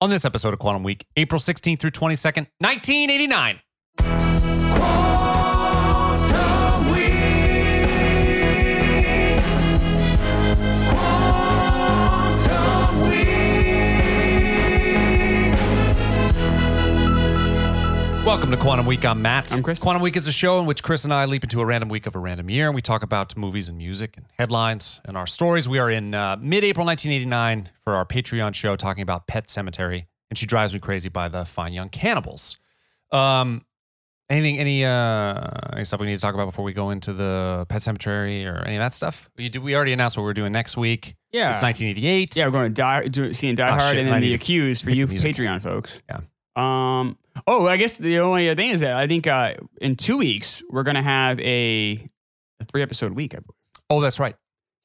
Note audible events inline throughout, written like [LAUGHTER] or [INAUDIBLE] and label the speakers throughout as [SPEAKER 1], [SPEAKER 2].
[SPEAKER 1] on this episode of Quantum Week, April 16th through 22nd, 1989. Welcome to Quantum Week. I'm Matt.
[SPEAKER 2] I'm Chris.
[SPEAKER 1] Quantum Week is a show in which Chris and I leap into a random week of a random year, and we talk about movies and music and headlines and our stories. We are in uh, mid-April 1989 for our Patreon show, talking about Pet Cemetery, and she drives me crazy by the Fine Young Cannibals. Um, anything, any uh, any stuff we need to talk about before we go into the Pet Cemetery or any of that stuff? We do. We already announced what we're doing next week.
[SPEAKER 2] Yeah.
[SPEAKER 1] it's 1988.
[SPEAKER 2] Yeah, we're going to die, do, seeing Die
[SPEAKER 1] Oh,
[SPEAKER 2] Hard
[SPEAKER 1] shit,
[SPEAKER 2] and
[SPEAKER 1] I
[SPEAKER 2] then
[SPEAKER 1] need
[SPEAKER 2] The
[SPEAKER 1] to
[SPEAKER 2] Accused for
[SPEAKER 1] hit the
[SPEAKER 2] you
[SPEAKER 1] music.
[SPEAKER 2] Patreon folks.
[SPEAKER 1] Yeah.
[SPEAKER 2] Um. Oh, I guess the only thing is that I think uh, in two weeks we're going to have a, a three episode week. I believe.
[SPEAKER 1] Oh, that's right.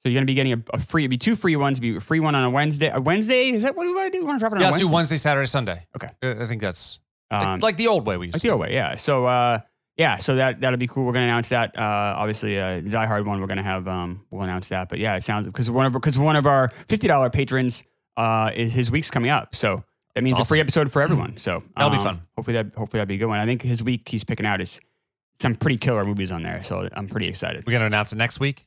[SPEAKER 2] So you're going to be getting a, a free, it'd be two free ones. It'd be a free one on a Wednesday. A Wednesday? Is that what do I do? Want to drop it on
[SPEAKER 1] yeah,
[SPEAKER 2] a
[SPEAKER 1] let's do
[SPEAKER 2] Wednesday?
[SPEAKER 1] Wednesday, Saturday, Sunday. Uh,
[SPEAKER 2] Okay.
[SPEAKER 1] I I think that's like-
[SPEAKER 2] Um,
[SPEAKER 1] like the old way we used
[SPEAKER 2] Like
[SPEAKER 1] to.
[SPEAKER 2] the old way, yeah. So uh, yeah, so that that'll be cool. We're gonna announce that. Uh, obviously, uh, the Die Hard one, we're gonna have um, we'll announce that. But yeah, it sounds because one of because one of our fifty dollar patrons uh, is his week's coming up, so that means
[SPEAKER 1] That's
[SPEAKER 2] a free episode for everyone.
[SPEAKER 1] [CLEARS THROAT]
[SPEAKER 2] So um,
[SPEAKER 1] That'll be fun.
[SPEAKER 2] Hopefully that hopefully that'll be a good one. I think his week he's picking out is some pretty killer movies on there, so I'm pretty excited.
[SPEAKER 1] We're gonna announce it next week.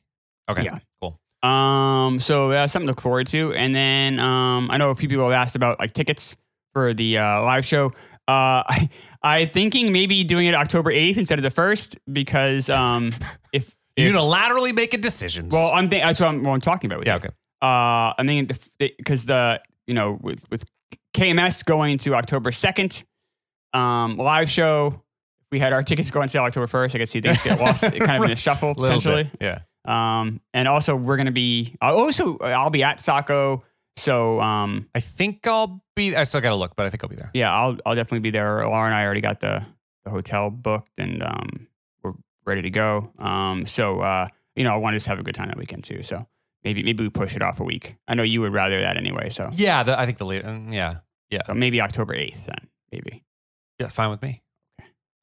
[SPEAKER 1] Okay.
[SPEAKER 2] Yeah.
[SPEAKER 1] Cool.
[SPEAKER 2] Um, so uh, something to look forward to. And then um, I know a few people have asked about like tickets for the uh, live show. Uh, [LAUGHS] I I thinking maybe doing it October eighth instead of the first
[SPEAKER 1] [LAUGHS]
[SPEAKER 2] because um, if, if
[SPEAKER 1] Unilaterally making decisions.
[SPEAKER 2] well I'm think that's what I'm, what I'm talking about. With
[SPEAKER 1] yeah.
[SPEAKER 2] it.
[SPEAKER 1] Okay.
[SPEAKER 2] Uh, I mean, because the you know with with KMS going to October second, um, live show. We had our tickets go on sale October first. I could see things get lost,
[SPEAKER 1] [LAUGHS]
[SPEAKER 2] kind of in a shuffle
[SPEAKER 1] Little bit,
[SPEAKER 2] potentially.
[SPEAKER 1] Yeah.
[SPEAKER 2] Um, and also we're gonna be uh, also I'll be at Saco. So um,
[SPEAKER 1] I think I'll be. I still gotta look, but I think I'll be there.
[SPEAKER 2] yeah, I'll I'll definitely be there. Laura and I already got the, the hotel booked and um, we're ready to go. Um, so uh, you know, I want to just have a good time that weekend too. So maybe maybe we push it off a week. I know you would rather that anyway. So,
[SPEAKER 1] Yeah. The, I think the late. um, Yeah.
[SPEAKER 2] so maybe October eighth then. Maybe
[SPEAKER 1] Yeah. Fine with me.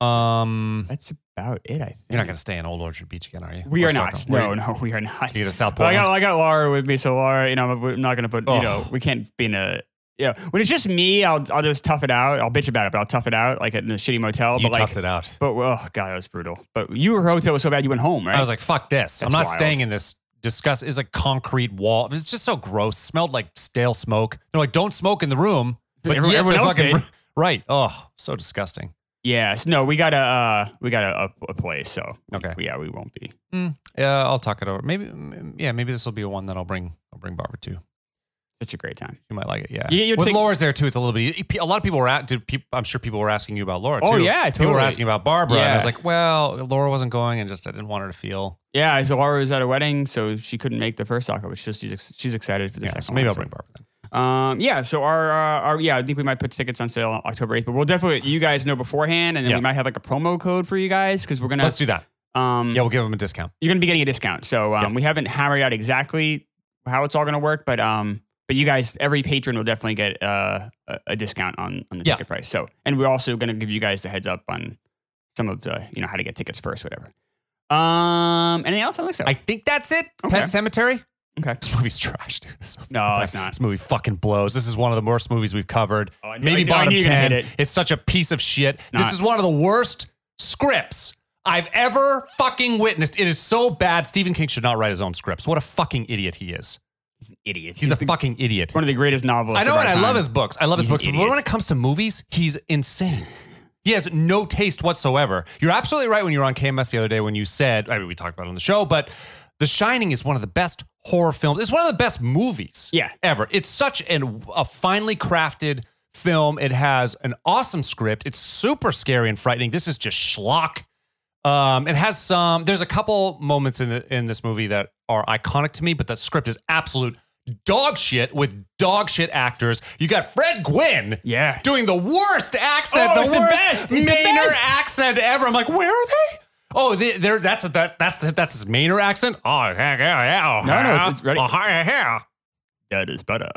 [SPEAKER 1] Um.
[SPEAKER 2] that's about it. I think
[SPEAKER 1] You're not gonna stay in Old Orchard Beach again, are you?
[SPEAKER 2] We
[SPEAKER 1] Or
[SPEAKER 2] are not.
[SPEAKER 1] Soco? Where-
[SPEAKER 2] No, [LAUGHS] no, we are not.
[SPEAKER 1] You go to South
[SPEAKER 2] Well, I got
[SPEAKER 1] Portland.
[SPEAKER 2] I got Laura with me, so Laura, you know, I'm- we're not gonna put, you know,
[SPEAKER 1] Oh.
[SPEAKER 2] we can't be in a. Yeah, when it's just me, I'll I'll just tough it out. I'll bitch about it, but I'll tough it out, like at the shitty motel.
[SPEAKER 1] you
[SPEAKER 2] but like,
[SPEAKER 1] toughed it out.
[SPEAKER 2] but oh god, that was brutal. But your hotel was so bad, you went home, right?
[SPEAKER 1] I was like, fuck this. I'm
[SPEAKER 2] That's
[SPEAKER 1] not
[SPEAKER 2] wild.
[SPEAKER 1] staying in this. Disgust is a concrete wall. It's just so gross. Smelled like stale smoke. They're like, don't smoke in the room.
[SPEAKER 2] But
[SPEAKER 1] yet
[SPEAKER 2] everyone
[SPEAKER 1] they're
[SPEAKER 2] else did.
[SPEAKER 1] [LAUGHS] right. Oh, so disgusting.
[SPEAKER 2] yes, no, we got a uh, we got a, a, a place, so we-
[SPEAKER 1] Okay.
[SPEAKER 2] yeah, we won't be.
[SPEAKER 1] Mm, yeah, I'll talk it over. Maybe, mm, yeah, maybe this will be one that I'll bring. I'll bring Barbara to.
[SPEAKER 2] Such a great time.
[SPEAKER 1] You might like it. Yeah.
[SPEAKER 2] You get your
[SPEAKER 1] With
[SPEAKER 2] tic-
[SPEAKER 1] Laura's there too, it's a little bit. e-, A lot of people were at. Did peop I'm sure people were asking you about Laura too.
[SPEAKER 2] Oh yeah, totally.
[SPEAKER 1] People were asking about Barbara, and I was
[SPEAKER 2] Yeah.
[SPEAKER 1] like, well, Laura wasn't going, and just I didn't want her to feel.
[SPEAKER 2] Yeah, so Laura was at a wedding, so she couldn't make the first soccer, but she's she's, ex- she's excited for the
[SPEAKER 1] Yeah,
[SPEAKER 2] second.
[SPEAKER 1] so maybe
[SPEAKER 2] one,
[SPEAKER 1] I'll bring Barbara then.
[SPEAKER 2] Um, yeah, so our, uh, our yeah, I think we might put tickets on sale on October 8th, but we'll definitely you guys know beforehand, and then
[SPEAKER 1] Yeah.
[SPEAKER 2] we might have like a promo code for you guys because we're gonna
[SPEAKER 1] Let's do that.
[SPEAKER 2] um
[SPEAKER 1] Yeah, we'll give them a discount.
[SPEAKER 2] you're gonna be getting a discount. So um,
[SPEAKER 1] Yeah.
[SPEAKER 2] we haven't hammered out exactly how it's all gonna work, but um but you guys every patron will definitely get uh, a, a discount on on the
[SPEAKER 1] Yeah.
[SPEAKER 2] ticket price. So and we're also gonna give you guys the heads up on some of the you know how to get tickets first, whatever. Um, anything else? I don't think so.
[SPEAKER 1] I think that's it.
[SPEAKER 2] Okay.
[SPEAKER 1] Pet Cemetery.
[SPEAKER 2] okay.
[SPEAKER 1] This movie's [LAUGHS] trash, dude. It's so
[SPEAKER 2] No,
[SPEAKER 1] fucking
[SPEAKER 2] it's
[SPEAKER 1] bad.
[SPEAKER 2] not.
[SPEAKER 1] This movie fucking blows. This is one of the worst movies we've covered.
[SPEAKER 2] Oh, I knew- I
[SPEAKER 1] Maybe
[SPEAKER 2] knew- I
[SPEAKER 1] bottom
[SPEAKER 2] knew you were gonna hit
[SPEAKER 1] ten.
[SPEAKER 2] it.
[SPEAKER 1] It's such a piece of shit. This
[SPEAKER 2] Not.
[SPEAKER 1] is one of the worst scripts I've ever fucking witnessed. It is so bad. Stephen King should not write his own scripts. What a fucking idiot he is.
[SPEAKER 2] He's an idiot.
[SPEAKER 1] He's a
[SPEAKER 2] the-
[SPEAKER 1] fucking idiot.
[SPEAKER 2] one of the greatest novelists.
[SPEAKER 1] I know,
[SPEAKER 2] of our
[SPEAKER 1] and I
[SPEAKER 2] time.
[SPEAKER 1] love his books. I love his
[SPEAKER 2] He's an
[SPEAKER 1] books, but
[SPEAKER 2] idiot.
[SPEAKER 1] when it comes to movies, he's insane. He has no taste whatsoever. You're absolutely right when you were on KMS the other day when you said, I mean, we talked about it on the show, but The Shining is one of the best horror films. It's one of the best movies
[SPEAKER 2] Yeah.
[SPEAKER 1] ever. It's such an, a finely crafted film. It has an awesome script. It's super scary and frightening. This is just schlock. Um, it has some. There's a couple moments in the, in this movie that are iconic to me, but the script is absolute dog shit with dog shit actors. You got Fred Gwynn
[SPEAKER 2] Yeah.
[SPEAKER 1] doing the worst accent,
[SPEAKER 2] Oh,
[SPEAKER 1] the
[SPEAKER 2] it's the
[SPEAKER 1] worst
[SPEAKER 2] best. It's the
[SPEAKER 1] Mainer
[SPEAKER 2] best.
[SPEAKER 1] accent ever. I'm like, where are they? Oh, they, they're that's that that's that's his Mainer accent. Oh, yeah, yeah, yeah.
[SPEAKER 2] No, no, it's- it's ready.
[SPEAKER 1] Oh, yeah, yeah. [LAUGHS]
[SPEAKER 2] That is better.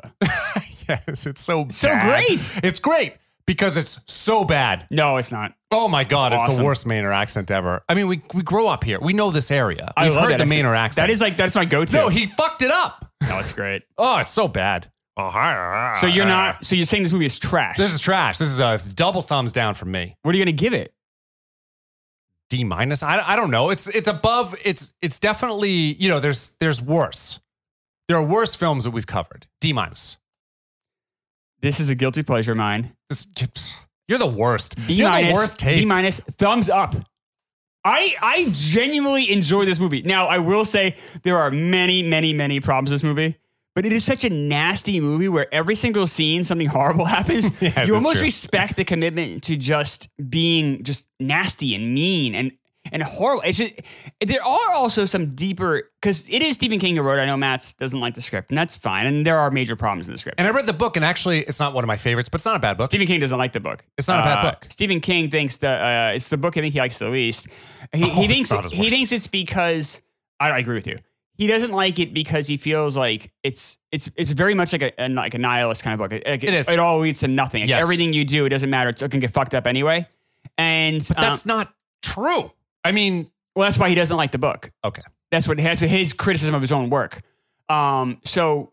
[SPEAKER 1] Yes, it's so
[SPEAKER 2] so
[SPEAKER 1] bad.
[SPEAKER 2] great.
[SPEAKER 1] It's great because it's so bad.
[SPEAKER 2] No, it's not.
[SPEAKER 1] Oh my god, it's, the
[SPEAKER 2] awesome.
[SPEAKER 1] worst Mainer accent ever. I mean, we we grow up here. We know this area.
[SPEAKER 2] I
[SPEAKER 1] We've
[SPEAKER 2] love
[SPEAKER 1] heard
[SPEAKER 2] that
[SPEAKER 1] the Mainer
[SPEAKER 2] accent.
[SPEAKER 1] accent.
[SPEAKER 2] That is like that's my go-to.
[SPEAKER 1] no, he fucked it up.
[SPEAKER 2] no, it's great.
[SPEAKER 1] Oh, it's so bad.
[SPEAKER 2] So you're not. So you're saying this movie is trash.
[SPEAKER 1] This is trash. This is a double thumbs down from me.
[SPEAKER 2] what are you gonna give it?
[SPEAKER 1] D minus. I, I don't know. It's it's above. It's it's definitely you know. There's there's worse. There are worse films that we've covered. D minus.
[SPEAKER 2] This is a guilty pleasure of mine.
[SPEAKER 1] This- You're the worst.
[SPEAKER 2] B
[SPEAKER 1] You're
[SPEAKER 2] minus.
[SPEAKER 1] the worst taste.
[SPEAKER 2] B minus. Thumbs up. I I genuinely enjoy this movie. Now I will say there are many many many problems with this movie, but it is such a nasty movie where every single scene something horrible [LAUGHS] happens.
[SPEAKER 1] Yeah,
[SPEAKER 2] you
[SPEAKER 1] that's
[SPEAKER 2] almost
[SPEAKER 1] true.
[SPEAKER 2] respect the commitment to just being just nasty and mean and and horrible. It's just there are also some deeper because it is Stephen King who wrote. it. I know Matt doesn't like the script, and that's fine. And there are major problems in the script.
[SPEAKER 1] And I read the book, and actually, it's not one of my favorites, but it's not a bad book.
[SPEAKER 2] Stephen King doesn't like the book.
[SPEAKER 1] It's not a bad
[SPEAKER 2] Uh,
[SPEAKER 1] book.
[SPEAKER 2] Stephen King thinks the uh, it's the book I think he likes the least. He,
[SPEAKER 1] Oh,
[SPEAKER 2] he
[SPEAKER 1] it's
[SPEAKER 2] thinks
[SPEAKER 1] not his
[SPEAKER 2] he
[SPEAKER 1] worst.
[SPEAKER 2] thinks it's because I, I agree with you. He doesn't like it because he feels like it's it's it's very much like a, a like a nihilist kind of book. Like,
[SPEAKER 1] It is.
[SPEAKER 2] It all leads to nothing. Like,
[SPEAKER 1] Yes.
[SPEAKER 2] Everything you do, it doesn't matter. It's, it can get fucked up anyway. And
[SPEAKER 1] But
[SPEAKER 2] um,
[SPEAKER 1] that's not true. I mean,
[SPEAKER 2] well, that's why he doesn't like the book.
[SPEAKER 1] okay.
[SPEAKER 2] That's what that's his criticism of his own work. Um, so,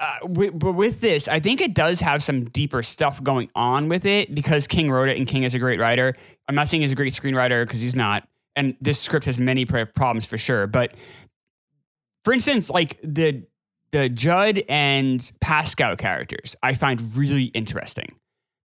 [SPEAKER 2] uh, wi- but with this, I think it does have some deeper stuff going on with it because King wrote it, and King is a great writer. I'm not saying he's a great screenwriter because he's not, and this script has many pr- problems for sure. But for instance, like the the Judd and Pascal characters, I find really interesting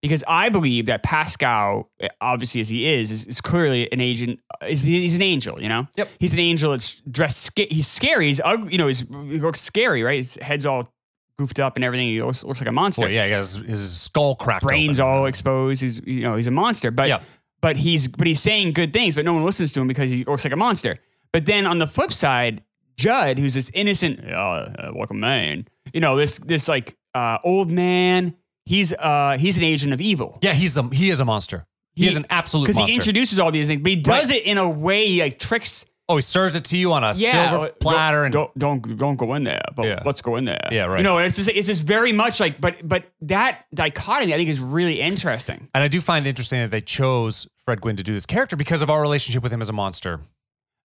[SPEAKER 2] because I believe that Pascal, eh, obviously as he is, is, is clearly an agent. Is he's an angel, you know?
[SPEAKER 1] Yep.
[SPEAKER 2] He's an angel. It's dressed. Sca- he's scary. He's ugly. You know, he's, he looks scary, right? His head's all goofed up and everything. He looks, looks like a monster.
[SPEAKER 1] Boy, yeah, he got his, his skull cracked.
[SPEAKER 2] Brains
[SPEAKER 1] open.
[SPEAKER 2] all exposed. He's you know he's a monster. But
[SPEAKER 1] Yeah.
[SPEAKER 2] but he's but he's saying good things, but no one listens to him because he looks like a monster. But then on the flip side, Judd, who's this innocent, uh, uh, welcome man, you know this this like uh, old man. He's uh he's an agent of evil.
[SPEAKER 1] Yeah, he's a he is a monster. He,
[SPEAKER 2] He-
[SPEAKER 1] is an absolute
[SPEAKER 2] because
[SPEAKER 1] monster.
[SPEAKER 2] he introduces all these things, but he does it in a way he, like tricks.
[SPEAKER 1] oh, he serves it to you on a silver
[SPEAKER 2] uh,
[SPEAKER 1] platter
[SPEAKER 2] don't,
[SPEAKER 1] and
[SPEAKER 2] don't don't don't go in there, but
[SPEAKER 1] Yeah.
[SPEAKER 2] let's go in there.
[SPEAKER 1] Yeah, right.
[SPEAKER 2] You know, it's just it's just very much like, but but that dichotomy I think is really interesting.
[SPEAKER 1] and I do find it interesting that they chose Fred Gwynn to do this character because of our relationship with him as a monster.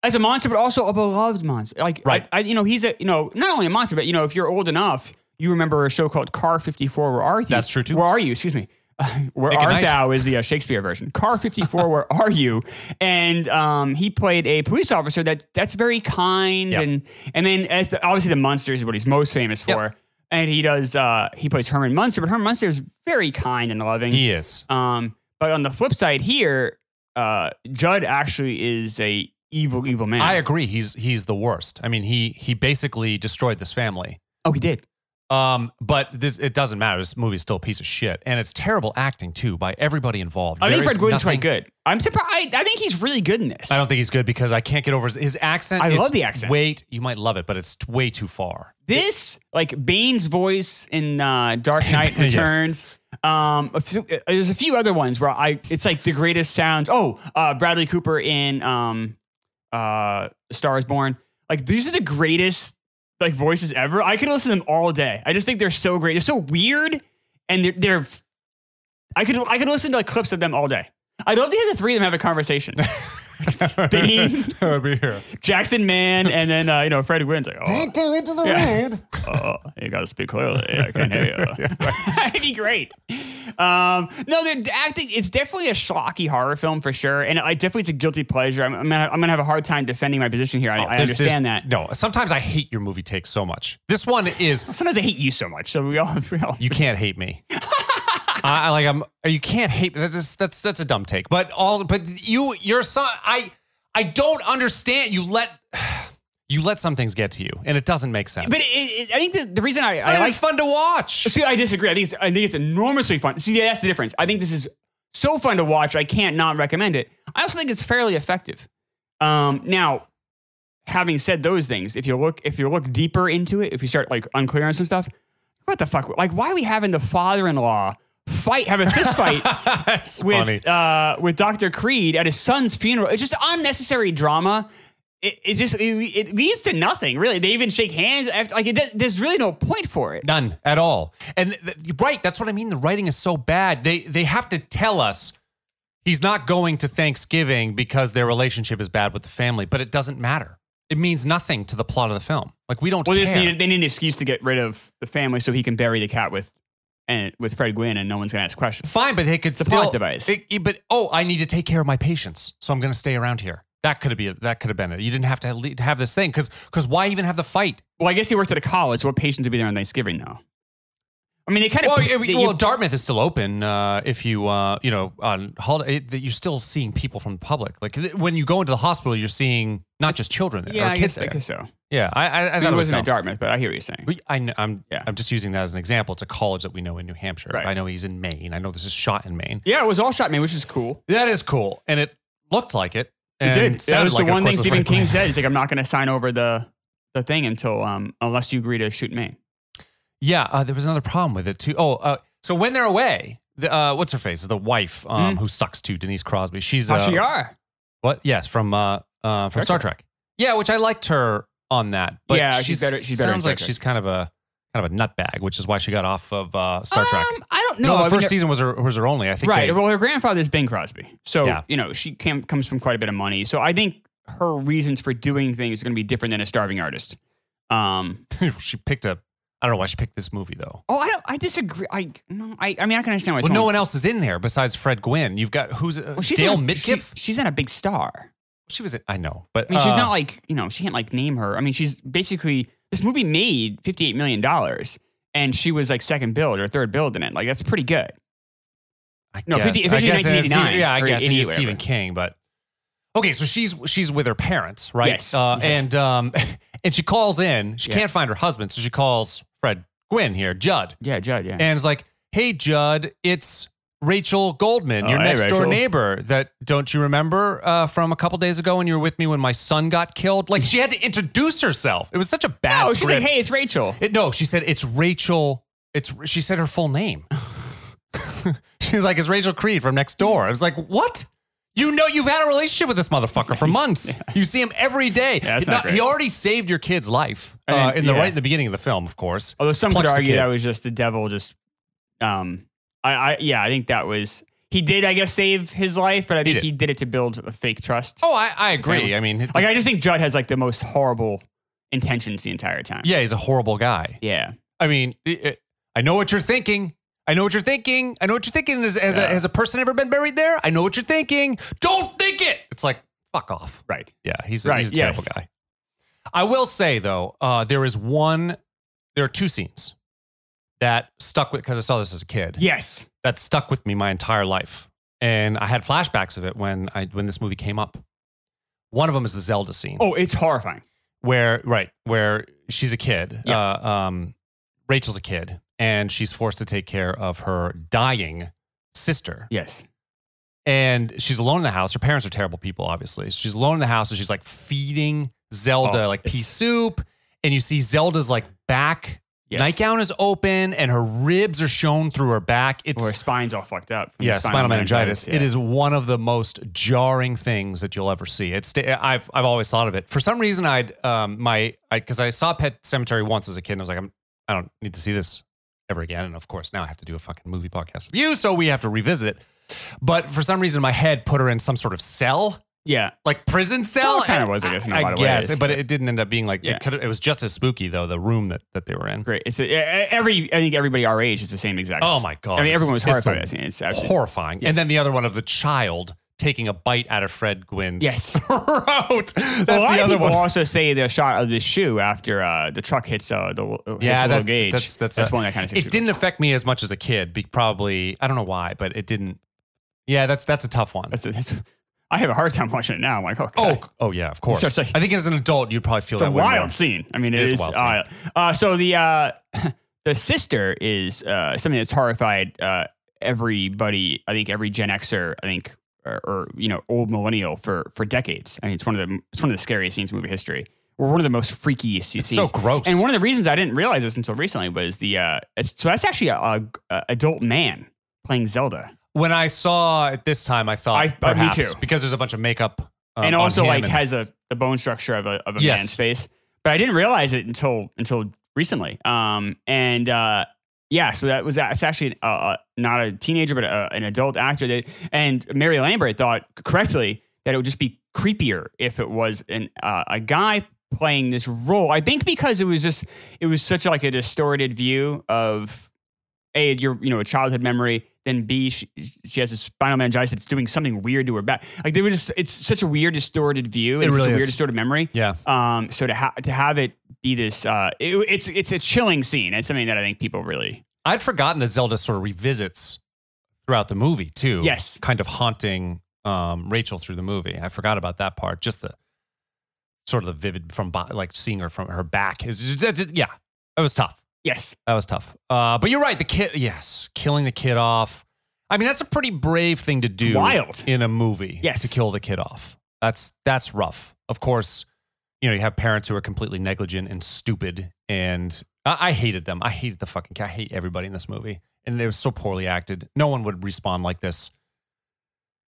[SPEAKER 2] as a monster, but also a beloved monster. Like,
[SPEAKER 1] Right.
[SPEAKER 2] I, I, you know, he's a, you know, not only a monster, but you know, if you're old enough, you remember a show called Car 54. Where are you?
[SPEAKER 1] That's true, too.
[SPEAKER 2] Where are you? Excuse me. [LAUGHS] where
[SPEAKER 1] Make a
[SPEAKER 2] are
[SPEAKER 1] night.
[SPEAKER 2] thou is the uh, Shakespeare version. Car 54. where are you? And um, he played a police officer that that's very kind
[SPEAKER 1] Yep.
[SPEAKER 2] and and then as the, obviously the monster is what he's most famous for.
[SPEAKER 1] Yep.
[SPEAKER 2] And he does uh, he plays Herman Munster, but Herman Munster is very kind and loving.
[SPEAKER 1] He is.
[SPEAKER 2] Um, but on the flip side here, uh, Judd actually is a evil, evil man.
[SPEAKER 1] I agree. He's he's the worst. I mean, he he basically destroyed this family.
[SPEAKER 2] oh, he did.
[SPEAKER 1] Um, but this it doesn't matter. This movie's still a piece of shit, and it's terrible acting too by everybody involved.
[SPEAKER 2] I
[SPEAKER 1] There
[SPEAKER 2] think
[SPEAKER 1] is
[SPEAKER 2] Fred Gwynn's
[SPEAKER 1] nothing-
[SPEAKER 2] quite good. I'm surprised. I, I think he's really good in this.
[SPEAKER 1] I don't think he's good because I can't get over his, his accent.
[SPEAKER 2] I
[SPEAKER 1] is
[SPEAKER 2] love the accent.
[SPEAKER 1] Wait, you might love it, but it's t- way too far.
[SPEAKER 2] this like Bane's voice in uh, Dark Knight
[SPEAKER 1] Yes.
[SPEAKER 2] Returns. Um, a few, uh, there's a few other ones where I it's like the greatest sounds. Oh, uh, Bradley Cooper in um, uh, Star Is Born. Like these are the greatest like voices ever. I could listen to them all day. I just think they're so great. They're so weird, and they're, they're I could I could listen to like clips of them all day. I'd love to hear the three of them have a conversation. Bane.
[SPEAKER 1] [LAUGHS] that would be here.
[SPEAKER 2] Jackson Man, and then uh, you know Fred Gwynn's like, oh,
[SPEAKER 1] go into the
[SPEAKER 2] Yeah. oh, you gotta speak clearly. I can't hear you. [LAUGHS] That'd be great. Um, no, they're acting. It's definitely a schlocky horror film for sure, and I definitely it's a guilty pleasure. I'm, I'm gonna I'm gonna have a hard time defending my position here. I,
[SPEAKER 1] Oh,
[SPEAKER 2] I understand that.
[SPEAKER 1] No, sometimes I hate your movie takes so much. This one is
[SPEAKER 2] Sometimes I hate you so much, so we all. We all
[SPEAKER 1] you can't hate [LAUGHS] me. I, I like I'm you can't hate me. That's just- that's that's a dumb take. But all but you your son I I don't understand. You let [SIGHS] you let some things get to you, and it doesn't make sense.
[SPEAKER 2] but it, it, I think the, the reason I,
[SPEAKER 1] it's not
[SPEAKER 2] I
[SPEAKER 1] even
[SPEAKER 2] like
[SPEAKER 1] fun to watch.
[SPEAKER 2] [LAUGHS] See, I disagree. I think it's, I think it's enormously fun. See, that's the difference. I think this is so fun to watch. I can't not recommend it. I also think it's fairly effective. Um, now, having said those things, if you look if you look deeper into it, if you start like unclear on some stuff, what the fuck? Like, why are we having the father-in-law fight, have
[SPEAKER 1] [LAUGHS]
[SPEAKER 2] a fist fight
[SPEAKER 1] That's funny.
[SPEAKER 2] with uh, with Dr. Creed at his son's funeral. It's just unnecessary drama. It, it just it, it leads to nothing, really. They even shake hands after like it, there's really no point for it.
[SPEAKER 1] None at all. And th- th- right, that's what I mean. The writing is so bad. They they have to tell us he's not going to Thanksgiving because their relationship is bad with the family, but it doesn't matter. It means nothing to the plot of the film. Like we don't
[SPEAKER 2] Well, they
[SPEAKER 1] care.
[SPEAKER 2] just needed they need an excuse to get rid of the family so he can bury the cat with and with Fred Gwynn, and no one's gonna ask questions.
[SPEAKER 1] Fine, but they could
[SPEAKER 2] It's a
[SPEAKER 1] still
[SPEAKER 2] plot device.
[SPEAKER 1] it- it- but oh, I need to take care of my patients, so I'm going to stay around here. That could have been that could have been it. You didn't have to le- have this thing because because why even have the fight?
[SPEAKER 2] Well, I guess he worked at a college. What patients would be there on Thanksgiving though? I mean, they kind of
[SPEAKER 1] Well, it-
[SPEAKER 2] they- you-
[SPEAKER 1] well, Dartmouth is still open. Uh, if you uh, you know on holiday, it- that you're still seeing people from the public. Like th- when you go into the hospital, you're seeing not just children there,
[SPEAKER 2] yeah,
[SPEAKER 1] or
[SPEAKER 2] I
[SPEAKER 1] kids
[SPEAKER 2] guess,
[SPEAKER 1] there.
[SPEAKER 2] I guess so.
[SPEAKER 1] yeah, I I, I
[SPEAKER 2] I
[SPEAKER 1] thought
[SPEAKER 2] mean,
[SPEAKER 1] it
[SPEAKER 2] it
[SPEAKER 1] was
[SPEAKER 2] wasn't
[SPEAKER 1] dumb.
[SPEAKER 2] at Dartmouth, but I hear what you're saying.
[SPEAKER 1] We- I, am
[SPEAKER 2] Yeah.
[SPEAKER 1] I'm just using that as an example. It's a college that we know in New Hampshire.
[SPEAKER 2] Right.
[SPEAKER 1] I know he's in Maine. I know this is shot in Maine.
[SPEAKER 2] Yeah, it was all shot man, which is cool.
[SPEAKER 1] That is cool, and it looked like it.
[SPEAKER 2] It
[SPEAKER 1] and
[SPEAKER 2] did. That
[SPEAKER 1] sounded
[SPEAKER 2] was the
[SPEAKER 1] like it, of
[SPEAKER 2] one
[SPEAKER 1] course,
[SPEAKER 2] thing
[SPEAKER 1] with
[SPEAKER 2] Stephen
[SPEAKER 1] Frank
[SPEAKER 2] King
[SPEAKER 1] Blaine.
[SPEAKER 2] said. He's like, I'm not going to sign over the the thing until um unless you agree to shoot me.
[SPEAKER 1] [LAUGHS] Yeah, uh, there was another problem with it too. Oh, uh, so when they're away, the, uh, what's her face? The wife
[SPEAKER 2] Mm-hmm.
[SPEAKER 1] um, who sucks too, Denise Crosby. She's
[SPEAKER 2] How
[SPEAKER 1] uh,
[SPEAKER 2] she are?
[SPEAKER 1] what? Yes, from uh, uh, from
[SPEAKER 2] Star
[SPEAKER 1] Star Trek. Yeah, which I liked her on that. But
[SPEAKER 2] Yeah,
[SPEAKER 1] she
[SPEAKER 2] she's better- she's better in
[SPEAKER 1] sounds
[SPEAKER 2] Star
[SPEAKER 1] like
[SPEAKER 2] Trek.
[SPEAKER 1] she's kind of a kind of a nutbag, which is why she got off of uh, Star Trek.
[SPEAKER 2] Um, I don't
[SPEAKER 1] No,
[SPEAKER 2] know.
[SPEAKER 1] the
[SPEAKER 2] I mean,
[SPEAKER 1] first
[SPEAKER 2] they're-
[SPEAKER 1] season was her was her only. I think
[SPEAKER 2] right.
[SPEAKER 1] they-
[SPEAKER 2] well, her grandfather's Bing Crosby, so
[SPEAKER 1] Yeah.
[SPEAKER 2] you know she came, comes from quite a bit of money. So I think her reasons for doing things are going to be different than a starving artist. Um.
[SPEAKER 1] [LAUGHS] she picked a. I don't know why she picked this movie though.
[SPEAKER 2] Oh, I don't, I disagree. I no. I, I mean, I can understand why.
[SPEAKER 1] Well,
[SPEAKER 2] someone-
[SPEAKER 1] no one else is in there besides Fred Gwynn. You've got who's uh,
[SPEAKER 2] Well, she's
[SPEAKER 1] Dale
[SPEAKER 2] not a- she-
[SPEAKER 1] Midkiff. She,
[SPEAKER 2] she's not a big star.
[SPEAKER 1] was. In, I know, but
[SPEAKER 2] I mean, she's
[SPEAKER 1] uh,
[SPEAKER 2] not like you know, she can't like name her. I mean, she's basically this movie made fifty eight million dollars, and she was like second build or third build in it. Like that's pretty good.
[SPEAKER 1] I
[SPEAKER 2] No, 50
[SPEAKER 1] guess.
[SPEAKER 2] if it's
[SPEAKER 1] I
[SPEAKER 2] in
[SPEAKER 1] guess it is-
[SPEAKER 2] 1989
[SPEAKER 1] Yeah, I
[SPEAKER 2] or
[SPEAKER 1] guess it
[SPEAKER 2] 88,
[SPEAKER 1] is Stephen
[SPEAKER 2] whatever.
[SPEAKER 1] King, but okay. So she's she's with her parents, right?
[SPEAKER 2] Yes,
[SPEAKER 1] Uh,
[SPEAKER 2] yes.
[SPEAKER 1] And um, [LAUGHS] and she calls in. She
[SPEAKER 2] Yeah.
[SPEAKER 1] can't find her husband, so she calls Fred Gwynn here, Judd,
[SPEAKER 2] Yeah, Judd. Yeah.
[SPEAKER 1] and is like, "Hey, Judd, it's." Rachel Goldman,
[SPEAKER 2] Oh,
[SPEAKER 1] your
[SPEAKER 2] hey,
[SPEAKER 1] next door
[SPEAKER 2] Rachel."
[SPEAKER 1] neighbor, that don't you remember uh, from a couple days ago when you were with me when my son got killed? Like she had to introduce herself. It was such a bad
[SPEAKER 2] oh, she's
[SPEAKER 1] script.
[SPEAKER 2] like, hey, it's Rachel.
[SPEAKER 1] It- no, she said it's Rachel. It's she said her full
[SPEAKER 2] [LAUGHS]
[SPEAKER 1] name. She's like, it's Rachel Creed from next door. I was like, what? You know, you've had a relationship with this motherfucker
[SPEAKER 2] [LAUGHS]
[SPEAKER 1] for months. You see him every day.
[SPEAKER 2] Yeah, that's
[SPEAKER 1] He-
[SPEAKER 2] not
[SPEAKER 1] He
[SPEAKER 2] great.
[SPEAKER 1] already saved your kid's life
[SPEAKER 2] I mean,
[SPEAKER 1] uh, in the
[SPEAKER 2] yeah. Oh,
[SPEAKER 1] right in the beginning of the film, of course.
[SPEAKER 2] Although some could
[SPEAKER 1] plucks the
[SPEAKER 2] argue
[SPEAKER 1] kid.
[SPEAKER 2] that was just the devil. Just, um, I, I, yeah, I think that was he did. I guess save his life, but I think
[SPEAKER 1] did.
[SPEAKER 2] he did it to build a fake trust.
[SPEAKER 1] Oh, I, I agree. I mean,
[SPEAKER 2] Like I just think Judd has like the most horrible intentions the entire time.
[SPEAKER 1] yeah, he's a horrible guy.
[SPEAKER 2] Yeah.
[SPEAKER 1] I mean, it- it- I know what you're thinking. I know what you're thinking. I know what you're thinking. Has, has,
[SPEAKER 2] Yeah.
[SPEAKER 1] a, has a person ever been buried there? I know what you're thinking. Don't think it. It's like, fuck off.
[SPEAKER 2] Right.
[SPEAKER 1] Yeah, he's a,
[SPEAKER 2] Right,
[SPEAKER 1] he's a
[SPEAKER 2] yes.
[SPEAKER 1] terrible guy. I will say though, uh, there is one, there are two scenes that stuck with because I saw this as a kid
[SPEAKER 2] Yes.
[SPEAKER 1] that stuck with me my entire life, and I had flashbacks of it when I when this movie came up. One of them is the Zelda scene
[SPEAKER 2] Oh, it's horrifying.
[SPEAKER 1] where right where she's a kid,
[SPEAKER 2] Yeah.
[SPEAKER 1] uh, um, Rachel's a kid, and she's forced to take care of her dying sister
[SPEAKER 2] Yes.
[SPEAKER 1] and she's alone in the house. Her parents are terrible people, obviously. She's alone in the house and she's like feeding Zelda
[SPEAKER 2] Oh,
[SPEAKER 1] like pea
[SPEAKER 2] it's-
[SPEAKER 1] soup. And you see Zelda's like back
[SPEAKER 2] yes.
[SPEAKER 1] nightgown is open and her ribs are shown through her back. It's
[SPEAKER 2] Or her spine's all fucked up. from
[SPEAKER 1] yeah,
[SPEAKER 2] the
[SPEAKER 1] spinal meningitis.
[SPEAKER 2] yeah.
[SPEAKER 1] It is one of the most jarring things that you'll ever see. It's I've I've always thought of it. For some reason, I'd um my I because I saw Pet Cemetery once as a kid, and I was like, I'm I don't need to see this ever again. And of course, now I have to do a fucking movie podcast with you, so we have to revisit it. But for some reason, my head put her in some sort of cell,
[SPEAKER 2] Yeah.
[SPEAKER 1] like prison cell.
[SPEAKER 2] Well, it kinda
[SPEAKER 1] and
[SPEAKER 2] was, I guess, in a
[SPEAKER 1] I
[SPEAKER 2] lot of
[SPEAKER 1] guess,
[SPEAKER 2] ways,
[SPEAKER 1] but
[SPEAKER 2] but-
[SPEAKER 1] it didn't end up being like
[SPEAKER 2] Yeah.
[SPEAKER 1] it. Could it was just as spooky though. The room that that they were in.
[SPEAKER 2] Great. It's a, e- every. I think everybody our age is the same exact.
[SPEAKER 1] Oh my god!
[SPEAKER 2] I mean,
[SPEAKER 1] it's-
[SPEAKER 2] everyone was
[SPEAKER 1] it's the
[SPEAKER 2] horrified. by that scene. It's uh, absolutely-
[SPEAKER 1] horrifying. And then the other one of the child taking a bite out of Fred Gwynn's [LAUGHS]
[SPEAKER 2] Yes.
[SPEAKER 1] throat. That's
[SPEAKER 2] a lot
[SPEAKER 1] the
[SPEAKER 2] of
[SPEAKER 1] other
[SPEAKER 2] people
[SPEAKER 1] one.
[SPEAKER 2] also say the shot of the shoe after uh, the truck hits uh, the l-
[SPEAKER 1] [LAUGHS]
[SPEAKER 2] hits
[SPEAKER 1] Yeah,
[SPEAKER 2] the little
[SPEAKER 1] that's,
[SPEAKER 2] gauge.
[SPEAKER 1] that's that's
[SPEAKER 2] that's
[SPEAKER 1] a-
[SPEAKER 2] one that kind of
[SPEAKER 1] It didn't affect me as much as a kid. Be, probably I don't know why, but it didn't. Yeah, that's that's a tough one.
[SPEAKER 2] That's, a, that's I have a hard time watching it now. I'm like, okay.
[SPEAKER 1] oh, oh yeah, of course.
[SPEAKER 2] It's just like-
[SPEAKER 1] I think as an adult you'd probably feel
[SPEAKER 2] it's a
[SPEAKER 1] that way more.
[SPEAKER 2] wild scene. I mean,
[SPEAKER 1] It
[SPEAKER 2] it
[SPEAKER 1] is
[SPEAKER 2] is.
[SPEAKER 1] a wild
[SPEAKER 2] uh, uh, so the uh, [LAUGHS] the sister is uh, something that's horrified uh, everybody. I think every Gen Xer. I think. Or, or you know, old millennial for for decades. I mean, it's one of the it's one of the scariest scenes in movie history, or one of the most freakiest
[SPEAKER 1] It's so
[SPEAKER 2] scenes.
[SPEAKER 1] gross.
[SPEAKER 2] And one of the reasons I didn't realize this until recently was the uh, it's, so that's actually a, a, a adult man playing Zelda,
[SPEAKER 1] when I saw it this time, I thought
[SPEAKER 2] I- uh, me
[SPEAKER 1] perhaps
[SPEAKER 2] too.
[SPEAKER 1] because there's a bunch of makeup uh,
[SPEAKER 2] and
[SPEAKER 1] on
[SPEAKER 2] also
[SPEAKER 1] him
[SPEAKER 2] like
[SPEAKER 1] and-
[SPEAKER 2] has a the bone structure of a of a
[SPEAKER 1] Yes.
[SPEAKER 2] man's face. But I didn't realize it until until recently. Um, and uh, yeah, so that was that's actually uh, uh, not a teenager but a, an adult actor. That, and Mary Lambert thought correctly that it would just be creepier if it was an uh, a guy playing this role. I think because it was just it was such like a distorted view of a your you know a childhood memory. Then B she, she has a spinal meningitis that's doing something weird to her back. Like they were just it's such a weird distorted view.
[SPEAKER 1] It
[SPEAKER 2] and such
[SPEAKER 1] really
[SPEAKER 2] a
[SPEAKER 1] is.
[SPEAKER 2] weird distorted memory.
[SPEAKER 1] Yeah.
[SPEAKER 2] Um. So to ha- to have it be this uh, it, it's it's a chilling scene. It's something that I think people really
[SPEAKER 1] I'd forgotten that Zelda sort of revisits throughout the movie too.
[SPEAKER 2] Yes.
[SPEAKER 1] kind of haunting um, Rachel through the movie. I forgot about that part. Just the sort of the vivid from bo- like seeing her from her back is just- that- yeah, that was tough.
[SPEAKER 2] yes.
[SPEAKER 1] That was tough. Uh, but you're right. The kid, yes, killing the kid off. I mean, that's a pretty brave thing to do.
[SPEAKER 2] wild.
[SPEAKER 1] in a movie.
[SPEAKER 2] Yes.
[SPEAKER 1] to kill the kid off. That's that's rough. Of course, you know you have parents who are completely negligent and stupid, and I, I hated them. I hated the fucking. kid. I hate everybody in this movie, and it was so poorly acted. No one would respond like this.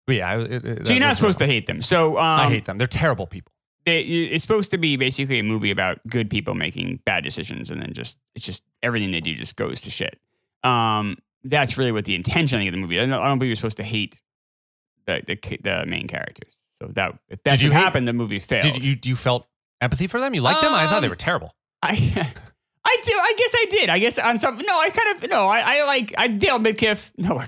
[SPEAKER 1] But yeah, I- it, it,
[SPEAKER 2] So you're not supposed to hate them. So um,
[SPEAKER 1] I hate them. They're terrible people.
[SPEAKER 2] they, it's supposed to be basically a movie about good people making bad decisions and then just it's just everything they do just goes to shit um that's really what the intention I think, of the movie i don't, I don't believe you're supposed to hate the, the ki- the main characters so that if that
[SPEAKER 1] Did you
[SPEAKER 2] should
[SPEAKER 1] hate-
[SPEAKER 2] happen the movie failed
[SPEAKER 1] Did you you felt empathy for them? You liked them? I thought they
[SPEAKER 2] Um,
[SPEAKER 1] were terrible.
[SPEAKER 2] [LAUGHS] i I do. I guess I did. I guess on some. No, I kind of. No, I, I like. I Dale Midkiff. [LAUGHS] No,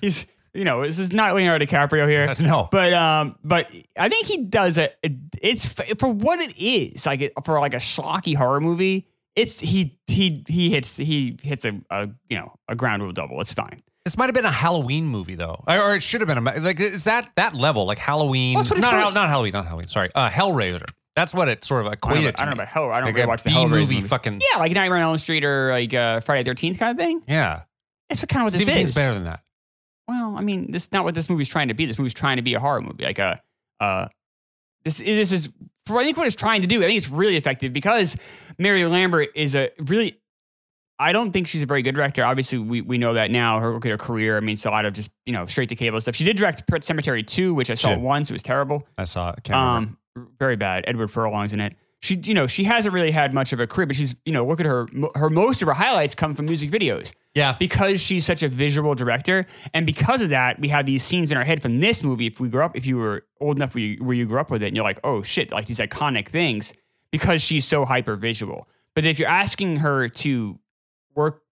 [SPEAKER 2] he's. You know, this is not Leonardo DiCaprio here.
[SPEAKER 1] [LAUGHS] No,
[SPEAKER 2] But um, but I think he does it. It's for what it is, like it, for like a schlocky horror movie. It's he he he hits he hits a, a you know a ground rule double. It's fine.
[SPEAKER 1] This might have been a Halloween movie though, or or it should have been a like it's that that level like Halloween.
[SPEAKER 2] Well, that's what it's
[SPEAKER 1] not,
[SPEAKER 2] called.
[SPEAKER 1] Hal- not Halloween, not Halloween. Sorry, uh, Hellraiser. That's what it sort of
[SPEAKER 2] I don't, know
[SPEAKER 1] equated.
[SPEAKER 2] about- I don't know
[SPEAKER 1] to
[SPEAKER 2] about hell. I don't
[SPEAKER 1] me.
[SPEAKER 2] really
[SPEAKER 1] Like
[SPEAKER 2] watch
[SPEAKER 1] a
[SPEAKER 2] the
[SPEAKER 1] B
[SPEAKER 2] Hellraiser
[SPEAKER 1] movie.
[SPEAKER 2] movies.
[SPEAKER 1] Fucking
[SPEAKER 2] Yeah, like Nightmare on Elm Street or like uh, Friday the Thirteenth kind of thing.
[SPEAKER 1] yeah.
[SPEAKER 2] That's kind of what
[SPEAKER 1] Stephen
[SPEAKER 2] this
[SPEAKER 1] King's
[SPEAKER 2] is.
[SPEAKER 1] better than that.
[SPEAKER 2] Well, I mean, this is not what this movie's trying to be. This movie's trying to be a horror movie, like a uh, this this is for I think what it's trying to do. I think it's really effective because Mary Lambert is a really. I don't think she's a very good director. Obviously, we, we know that now. Her, her career, I mean, it's a lot of just you know straight to cable stuff. She did direct Pet Cemetery Two, which I saw
[SPEAKER 1] She did.
[SPEAKER 2] once. It was terrible,
[SPEAKER 1] I saw. It. Can't remember.
[SPEAKER 2] um, very bad. Edward Furlong's in it. She you know she hasn't really had much of a career, but she's you know look at her her most of her highlights come from music videos
[SPEAKER 1] Yeah,
[SPEAKER 2] because she's such a visual director, and because of that, we have these scenes in our head from this movie. If we grew up, if you were old enough where you, where you grew up with it, and you're like, oh shit, like these iconic things, because she's so hyper visual. But if you're asking her to work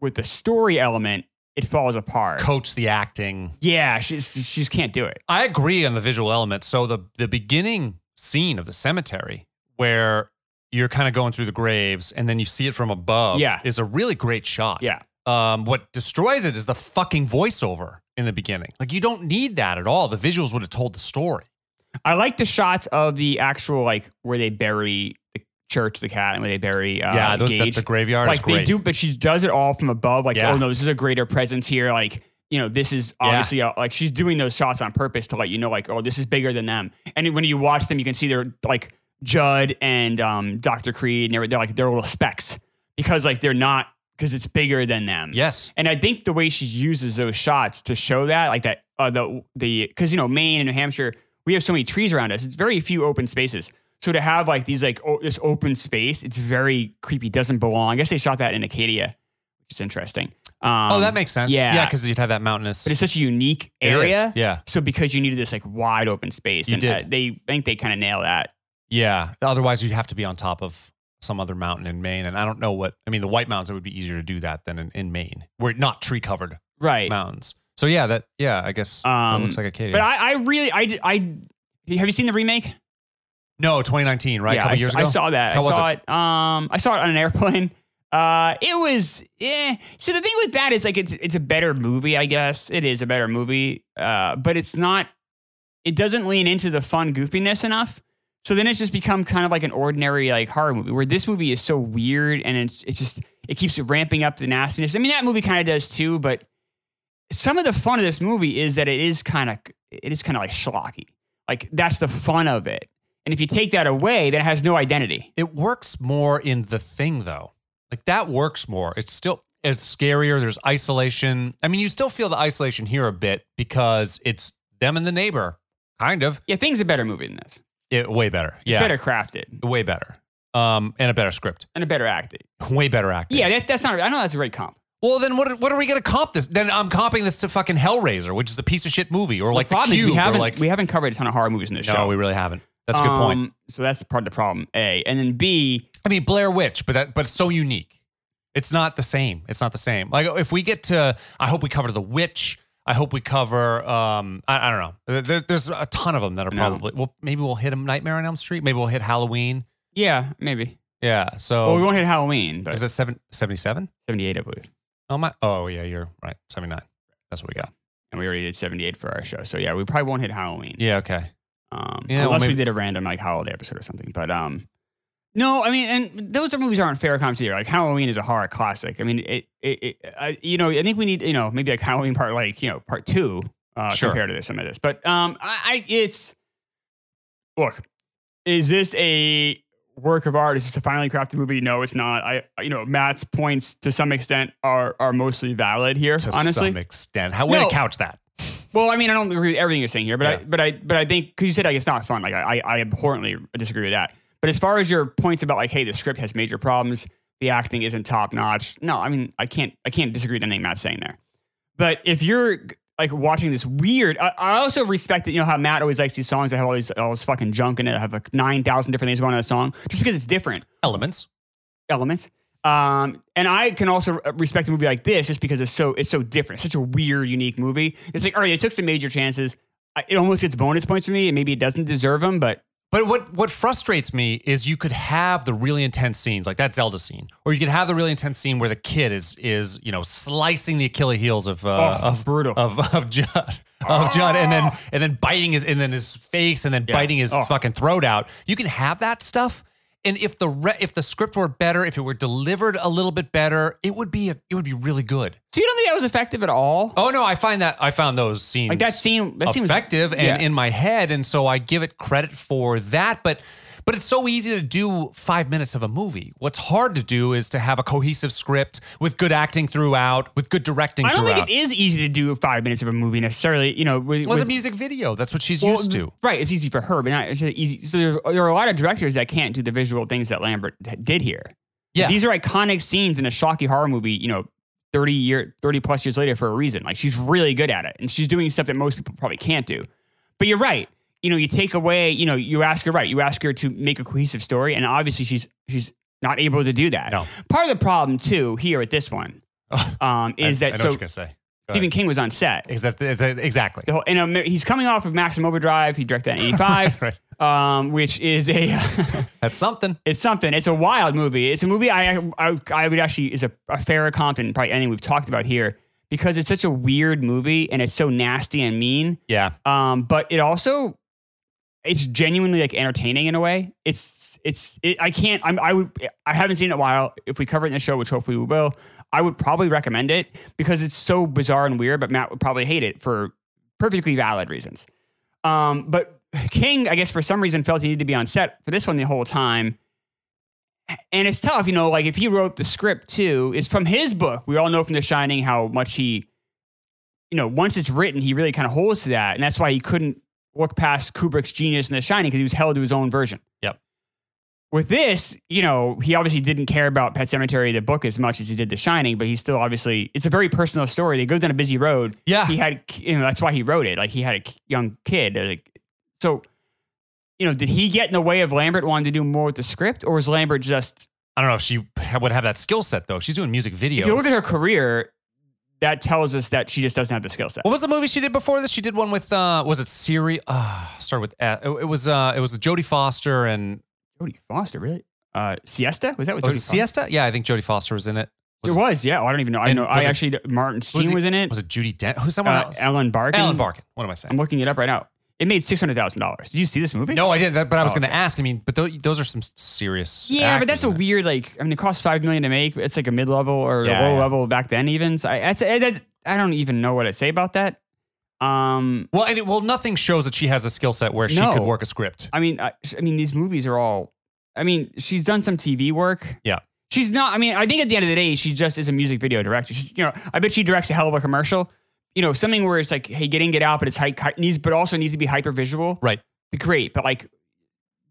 [SPEAKER 2] with the story element, it falls apart.
[SPEAKER 1] coach the acting.
[SPEAKER 2] yeah, she's, she just can't do it.
[SPEAKER 1] I agree on the visual element. So the the beginning scene of the cemetery where you're kind of going through the graves and then you see it from above
[SPEAKER 2] Yeah.
[SPEAKER 1] is a really great shot.
[SPEAKER 2] Yeah.
[SPEAKER 1] Um, what destroys it is the fucking voiceover in the beginning. Like you don't need that at all. The visuals would have told the story.
[SPEAKER 2] I like the shots of the actual like where they bury the church, the cat, and where they bury uh,
[SPEAKER 1] yeah, those, the,
[SPEAKER 2] Gage.
[SPEAKER 1] the graveyard is
[SPEAKER 2] like
[SPEAKER 1] great.
[SPEAKER 2] they do, but she does it all from above. Like,
[SPEAKER 1] Yeah.
[SPEAKER 2] oh no, this is a greater presence here. Like, you know, this is
[SPEAKER 1] Yeah.
[SPEAKER 2] obviously uh like she's doing those shots on purpose to let you know, like, oh, this is bigger than them. And when you watch them, you can see they're like Judd and um, Doctor Creed, and they're, they're like they're little specks because like they're not because it's bigger than them.
[SPEAKER 1] Yes.
[SPEAKER 2] And I think the way she uses those shots to show that, like that, uh, the the because you know Maine and New Hampshire, we have so many trees around us. It's very few open spaces. So to have like these like o this open space, it's very creepy. Doesn't belong. I guess they shot that in Acadia, which is interesting. Um,
[SPEAKER 1] oh, that makes sense.
[SPEAKER 2] yeah.
[SPEAKER 1] Yeah, because you'd have that mountainous
[SPEAKER 2] But it's such a unique
[SPEAKER 1] It is.
[SPEAKER 2] area.
[SPEAKER 1] Yeah.
[SPEAKER 2] So because you needed this like wide open space,
[SPEAKER 1] You
[SPEAKER 2] and
[SPEAKER 1] did.
[SPEAKER 2] uh, they I think they kind of nail that.
[SPEAKER 1] Yeah. Otherwise, you'd have to be on top of some other mountain in Maine. And I don't know what, I mean, the White Mountains, it would be easier to do that than in, in Maine, where not tree covered
[SPEAKER 2] Right.
[SPEAKER 1] mountains. So, yeah, that, yeah, I guess that
[SPEAKER 2] Um,
[SPEAKER 1] looks like a Acadia.
[SPEAKER 2] But I, I really I d- I have you seen the remake?
[SPEAKER 1] no, 2019, right?
[SPEAKER 2] Yeah,
[SPEAKER 1] a couple
[SPEAKER 2] I,
[SPEAKER 1] years
[SPEAKER 2] I
[SPEAKER 1] ago.
[SPEAKER 2] saw that.
[SPEAKER 1] How
[SPEAKER 2] I
[SPEAKER 1] was
[SPEAKER 2] saw it? Um, I saw it on an airplane. [LAUGHS] Uh, it was eh. So the thing with that is like it's it's a better movie, I guess. It is a better movie. Uh, but it's not. It doesn't lean into the fun goofiness enough. So then it's just become kind of like an ordinary like horror movie where this movie is so weird and it's it's just it keeps ramping up the nastiness. I mean that movie kind of does too, but some of the fun of this movie is that it is kind of it is kind of like schlocky. Like that's the fun of it. And if you take that away, then it has no identity.
[SPEAKER 1] It works more in the thing, though. Like that works more. It's still, it's scarier. There's isolation. I mean, you still feel the isolation here a bit because it's them and the neighbor, kind of.
[SPEAKER 2] Yeah, things a better movie than this.
[SPEAKER 1] It, way better.
[SPEAKER 2] It's
[SPEAKER 1] yeah.
[SPEAKER 2] better crafted
[SPEAKER 1] Way better. Um, and a better script. [LAUGHS]
[SPEAKER 2] and a better acted.
[SPEAKER 1] Way better acting.
[SPEAKER 2] Yeah, that's that's not. I know that's a great comp.
[SPEAKER 1] Well, then what? What are we gonna comp this? Then I'm copying this to fucking Hellraiser, which is a piece of shit movie, or like
[SPEAKER 2] the problem
[SPEAKER 1] the
[SPEAKER 2] is
[SPEAKER 1] Cube,
[SPEAKER 2] we
[SPEAKER 1] or
[SPEAKER 2] haven't
[SPEAKER 1] like
[SPEAKER 2] we haven't covered a ton of horror movies in this
[SPEAKER 1] no,
[SPEAKER 2] show.
[SPEAKER 1] we really haven't. That's a good point.
[SPEAKER 2] Um, So that's part of the problem. A and then B.
[SPEAKER 1] I mean Blair Witch, but that but it's so unique. It's not the same. It's not the same. Like if we get to, I hope we cover the witch. I hope we cover. Um, I, I don't know. There, there's a ton of them that are
[SPEAKER 2] I know.
[SPEAKER 1] probably. Well, maybe we'll hit a Nightmare on Elm Street. Maybe we'll hit Halloween.
[SPEAKER 2] Yeah, maybe.
[SPEAKER 1] Yeah.
[SPEAKER 2] Oh, we
[SPEAKER 1] So
[SPEAKER 2] won't hit Halloween, but
[SPEAKER 1] is it seven seventy seven?
[SPEAKER 2] 78, I believe.
[SPEAKER 1] Oh my. Oh yeah, you're right. Seventy nine. That's what we got.
[SPEAKER 2] And we already did 78 for our show. So yeah, we probably won't hit Halloween.
[SPEAKER 1] Yeah. Okay.
[SPEAKER 2] Um,
[SPEAKER 1] Yeah, well,
[SPEAKER 2] unless we
[SPEAKER 1] maybe-
[SPEAKER 2] did a random like holiday episode or something. But um, no, I mean, and those are movies aren't fair comps either. Like Halloween is a horror classic. I mean, it, it, it I, you know, I think we need, you know, maybe like Halloween part, like you know, part two uh,
[SPEAKER 1] Sure.
[SPEAKER 2] compared to this, some of this. But um, I, I, it's look, is this a work of art? Is this a finely crafted movie? No, it's not. I, you know, Matt's points to some extent are are mostly valid here.
[SPEAKER 1] To
[SPEAKER 2] honestly,
[SPEAKER 1] some extent, how way
[SPEAKER 2] No.
[SPEAKER 1] to couch that?
[SPEAKER 2] well, I mean, I don't agree with everything you're saying here, but I,
[SPEAKER 1] Yeah.
[SPEAKER 2] but I, but I think because you said like it's not fun. Like I, I, I abhorrently disagree with that. But as far as your points about like, hey, the script has major problems, the acting isn't top notch. No, I mean, I can't, I can't disagree with anything Matt's saying there. But if you're like watching this weird, I, I also respect that you know how Matt always likes these songs that have all these all this fucking junk in it, that have like nine thousand different things going on in a song, just because it's different
[SPEAKER 1] Elements.
[SPEAKER 2] elements. Um, and I can also respect a movie like this just because it's so it's so different. It's such a weird, unique movie. It's like, all right, it took some major chances. I, it almost gets bonus points for me, and maybe it doesn't deserve them, but
[SPEAKER 1] But what what frustrates me is you could have the really intense scenes like that Zelda scene, or you could have the really intense scene where the kid is is you know slicing the Achilles heels of uh,
[SPEAKER 2] Oh,
[SPEAKER 1] of
[SPEAKER 2] brutal.
[SPEAKER 1] of of John of John, and then and then biting his and then his face and then biting his
[SPEAKER 2] Oh.
[SPEAKER 1] fucking throat out. You can have that stuff, and if the re- if the script were better, if it were delivered a little bit better, it would be a, it would be really good.
[SPEAKER 2] so you don't think that was effective at all?
[SPEAKER 1] Oh no, I find that I found those scenes
[SPEAKER 2] like that scene, that scene was
[SPEAKER 1] effective and
[SPEAKER 2] yeah.
[SPEAKER 1] in my head and so i give it credit for that but but it's so easy to do five minutes of a movie what's hard to do is to have a cohesive script with good acting throughout with good directing
[SPEAKER 2] I don't
[SPEAKER 1] throughout
[SPEAKER 2] think it is easy to do five minutes of a movie necessarily. You know, with,
[SPEAKER 1] it was a
[SPEAKER 2] with-
[SPEAKER 1] music video that's what she's
[SPEAKER 2] well,
[SPEAKER 1] used to
[SPEAKER 2] right? It's easy for her, but not it's just easy. So there, there are a lot of directors that can't do the visual things that Lambert did here.
[SPEAKER 1] yeah
[SPEAKER 2] These are iconic scenes in a shocky horror movie, you know, 30 year 30 plus years later for a reason. Like she's really good at it and she's doing stuff that most people probably can't do. But you're right. You know, you take away, you know, you ask her right, you ask her to make a cohesive story and obviously she's she's not able to do that.
[SPEAKER 1] No.
[SPEAKER 2] Part of the problem too here at this one um,
[SPEAKER 1] [LAUGHS]
[SPEAKER 2] is
[SPEAKER 1] I,
[SPEAKER 2] that
[SPEAKER 1] I know what
[SPEAKER 2] so
[SPEAKER 1] you're gonna say Go
[SPEAKER 2] Stephen King was on
[SPEAKER 1] ahead.
[SPEAKER 2] set.
[SPEAKER 1] Is that- is that- exactly
[SPEAKER 2] The whole, and um, he's coming off of Maximum Overdrive. He directed that in 85,
[SPEAKER 1] Right.
[SPEAKER 2] um, which is a [LAUGHS]
[SPEAKER 1] that's something
[SPEAKER 2] It's something. It's a wild movie. It's a movie I I, I would actually is a, a fairer comp than probably anything we've talked about here because it's such a weird movie and it's so nasty and mean.
[SPEAKER 1] yeah
[SPEAKER 2] Um, but it also it's genuinely like entertaining in a way. It's it's it, I can't I'm, I would I haven't seen it in a while. If we cover it in the show, which hopefully we will, I would probably recommend it because it's so bizarre and weird. But Matt would probably hate it for perfectly valid reasons. Um, but King, I guess for some reason, felt he needed to be on set for this one the whole time. And it's tough, you know, like if he wrote the script too, it's from his book. We all know from The Shining how much he, you know, once it's written, he really kind of holds to that. And that's why he couldn't look past Kubrick's genius in The Shining because he was held to his own version.
[SPEAKER 1] Yep.
[SPEAKER 2] With this, you know, he obviously didn't care about Pet Cemetery, the book, as much as he did The Shining, but he still obviously, it's a very personal story. They go down a busy road
[SPEAKER 1] yeah
[SPEAKER 2] he had you know that's why he wrote it like he had a k- young kid uh, like so you know did he get in the way of lambert wanting to do more with the script or was lambert just
[SPEAKER 1] i don't know if she would have that skill set though she's doing music videos
[SPEAKER 2] if you look at her career that tells us that she just doesn't have the skill set
[SPEAKER 1] What was the movie she did before this? She did one with uh was it Siri? Uh started with F. It, it was uh it was with Jodie Foster and
[SPEAKER 2] jodie foster really uh siesta was that what
[SPEAKER 1] was
[SPEAKER 2] jodie
[SPEAKER 1] it
[SPEAKER 2] foster
[SPEAKER 1] Oh, Siesta? Yeah, I think Jodie Foster was in it. was-
[SPEAKER 2] it was yeah i don't even know i
[SPEAKER 1] And
[SPEAKER 2] know i
[SPEAKER 1] was it-
[SPEAKER 2] actually martin sheen was,
[SPEAKER 1] it-
[SPEAKER 2] in it
[SPEAKER 1] Was it Judy Dent? Who's someone
[SPEAKER 2] uh,
[SPEAKER 1] else?
[SPEAKER 2] ellen barkin
[SPEAKER 1] Alan Barkin. What am I saying?
[SPEAKER 2] i'm looking it up right now it made $600000 did you see this movie
[SPEAKER 1] no, I didn't. That, but I was
[SPEAKER 2] Oh,
[SPEAKER 1] going to
[SPEAKER 2] okay.
[SPEAKER 1] ask. I mean, but th- those are some s- serious.
[SPEAKER 2] Yeah, but
[SPEAKER 1] actors
[SPEAKER 2] that's a
[SPEAKER 1] in it.
[SPEAKER 2] weird like. I mean, it costs five million to make. It's like a mid level or
[SPEAKER 1] Yeah,
[SPEAKER 2] a low
[SPEAKER 1] yeah.
[SPEAKER 2] level back then. Even so I, that's, I, that, I don't even know what to say about that. Um,
[SPEAKER 1] Well, and it, well, nothing shows that she has a skill set where she
[SPEAKER 2] No.
[SPEAKER 1] could work a script.
[SPEAKER 2] I mean, I, I mean, these movies are all. I mean, she's done some TV work.
[SPEAKER 1] Yeah.
[SPEAKER 2] she's not. I mean, I think at the end of the day, she just is a music video director. She's, you know, I bet she directs a hell of a commercial. You know, something where it's like, hey, get in, get out, but it's high, needs, but also needs to be hyper visual.
[SPEAKER 1] Right.
[SPEAKER 2] Great, but like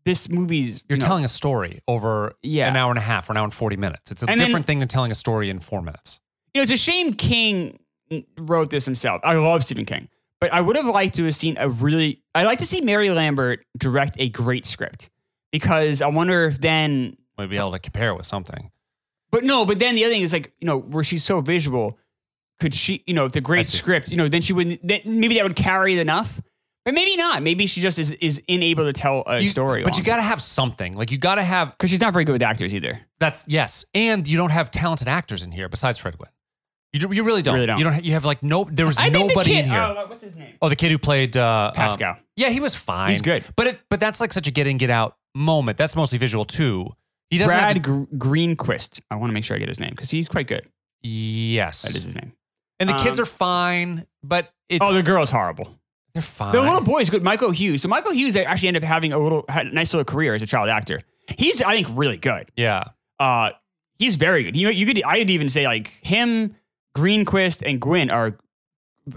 [SPEAKER 2] this movie's
[SPEAKER 1] You're
[SPEAKER 2] you know,
[SPEAKER 1] telling a story over
[SPEAKER 2] yeah.
[SPEAKER 1] an hour and a half or an hour and 40 minutes. It's a
[SPEAKER 2] And then-
[SPEAKER 1] different thing than telling a story in four minutes.
[SPEAKER 2] you know, it's a shame King wrote this himself. I love Stephen King, But I would have liked to have seen a really. I'd like to see Mary Lambert direct a great script because I wonder if then
[SPEAKER 1] We'd be able to compare it with something.
[SPEAKER 2] But no, but then the other thing is like, you know, where she's so visual, could she, you know, if the
[SPEAKER 1] I
[SPEAKER 2] great
[SPEAKER 1] see.
[SPEAKER 2] script, you know, then she would, then maybe that would carry it enough, but maybe not. Maybe she just is, is unable to tell a
[SPEAKER 1] You-
[SPEAKER 2] story.
[SPEAKER 1] but you got to have something. Like you got to have
[SPEAKER 2] because she's not very good with actors either.
[SPEAKER 1] that's yes, and you don't have talented actors in here besides Fred Gwynn. You, do- you really don't.
[SPEAKER 2] really don't.
[SPEAKER 1] You don't. ha- You have like no. There was
[SPEAKER 2] I think the
[SPEAKER 1] nobody
[SPEAKER 2] kid,
[SPEAKER 1] in here.
[SPEAKER 2] Oh, what's his name?
[SPEAKER 1] Oh, the kid who played uh, um,
[SPEAKER 2] Pascal.
[SPEAKER 1] yeah, he was fine.
[SPEAKER 2] He's good.
[SPEAKER 1] But it, but that's like such a get in, get out moment. That's mostly visual too. He doesn't have
[SPEAKER 2] Brad
[SPEAKER 1] to-
[SPEAKER 2] Gr- Greenquist. I want to make sure I get his name because he's quite good. That is
[SPEAKER 1] yes,
[SPEAKER 2] his name.
[SPEAKER 1] and the kids
[SPEAKER 2] um,
[SPEAKER 1] are fine, but it's
[SPEAKER 2] oh, the girl's horrible.
[SPEAKER 1] they're fine.
[SPEAKER 2] The little boy's good. Michael Hughes. So Michael Hughes actually ended up having a little had a nice little career as a child actor. He's, I think, really good.
[SPEAKER 1] yeah,
[SPEAKER 2] uh, he's very good. You know, you could I would even say like him, Greenquist, and Gwyn are.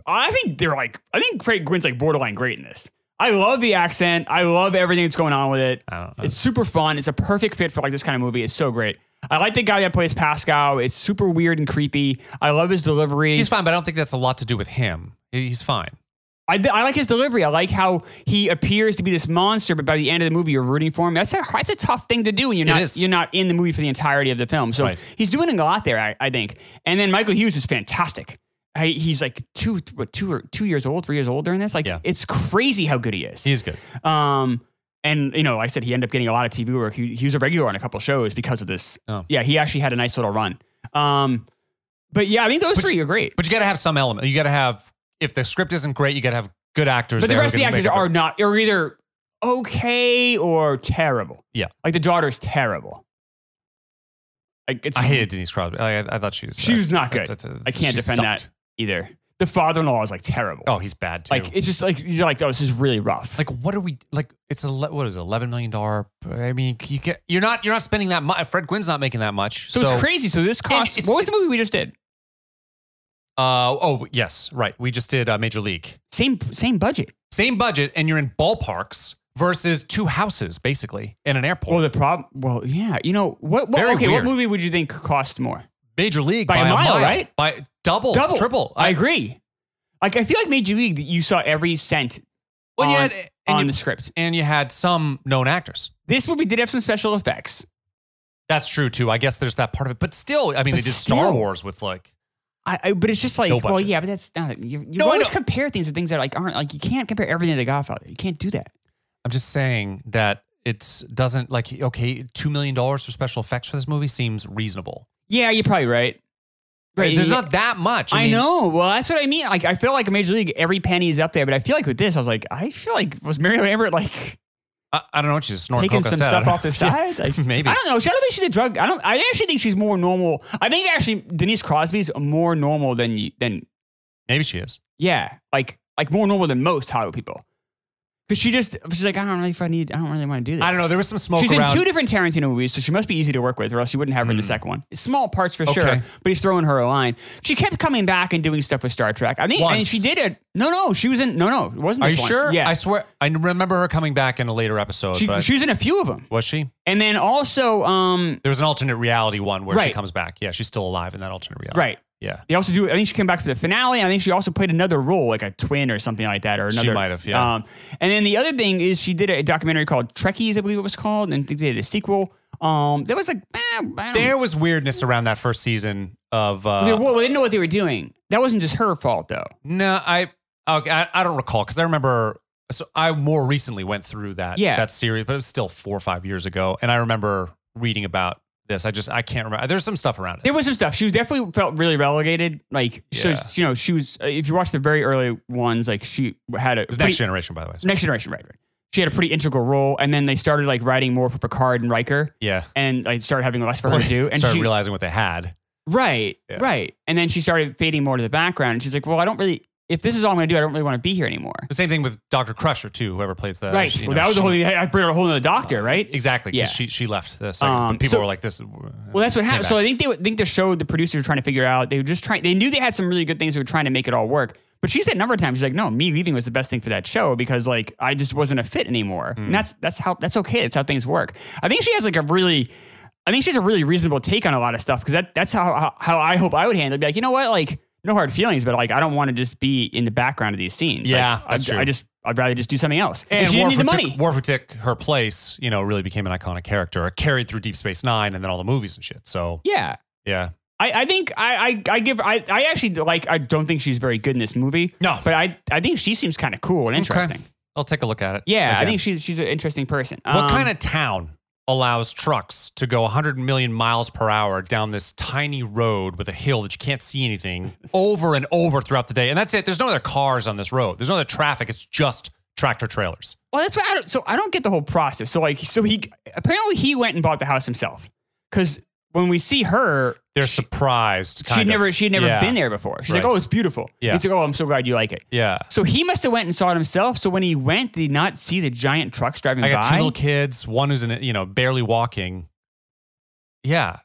[SPEAKER 2] I think they're like I think Fred Gwyn's like borderline great in this. I love the accent. I love everything that's going on with it.
[SPEAKER 1] I don't know.
[SPEAKER 2] It's super fun. It's a perfect fit for like this kind of movie. It's so great. I like the guy that plays Pascal. It's super weird and creepy. I love his delivery.
[SPEAKER 1] he's fine, but I don't think that's a lot to do with him. He- He's fine.
[SPEAKER 2] I, I like his delivery. I like how he appears to be this monster, but by the end of the movie, you're rooting for him. That's a that's a tough thing to do when you're
[SPEAKER 1] It
[SPEAKER 2] not
[SPEAKER 1] is.
[SPEAKER 2] you're not in the movie for the entirety of the film. So
[SPEAKER 1] Right.
[SPEAKER 2] he's doing a lot there, I, I think. And then Michael Hughes is fantastic. I, he's like two what, two or two years old, three years old during this. Like
[SPEAKER 1] Yeah.
[SPEAKER 2] it's crazy how good he is.
[SPEAKER 1] He's good.
[SPEAKER 2] Um, and you know, like I said he ended up getting a lot of TV work. He, he was a regular on a couple shows because of this.
[SPEAKER 1] Oh.
[SPEAKER 2] Yeah, he actually had a nice little run. Um, but yeah, I think those three are great.
[SPEAKER 1] But you got to have some element. You got to have if the script isn't great, you got to have good actors.
[SPEAKER 2] But the
[SPEAKER 1] there who
[SPEAKER 2] rest of the
[SPEAKER 1] can make
[SPEAKER 2] actors
[SPEAKER 1] up for-
[SPEAKER 2] are not. Are either okay or terrible.
[SPEAKER 1] Yeah.
[SPEAKER 2] like the daughter's terrible. Like it's
[SPEAKER 1] I hated Denise Crosby. I, I thought she was.
[SPEAKER 2] She was not good.
[SPEAKER 1] that's- that's-
[SPEAKER 2] I can't
[SPEAKER 1] she
[SPEAKER 2] defend that.
[SPEAKER 1] sucked.
[SPEAKER 2] either. The father-in-law is like terrible.
[SPEAKER 1] Oh, he's bad too.
[SPEAKER 2] like it's just like you're like, oh, this is really rough.
[SPEAKER 1] like what are we like it's a what is it, 11 million dollar i mean you get you're not you're not spending that much fred gwynn's not making that much
[SPEAKER 2] so,
[SPEAKER 1] so,
[SPEAKER 2] it's crazy. So this cost.
[SPEAKER 1] it's-
[SPEAKER 2] What was the movie we just did?
[SPEAKER 1] uh oh yes right we just did uh, major league
[SPEAKER 2] Same same budget.
[SPEAKER 1] same budget and you're in ballparks versus two houses basically in an airport
[SPEAKER 2] Well, the problem. Well, yeah. You know what? what
[SPEAKER 1] Very
[SPEAKER 2] okay,
[SPEAKER 1] weird.
[SPEAKER 2] what movie would you think cost more?
[SPEAKER 1] major league
[SPEAKER 2] by a mile, right?
[SPEAKER 1] by double
[SPEAKER 2] Double,
[SPEAKER 1] triple
[SPEAKER 2] I, agree. Like I feel like Major League, you saw every cent
[SPEAKER 1] well you
[SPEAKER 2] on-
[SPEAKER 1] had and,
[SPEAKER 2] on
[SPEAKER 1] you,
[SPEAKER 2] the script.
[SPEAKER 1] and you had some known actors
[SPEAKER 2] This movie did have some special effects.
[SPEAKER 1] that's true too i guess there's that part of it but still i mean
[SPEAKER 2] But
[SPEAKER 1] they did star
[SPEAKER 2] still.
[SPEAKER 1] wars with like
[SPEAKER 2] I, I but it's just like,
[SPEAKER 1] No
[SPEAKER 2] well,
[SPEAKER 1] budget.
[SPEAKER 2] yeah, but that's not. You, you
[SPEAKER 1] No, I
[SPEAKER 2] always
[SPEAKER 1] know.
[SPEAKER 2] compare things to things that like aren't like you can't compare everything to The Godfather. You can't do that.
[SPEAKER 1] I'm just saying that it's doesn't like okay, two million dollars for special effects for this movie seems reasonable.
[SPEAKER 2] Yeah, you're probably right. Right.
[SPEAKER 1] There's
[SPEAKER 2] yeah.
[SPEAKER 1] not that much.
[SPEAKER 2] I,
[SPEAKER 1] mean,
[SPEAKER 2] know. Well, that's what I mean. Like, I feel like a major league, every penny is up there. But I feel like with this, I was like, I feel like was Mary Lambert like
[SPEAKER 1] I, I don't know. She's snorting
[SPEAKER 2] taking
[SPEAKER 1] coke
[SPEAKER 2] some
[SPEAKER 1] outside.
[SPEAKER 2] stuff off
[SPEAKER 1] [LAUGHS]
[SPEAKER 2] the
[SPEAKER 1] Yeah,
[SPEAKER 2] side? Like,
[SPEAKER 1] Maybe.
[SPEAKER 2] I don't know. She- I don't think she's a drug. I don't. I actually think she's more normal. I think actually Denise Crosby's more normal than you than
[SPEAKER 1] Maybe she is.
[SPEAKER 2] yeah, like like more normal than most Hollywood people. Because she just she's like, I don't know if I need. I don't really want to do this.
[SPEAKER 1] I don't know. There was some smoke
[SPEAKER 2] She's in
[SPEAKER 1] around. Hmm.
[SPEAKER 2] two different Tarantino movies, so she must be easy to work with, or else you wouldn't have her in the second one. Small parts for sure,
[SPEAKER 1] Okay.
[SPEAKER 2] but he's throwing her a line. She kept coming back and doing stuff with Star Trek. I think, and
[SPEAKER 1] Once.
[SPEAKER 2] she did it. No, no, she was in. No, no, it wasn't.
[SPEAKER 1] Are you
[SPEAKER 2] just once.
[SPEAKER 1] sure?
[SPEAKER 2] Yeah,
[SPEAKER 1] I swear. I remember her coming back in a later episode.
[SPEAKER 2] she,
[SPEAKER 1] but
[SPEAKER 2] she was in a few of them,
[SPEAKER 1] was she?
[SPEAKER 2] and then also, um,
[SPEAKER 1] There was an alternate reality one where she
[SPEAKER 2] Right.
[SPEAKER 1] comes back. Yeah, she's still alive in that alternate reality.
[SPEAKER 2] right.
[SPEAKER 1] Yeah.
[SPEAKER 2] They also do. I think she came back for the finale. and I think she also played another role, like a twin or something like that, or
[SPEAKER 1] She
[SPEAKER 2] another.
[SPEAKER 1] might have, yeah.
[SPEAKER 2] Um, and then the other thing is she did a documentary called Trekkies, I believe it was called, and I think they did a sequel. Um, there was like, eh, I don't
[SPEAKER 1] There was weirdness around that first season of. Uh,
[SPEAKER 2] They, well, they didn't know what they were doing. That wasn't just her fault, though.
[SPEAKER 1] No, I okay, I, I don't recall because I remember. So I more recently went through that
[SPEAKER 2] Yeah.
[SPEAKER 1] that series, but it was still four or five years ago, and I remember reading about this. I just I can't remember. There's some stuff around it.
[SPEAKER 2] There was some stuff. She was definitely felt really relegated. Like, so,
[SPEAKER 1] Yeah.
[SPEAKER 2] you know, she was. uh, If you watch the very early ones, like she had a
[SPEAKER 1] It was
[SPEAKER 2] pretty-
[SPEAKER 1] Next Generation, by the way. so-
[SPEAKER 2] next generation, right, right? She had a pretty integral role, and then they started like writing more for Picard and Riker, [LAUGHS]
[SPEAKER 1] Yeah,
[SPEAKER 2] and like started having less for her to do.
[SPEAKER 1] [LAUGHS]
[SPEAKER 2] And
[SPEAKER 1] started
[SPEAKER 2] she,
[SPEAKER 1] realizing what they had.
[SPEAKER 2] Right,
[SPEAKER 1] Yeah.
[SPEAKER 2] right. And then she started fading more to the background. And she's like, well, I don't really, if this is all I'm going to do, I don't really want to be here anymore.
[SPEAKER 1] The same thing with Doctor Crusher too. Whoever plays that,
[SPEAKER 2] right.
[SPEAKER 1] you
[SPEAKER 2] Well,
[SPEAKER 1] know,
[SPEAKER 2] that was
[SPEAKER 1] she-
[SPEAKER 2] the whole, I bring her a whole nother doctor, right?
[SPEAKER 1] exactly. 'cause
[SPEAKER 2] Yeah.
[SPEAKER 1] she she left the second.
[SPEAKER 2] Um,
[SPEAKER 1] but people
[SPEAKER 2] so-
[SPEAKER 1] were like this.
[SPEAKER 2] Well, that's what happened. So
[SPEAKER 1] back.
[SPEAKER 2] I think they would- think the show, the producers were trying to figure out, they were just trying, they knew they had some really good things that were trying to make it all work. But she said a number of times, she's like, no, me leaving was the best thing for that show because like I just wasn't a fit anymore.
[SPEAKER 1] Hmm.
[SPEAKER 2] And that's, that's how, that's okay. That's how things work. I think she has like a really, I think she has a really reasonable take on a lot of stuff because that, that's how, how, how I hope I would handle it. Be like, you know what? Like, no hard feelings, but like I don't want to just be in the background of these scenes. Like,
[SPEAKER 1] Yeah, that's
[SPEAKER 2] I,
[SPEAKER 1] true.
[SPEAKER 2] I just I'd rather just do something else. And,
[SPEAKER 1] And
[SPEAKER 2] she didn't need the
[SPEAKER 1] Warford
[SPEAKER 2] money.
[SPEAKER 1] took- Warford took her place, you know, really became an iconic character, carried through Deep Space Nine and then all the movies and shit. So,
[SPEAKER 2] yeah,
[SPEAKER 1] yeah.
[SPEAKER 2] I, I think I, I I give I I actually like I don't think she's very good in this movie,
[SPEAKER 1] No,
[SPEAKER 2] but I I think she seems kind of cool and interesting.
[SPEAKER 1] I'll take a look at it.
[SPEAKER 2] Yeah, I
[SPEAKER 1] again.
[SPEAKER 2] think she's she's an interesting person.
[SPEAKER 1] What
[SPEAKER 2] Um,
[SPEAKER 1] kind of town allows trucks to go 100 million miles per hour down this tiny road with a hill that you can't see
[SPEAKER 2] [LAUGHS]
[SPEAKER 1] anything over and over throughout the day? And that's it. There's no other cars on this road. There's no other traffic. It's just tractor trailers.
[SPEAKER 2] Well, that's what I don't. So I don't get the whole process. So like, so he apparently he went and bought the house himself because when we see her,
[SPEAKER 1] They're surprised.
[SPEAKER 2] she
[SPEAKER 1] kind of.
[SPEAKER 2] never she had never
[SPEAKER 1] Yeah.
[SPEAKER 2] been there before. She's
[SPEAKER 1] Right.
[SPEAKER 2] like, oh, it's beautiful.
[SPEAKER 1] Yeah.
[SPEAKER 2] He's like, oh, I'm so glad you like it.
[SPEAKER 1] Yeah.
[SPEAKER 2] So he must have went and saw it himself. So when he went, did he not see the giant trucks driving
[SPEAKER 1] I got two
[SPEAKER 2] by.
[SPEAKER 1] little kids, one who's in it, you know, barely walking. Yeah.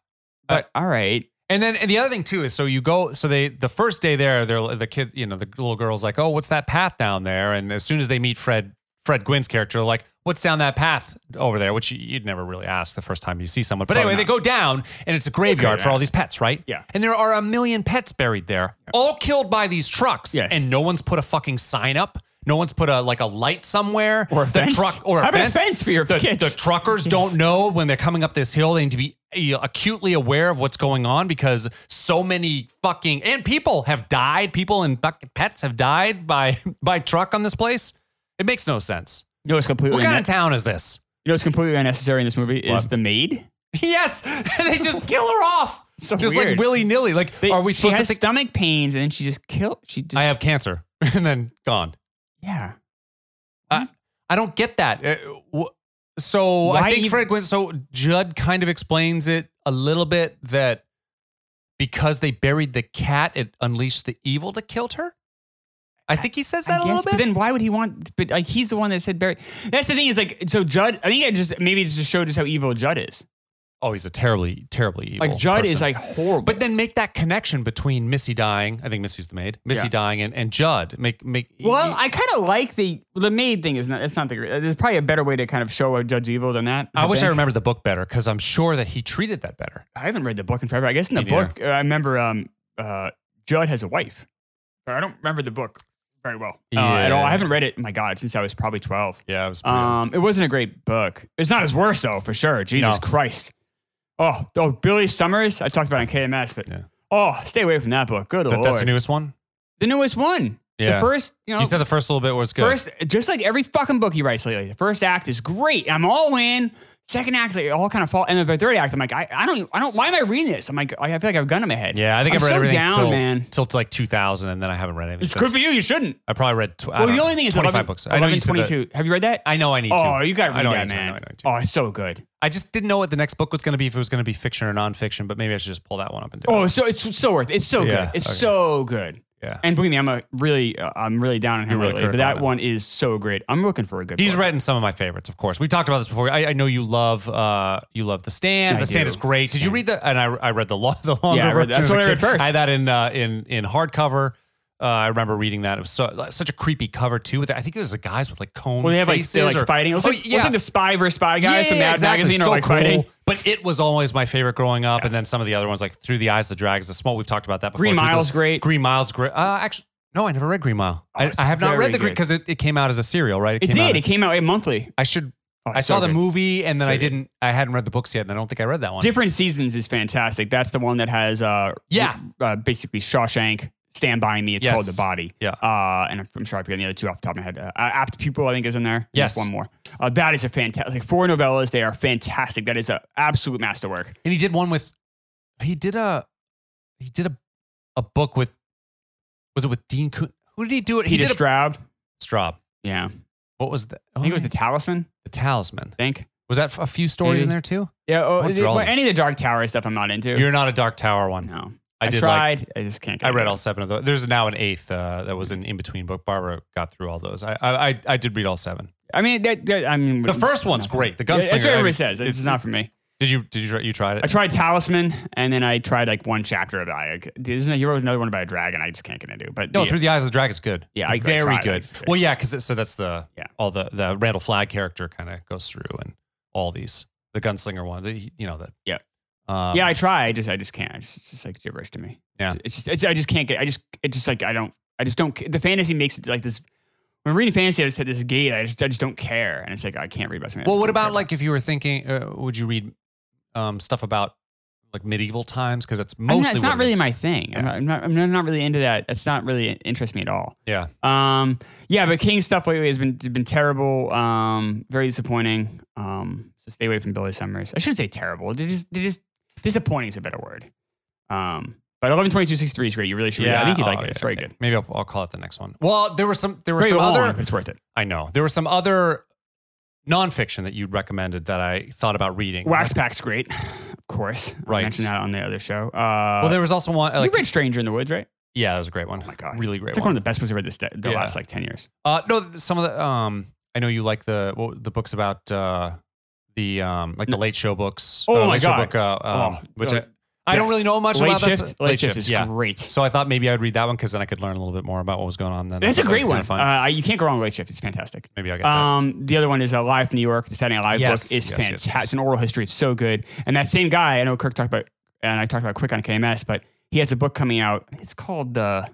[SPEAKER 2] but all right,
[SPEAKER 1] And then and the other thing too is so you go so they the first day there they're the kids you know the little girl's like oh what's that path down there and as soon as they meet Fred Fred Gwynn's character they're like what's down that path over there which you- you'd never really ask the first time you see someone but
[SPEAKER 2] Probably
[SPEAKER 1] anyway they go down and it's a graveyard for all these pets right
[SPEAKER 2] Yeah.
[SPEAKER 1] and there are a million pets buried there all killed by these trucks
[SPEAKER 2] Yes.
[SPEAKER 1] and no one's put a fucking sign up no one's put a like a light somewhere
[SPEAKER 2] or a
[SPEAKER 1] the
[SPEAKER 2] fence.
[SPEAKER 1] truck or a
[SPEAKER 2] How about
[SPEAKER 1] fence
[SPEAKER 2] for your
[SPEAKER 1] the,
[SPEAKER 2] kids.
[SPEAKER 1] the truckers don't know when they're coming up this hill. They need to be you know, acutely aware of what's going on because so many fucking and people have died. People and fucking pets have died by [LAUGHS] by truck on this place. It makes no sense.
[SPEAKER 2] you know, it's completely
[SPEAKER 1] What kind
[SPEAKER 2] unne-
[SPEAKER 1] of town is this? [LAUGHS]
[SPEAKER 2] you know, it's completely unnecessary in this movie. Is
[SPEAKER 1] What?
[SPEAKER 2] the maid?
[SPEAKER 1] Yes, [LAUGHS] they just kill her off.
[SPEAKER 2] So
[SPEAKER 1] just like
[SPEAKER 2] weird.
[SPEAKER 1] willy nilly. Like,
[SPEAKER 2] They-
[SPEAKER 1] are we
[SPEAKER 2] She
[SPEAKER 1] supposed to
[SPEAKER 2] has
[SPEAKER 1] think
[SPEAKER 2] stomach pains, and then she just killed. She just
[SPEAKER 1] I have cancer [LAUGHS] and then gone?
[SPEAKER 2] yeah.
[SPEAKER 1] I don't get that. Uh, wh- so I
[SPEAKER 2] Why
[SPEAKER 1] think
[SPEAKER 2] ev-
[SPEAKER 1] Fred Gwynn. So Judd kind of explains it a little bit that because they buried the cat, it unleashed the evil that killed her. I think he says that a
[SPEAKER 2] I guess,
[SPEAKER 1] little
[SPEAKER 2] But
[SPEAKER 1] bit.
[SPEAKER 2] then why would he want? But like he's the one that said Barry. That's the thing is like so Judd. I think I just maybe it just showed just how evil Judd is.
[SPEAKER 1] oh, he's a terribly, terribly evil.
[SPEAKER 2] Like Judd is
[SPEAKER 1] person.
[SPEAKER 2] like horrible.
[SPEAKER 1] But then make that connection between Missy dying. I think Missy's the maid. Missy
[SPEAKER 2] Yeah.
[SPEAKER 1] dying and, and Judd. Make make.
[SPEAKER 2] well, I kind of like the the maid thing. Is not that's not the great. There's probably a better way to kind of show a Judd's evil than that.
[SPEAKER 1] I wish I
[SPEAKER 2] think.
[SPEAKER 1] remembered the book better because I'm sure that he treated that better.
[SPEAKER 2] I haven't read the book in forever. I guess in the
[SPEAKER 1] Me neither.
[SPEAKER 2] book uh, I remember um uh Judd has a wife. But I don't remember the book very well uh, at all.
[SPEAKER 1] Yeah.
[SPEAKER 2] I haven't read it. My God, since I was probably twelve.
[SPEAKER 1] Yeah, it was. pretty-
[SPEAKER 2] Um, it wasn't a great book. It's not his worst though, for sure. Jesus
[SPEAKER 1] No.
[SPEAKER 2] Christ. Oh, oh, Billy Summers. I talked about it on KMS, but
[SPEAKER 1] Yeah.
[SPEAKER 2] oh, stay away from that book. Good
[SPEAKER 1] That-
[SPEAKER 2] lord.
[SPEAKER 1] that's the newest one.
[SPEAKER 2] the newest one.
[SPEAKER 1] Yeah.
[SPEAKER 2] The first, you know,
[SPEAKER 1] You said the first little bit was good.
[SPEAKER 2] first, just like every fucking book he writes lately. The first act is great. I'm all in. Second act, like, it all kind of fall. And then the third act, I'm like, I, I don't, I don't. Why am I reading this? I'm like, I feel like I've gun in my head.
[SPEAKER 1] Yeah, I think
[SPEAKER 2] I'm
[SPEAKER 1] I've read
[SPEAKER 2] so
[SPEAKER 1] everything
[SPEAKER 2] down,
[SPEAKER 1] till,
[SPEAKER 2] man.
[SPEAKER 1] till like 2000, and then I haven't read anything.
[SPEAKER 2] It's
[SPEAKER 1] since.
[SPEAKER 2] good for you. You shouldn't.
[SPEAKER 1] I probably read. Tw- I
[SPEAKER 2] Well,
[SPEAKER 1] don't
[SPEAKER 2] the
[SPEAKER 1] know,
[SPEAKER 2] only thing is
[SPEAKER 1] 25
[SPEAKER 2] 11,
[SPEAKER 1] books. I know
[SPEAKER 2] 11,
[SPEAKER 1] you said that.
[SPEAKER 2] 22. Have you read that?
[SPEAKER 1] I know I need to.
[SPEAKER 2] oh, you got to
[SPEAKER 1] I
[SPEAKER 2] read
[SPEAKER 1] know I
[SPEAKER 2] that,
[SPEAKER 1] need to, I know I
[SPEAKER 2] man.
[SPEAKER 1] need to.
[SPEAKER 2] Oh, it's so good.
[SPEAKER 1] I just didn't know what the next book was going to be. If it was going to be fiction or nonfiction, but maybe I should just pull that one up and do.
[SPEAKER 2] Oh,
[SPEAKER 1] it.
[SPEAKER 2] so it's so worth. It. It's so
[SPEAKER 1] Yeah,
[SPEAKER 2] good. It's
[SPEAKER 1] okay.
[SPEAKER 2] so good.
[SPEAKER 1] yeah.
[SPEAKER 2] And believe me, I'm a really, uh, I'm really down on him
[SPEAKER 1] You're really
[SPEAKER 2] lately. But
[SPEAKER 1] critical on
[SPEAKER 2] that
[SPEAKER 1] him.
[SPEAKER 2] one is so great. I'm looking for a good.
[SPEAKER 1] He's
[SPEAKER 2] book.
[SPEAKER 1] written some of my favorites, of course. We talked about this before. I, I know you love, uh, you love The Stand.
[SPEAKER 2] I
[SPEAKER 1] the Stand
[SPEAKER 2] do.
[SPEAKER 1] is great. Did you read the? And I, I read the long, [LAUGHS] the longer
[SPEAKER 2] Yeah, I read
[SPEAKER 1] version.
[SPEAKER 2] that. That's
[SPEAKER 1] as a
[SPEAKER 2] what I read
[SPEAKER 1] kid.
[SPEAKER 2] first.
[SPEAKER 1] I had that in uh, in in hardcover. Uh, I remember reading that. It was so, like, such a creepy cover too. With I think there's the guys with like cone.
[SPEAKER 2] Well, they have like
[SPEAKER 1] faces
[SPEAKER 2] they're like
[SPEAKER 1] or-
[SPEAKER 2] fighting. It was
[SPEAKER 1] Oh,
[SPEAKER 2] like, it was like the spy versus spy guys from Mad Magazine
[SPEAKER 1] So
[SPEAKER 2] are like fighting.
[SPEAKER 1] cool. But it was always my favorite growing up, and then some of the other ones like Through the Eyes of the Dragons, the small. We've talked about that before.
[SPEAKER 2] Green
[SPEAKER 1] too.
[SPEAKER 2] Mile's
[SPEAKER 1] This-
[SPEAKER 2] great. Oh,
[SPEAKER 1] Green Mile's great. Uh, actually, no, I never read Green Mile. I,
[SPEAKER 2] it's
[SPEAKER 1] I have not
[SPEAKER 2] very
[SPEAKER 1] read the Green
[SPEAKER 2] good.
[SPEAKER 1] because it, it came out as a serial, right?
[SPEAKER 2] It
[SPEAKER 1] came out-
[SPEAKER 2] did. It came out uh, monthly.
[SPEAKER 1] I should.
[SPEAKER 2] Oh,
[SPEAKER 1] I
[SPEAKER 2] so
[SPEAKER 1] saw the
[SPEAKER 2] good.
[SPEAKER 1] movie, and then
[SPEAKER 2] So
[SPEAKER 1] I
[SPEAKER 2] good.
[SPEAKER 1] didn't. I hadn't read the books yet, and I don't think I read that one.
[SPEAKER 2] Different Seasons is fantastic. That's the one that has uh
[SPEAKER 1] Yeah.
[SPEAKER 2] uh, basically Shawshank, Stand by Me. It's
[SPEAKER 1] Yes.
[SPEAKER 2] called The Body.
[SPEAKER 1] Yeah.
[SPEAKER 2] uh, and I'm, I'm sorry I forgot the other two off the top of my head. Uh, Apt Pupil I think is in there. And
[SPEAKER 1] Yes.
[SPEAKER 2] there's one more. Uh, that is a fantastic like four novellas. They are fantastic. That is an absolute masterwork.
[SPEAKER 1] and he did one with. He did a. He did a, a book with. Was it with Dean? Coon? Who did he do it? He
[SPEAKER 2] Peter
[SPEAKER 1] did a
[SPEAKER 2] Straub.
[SPEAKER 1] Straub.
[SPEAKER 2] Yeah,
[SPEAKER 1] What was the?
[SPEAKER 2] I think it was the Talisman.
[SPEAKER 1] the Talisman.
[SPEAKER 2] I think.
[SPEAKER 1] Was that a few stories
[SPEAKER 2] Maybe.
[SPEAKER 1] in there too?
[SPEAKER 2] Yeah. Oh,
[SPEAKER 1] I'll
[SPEAKER 2] it-
[SPEAKER 1] draw
[SPEAKER 2] well,
[SPEAKER 1] this.
[SPEAKER 2] any of the Dark Tower stuff I'm not into.
[SPEAKER 1] You're not a Dark Tower one.
[SPEAKER 2] no.
[SPEAKER 1] I, did like
[SPEAKER 2] tried. I just can't. Get
[SPEAKER 1] I read
[SPEAKER 2] into
[SPEAKER 1] all
[SPEAKER 2] it.
[SPEAKER 1] seven of those. There's now an eighth uh, that was an in between book. Barbara got through all those. I I I, I did read all seven.
[SPEAKER 2] I mean, that, that- I mean,
[SPEAKER 1] The
[SPEAKER 2] it's
[SPEAKER 1] first one's
[SPEAKER 2] not for
[SPEAKER 1] great. The
[SPEAKER 2] me. Yeah,
[SPEAKER 1] Gunslinger.
[SPEAKER 2] That's
[SPEAKER 1] I
[SPEAKER 2] what everybody
[SPEAKER 1] mean,
[SPEAKER 2] says. It's,
[SPEAKER 1] it's-
[SPEAKER 2] not for me.
[SPEAKER 1] Did you did you try- you tried
[SPEAKER 2] I
[SPEAKER 1] it?
[SPEAKER 2] tried Talisman, and then I tried like one chapter of it. I, like, isn't a hero another one about a dragon? I just can't get into. it. But
[SPEAKER 1] No,
[SPEAKER 2] yeah,
[SPEAKER 1] through the eyes of the dragon's good.
[SPEAKER 2] Yeah, I- I
[SPEAKER 1] very
[SPEAKER 2] tried.
[SPEAKER 1] good.
[SPEAKER 2] I-
[SPEAKER 1] Well, yeah, because so that's the
[SPEAKER 2] Yeah.
[SPEAKER 1] all the the Randall Flag character kind of goes through and all these the gunslinger one. The, you know the
[SPEAKER 2] Yeah.
[SPEAKER 1] Um,
[SPEAKER 2] yeah, I try. I just, I just can't. It's just, it's like gibberish to me.
[SPEAKER 1] Yeah.
[SPEAKER 2] It's just, it's, I just can't get. I just, it's just like I don't. I just don't. ca- The fantasy makes it like this. When I'm reading fantasy, I just had this gate. I just, I just don't care, and it's like I can't read about something. I
[SPEAKER 1] well,
[SPEAKER 2] just
[SPEAKER 1] what
[SPEAKER 2] don't care
[SPEAKER 1] about like if you were thinking, uh, would you read um, stuff about like medieval times? Because that's
[SPEAKER 2] I mean,
[SPEAKER 1] mostly
[SPEAKER 2] it's
[SPEAKER 1] what
[SPEAKER 2] not
[SPEAKER 1] it
[SPEAKER 2] really
[SPEAKER 1] is.
[SPEAKER 2] my thing.
[SPEAKER 1] Yeah.
[SPEAKER 2] I'm, not, I'm not. I'm not really into that. That's not really interest me at all.
[SPEAKER 1] Yeah.
[SPEAKER 2] Um. Yeah, but King stuff lately has been been terrible. Um. Very disappointing. Um. So stay away from Billy Summers. I shouldn't say terrible. They just. They just. Disappointing is a better word. Um. But eleven twenty two sixty three is great. You really should. read it. I think you'd
[SPEAKER 1] oh,
[SPEAKER 2] like it.
[SPEAKER 1] yeah,
[SPEAKER 2] It's very
[SPEAKER 1] okay.
[SPEAKER 2] good.
[SPEAKER 1] Maybe I'll, I'll call it the next one. Well, there were some. There were
[SPEAKER 2] Very
[SPEAKER 1] some
[SPEAKER 2] long,
[SPEAKER 1] other.
[SPEAKER 2] but it's worth it.
[SPEAKER 1] I know there were some other nonfiction that you recommended that I thought about reading.
[SPEAKER 2] Wax Pack's great, of course.
[SPEAKER 1] Right.
[SPEAKER 2] I mentioned that on the other show. Uh,
[SPEAKER 1] Well, there was also one. uh, Like,
[SPEAKER 2] you read Stranger in the Woods, right?
[SPEAKER 1] yeah, that was a great one. Oh
[SPEAKER 2] my God.
[SPEAKER 1] really great
[SPEAKER 2] It's like
[SPEAKER 1] one.
[SPEAKER 2] one of the best books I've read this de- the
[SPEAKER 1] Yeah.
[SPEAKER 2] last like ten years.
[SPEAKER 1] Uh, no, some of the um, I know you like the what, were the books about uh, the um, like the Late Show books.
[SPEAKER 2] Oh
[SPEAKER 1] uh,
[SPEAKER 2] my
[SPEAKER 1] Late Show
[SPEAKER 2] God.
[SPEAKER 1] book, uh, um,
[SPEAKER 2] Oh,
[SPEAKER 1] which
[SPEAKER 2] uh,
[SPEAKER 1] I, I don't
[SPEAKER 2] yes.
[SPEAKER 1] really know much
[SPEAKER 2] Late
[SPEAKER 1] about.
[SPEAKER 2] shift,
[SPEAKER 1] this.
[SPEAKER 2] late, shift is
[SPEAKER 1] yeah.
[SPEAKER 2] great.
[SPEAKER 1] So I thought maybe I would read that one because then I could learn a little bit more about what was going on then.
[SPEAKER 2] That's
[SPEAKER 1] I
[SPEAKER 2] a
[SPEAKER 1] thought
[SPEAKER 2] great
[SPEAKER 1] that would
[SPEAKER 2] one.
[SPEAKER 1] be kinda fun.
[SPEAKER 2] Uh, you can't go wrong with late shift. It's fantastic.
[SPEAKER 1] maybe I'll get that.
[SPEAKER 2] Um, the other one is uh, Live from New York. The Saturday Night Live
[SPEAKER 1] Yes,
[SPEAKER 2] book
[SPEAKER 1] yes,
[SPEAKER 2] is
[SPEAKER 1] yes,
[SPEAKER 2] fantastic.
[SPEAKER 1] yes.
[SPEAKER 2] It's an oral history. It's so good. And that same guy, I know Kirk talked about, and I talked about quick on KMS, but he has a book coming out. It's called uh,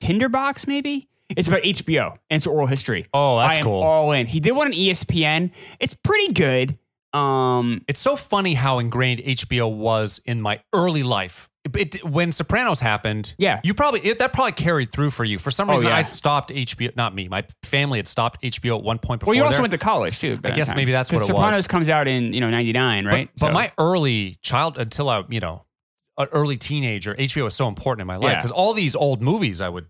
[SPEAKER 2] Tinderbox, maybe. It's about HBO and it's oral history.
[SPEAKER 1] Oh, that's
[SPEAKER 2] I am
[SPEAKER 1] cool.
[SPEAKER 2] all in. He did one on E ESPN. It's pretty good. Um,
[SPEAKER 1] it's so funny how ingrained HBO was in my early life. It, it- when Sopranos happened,
[SPEAKER 2] Yeah.
[SPEAKER 1] you probably it, that probably carried through for you. For some
[SPEAKER 2] Oh,
[SPEAKER 1] reason,
[SPEAKER 2] yeah.
[SPEAKER 1] I'd stopped HBO. Not me, my family had stopped HBO at one point. Before
[SPEAKER 2] well, you also
[SPEAKER 1] there.
[SPEAKER 2] went to college too.
[SPEAKER 1] I guess maybe that's what it was.
[SPEAKER 2] Sopranos comes out in you know '99,
[SPEAKER 1] But-
[SPEAKER 2] right?
[SPEAKER 1] But,
[SPEAKER 2] So-
[SPEAKER 1] my early child, until I, you know, an early teenager, HBO was so important in my life
[SPEAKER 2] Yeah.
[SPEAKER 1] because all these old movies I would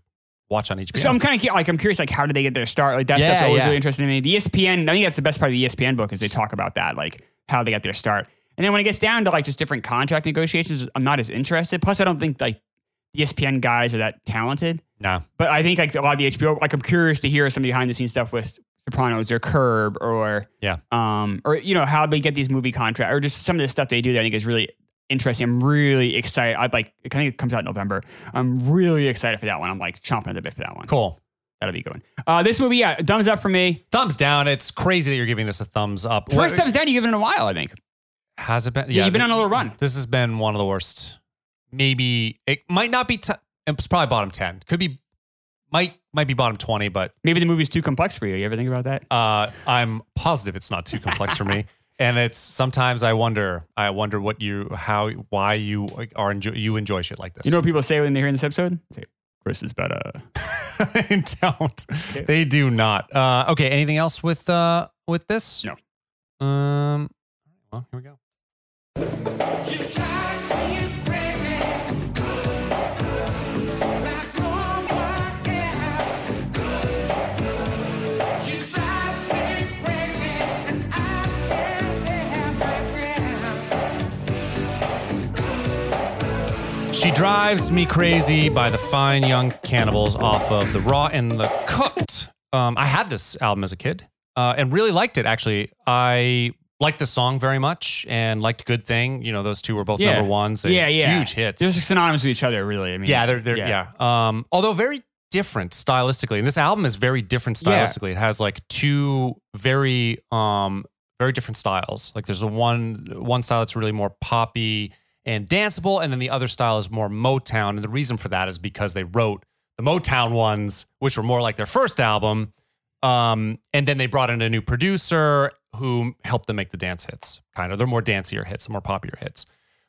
[SPEAKER 1] watch on HBO.
[SPEAKER 2] So I'm kind of like I'm curious like how did they get their start? Like that
[SPEAKER 1] Yeah,
[SPEAKER 2] stuff's always
[SPEAKER 1] yeah.
[SPEAKER 2] really interesting to me. The E ESPN, I think that's the best part of the E ESPN book is they talk about that like how they got their start. And then when it gets down to like just different contract negotiations, I'm not as interested. Plus, I don't think like the E ESPN guys are that talented.
[SPEAKER 1] no,
[SPEAKER 2] But I think like a lot of the HBO, like I'm curious to hear some behind the scenes stuff with Sopranos or Curb or
[SPEAKER 1] Yeah.
[SPEAKER 2] um, or you know how they get these movie contracts or just some of the stuff they do that I think is really interesting. I'm really excited. I like I think it comes out in November. I'm really excited for that one. I'm like chomping at the bit for that one.
[SPEAKER 1] cool.
[SPEAKER 2] That'll be a good one. Uh, this movie, yeah, thumbs up for me.
[SPEAKER 1] Thumbs down. It's crazy that you're giving this a thumbs up.
[SPEAKER 2] First
[SPEAKER 1] What-
[SPEAKER 2] thumbs down you give it in a while, I think.
[SPEAKER 1] has it been?
[SPEAKER 2] Yeah, you've been on a little run.
[SPEAKER 1] This has been one of the worst. Maybe it might not be. T- it's probably bottom ten. Could be. Might might be bottom twenty, but
[SPEAKER 2] Maybe the movie's too complex for you. You ever think about that?
[SPEAKER 1] uh, I'm positive it's not too complex for
[SPEAKER 2] [LAUGHS]
[SPEAKER 1] me. And it's sometimes I wonder. I wonder what you, how, why you are enjoy you enjoy shit like this. [LAUGHS]
[SPEAKER 2] You know what people say when they're hearing this episode? Say, Chris is better.
[SPEAKER 1] they don't. They do not. Uh, okay. Anything else with uh, with this?
[SPEAKER 2] No.
[SPEAKER 1] Um. Well, here we go.
[SPEAKER 3] You drive me crazy. Like no one else. You drive me crazy, and I can't help myself.
[SPEAKER 1] She drives me crazy by the fine young cannibals off of the raw and the cooked. Um, I had this album as a kid uh, and really liked it. Actually, I liked the song very much and liked Good Thing. You know, those two were both
[SPEAKER 2] Yeah.
[SPEAKER 1] number ones. and
[SPEAKER 2] yeah, yeah.
[SPEAKER 1] huge hits.
[SPEAKER 2] They're just synonymous with each other, really. I mean,
[SPEAKER 1] yeah, they're, they're yeah. Um, although very different stylistically, and this album is very different
[SPEAKER 2] Yeah.
[SPEAKER 1] stylistically. It has like two very um very different styles. Like there's a one one style that's really more poppy and danceable, and then the other style is more Motown. And the reason for that is because they wrote the Motown ones, which were more like their first album. Um, and then they brought in a new producer who helped them make the dance hits. Kind of, they're more dancier hits, the more popular hits.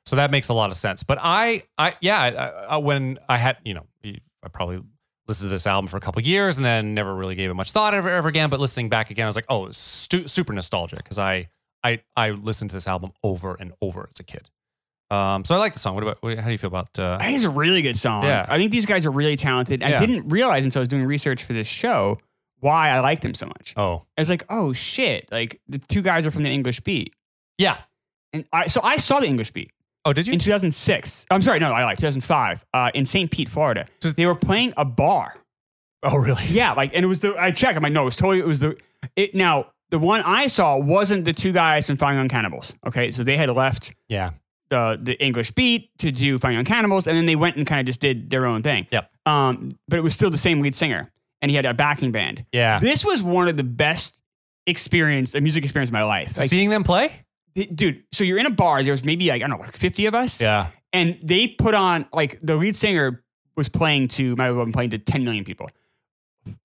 [SPEAKER 1] So that makes a lot of sense. But I, I yeah, I, I, when I had, you know, e, I probably listened to this album for a couple of years and then never really gave it much thought ever, ever again. But listening back again, I was like, oh, it's stu- super nostalgic because I, I, I listened to this album over and over as a kid. Um, so I like the song. What about? what- How do you feel about?
[SPEAKER 2] I
[SPEAKER 1] Uh,
[SPEAKER 2] think it's a really good song.
[SPEAKER 1] Yeah.
[SPEAKER 2] I think these guys are really talented. I
[SPEAKER 1] Yeah.
[SPEAKER 2] didn't realize until I was doing research for this show why I liked them so much.
[SPEAKER 1] oh,
[SPEAKER 2] I was like, oh shit, like the two guys are from the English beat.
[SPEAKER 1] yeah.
[SPEAKER 2] And I, so I saw the English beat.
[SPEAKER 1] Oh, did you?
[SPEAKER 2] in 2006. I'm sorry, no, I lied. 2005, uh, in St. Pete, Florida.
[SPEAKER 1] Just-
[SPEAKER 2] they were playing a bar.
[SPEAKER 1] Oh, really?
[SPEAKER 2] Yeah, like, and it was the. I checked. I'm like, no, it was totally. It was the. It now the one I saw wasn't the two guys from Fine Young Cannibals. Okay, so they had left
[SPEAKER 1] Yeah.
[SPEAKER 2] the the English beat to do Fine Young Cannibals, and then they went and kind of just did their own thing.
[SPEAKER 1] Yep.
[SPEAKER 2] Um, but it was still the same lead singer, and he had a backing band.
[SPEAKER 1] Yeah.
[SPEAKER 2] This was one of the best experience, a music experience of my life. Like,
[SPEAKER 1] Seeing them play?
[SPEAKER 2] dude, so you're in a bar. There was maybe like I don't know, like 50 of us.
[SPEAKER 1] Yeah.
[SPEAKER 2] and they put on like the lead singer was playing to might have been playing to 10 million people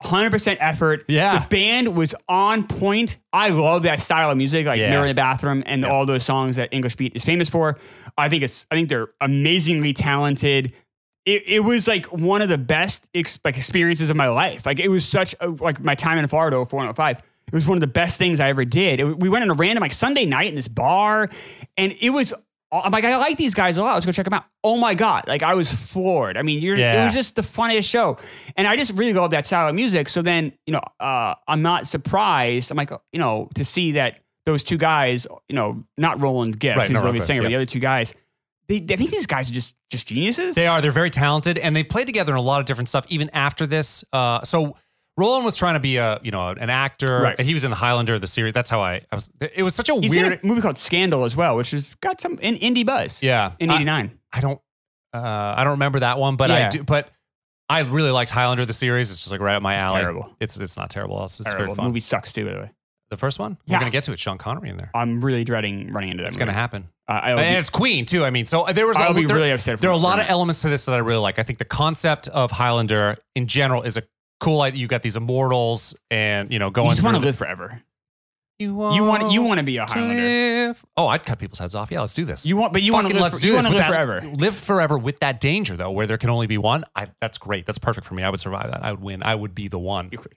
[SPEAKER 2] 100% effort
[SPEAKER 1] Yeah.
[SPEAKER 2] the band was on point i love that style of music like
[SPEAKER 1] Yeah.
[SPEAKER 2] mirror in the bathroom and
[SPEAKER 1] Yeah.
[SPEAKER 2] all those songs that english beat is famous for i think it's i think they're amazingly talented it, it was like one of the best ex- like experiences of my life like it was such a, like my time in florida 405 it was one of the best things i ever did It- we went on a random like sunday night in this bar and it was I'm like, I like these guys a lot. Let's go check them out. Oh my God. Like I was floored. I mean, you're, it
[SPEAKER 1] Yeah.
[SPEAKER 2] was just the funniest show. And I just really love that style of music. So then, you know, uh, I'm not surprised. I'm like, uh, you know, to see that those two guys, you know, not Roland Gibbs,
[SPEAKER 1] Right,
[SPEAKER 2] who's
[SPEAKER 1] no,
[SPEAKER 2] the lead
[SPEAKER 1] Roland
[SPEAKER 2] singer,
[SPEAKER 1] Gibbs,
[SPEAKER 2] but the other two guys, they, I think these guys are just, just geniuses.
[SPEAKER 1] They are. They're very talented, and they've played together in a lot of different stuff. Even after this, uh, so Roland was trying to be a you know an actor.
[SPEAKER 2] Right.
[SPEAKER 1] And he was in the Highlander the series. That's how I, I was. It was such a
[SPEAKER 2] He's
[SPEAKER 1] weird.
[SPEAKER 2] in a movie called Scandal as well, which has got some in, indie buzz
[SPEAKER 1] yeah, Ah,
[SPEAKER 2] in
[SPEAKER 1] I,
[SPEAKER 2] '89.
[SPEAKER 1] I don't. Uh, I don't remember that one, but I
[SPEAKER 2] Yeah.
[SPEAKER 1] do. But I really liked Highlander the series. It's just like right up my
[SPEAKER 2] It's
[SPEAKER 1] alley.
[SPEAKER 2] terrible.
[SPEAKER 1] It's it's not terrible. It's, it's
[SPEAKER 2] Terrible.
[SPEAKER 1] very
[SPEAKER 2] The
[SPEAKER 1] fun.
[SPEAKER 2] movie sucks too, by the way.
[SPEAKER 1] The first one.
[SPEAKER 2] Yeah.
[SPEAKER 1] We're gonna get to it. Sean Connery in there.
[SPEAKER 2] I'm really dreading running into that.
[SPEAKER 1] It's gonna
[SPEAKER 2] movie.
[SPEAKER 1] happen.
[SPEAKER 2] Uh, I'll,
[SPEAKER 1] and
[SPEAKER 2] be,
[SPEAKER 1] it's Queen too. I mean, so uh, there was.
[SPEAKER 2] I'll
[SPEAKER 1] a,
[SPEAKER 2] be
[SPEAKER 1] there,
[SPEAKER 2] really upset. if
[SPEAKER 1] there are a
[SPEAKER 2] we're
[SPEAKER 1] lot of
[SPEAKER 2] not.
[SPEAKER 1] elements to this that I really like. I think the concept of Highlander in general is a cool idea. You got these immortals, and you know, going.
[SPEAKER 2] You just want to
[SPEAKER 1] through-
[SPEAKER 2] live forever.
[SPEAKER 1] You
[SPEAKER 2] You want you want to be a
[SPEAKER 1] to
[SPEAKER 2] Highlander.
[SPEAKER 1] live. Oh, I'd cut people's heads off. Yeah, let's do this.
[SPEAKER 2] You want, but you want to
[SPEAKER 1] Fucking
[SPEAKER 2] live.
[SPEAKER 1] let's
[SPEAKER 2] for-
[SPEAKER 1] do
[SPEAKER 2] you
[SPEAKER 1] this
[SPEAKER 2] want to
[SPEAKER 1] with
[SPEAKER 2] live
[SPEAKER 1] that-
[SPEAKER 2] forever.
[SPEAKER 1] Live forever with that danger though, where there can only be one. I, that's great. That's perfect for me. I would survive that. I would win. I would be the one.
[SPEAKER 2] You could-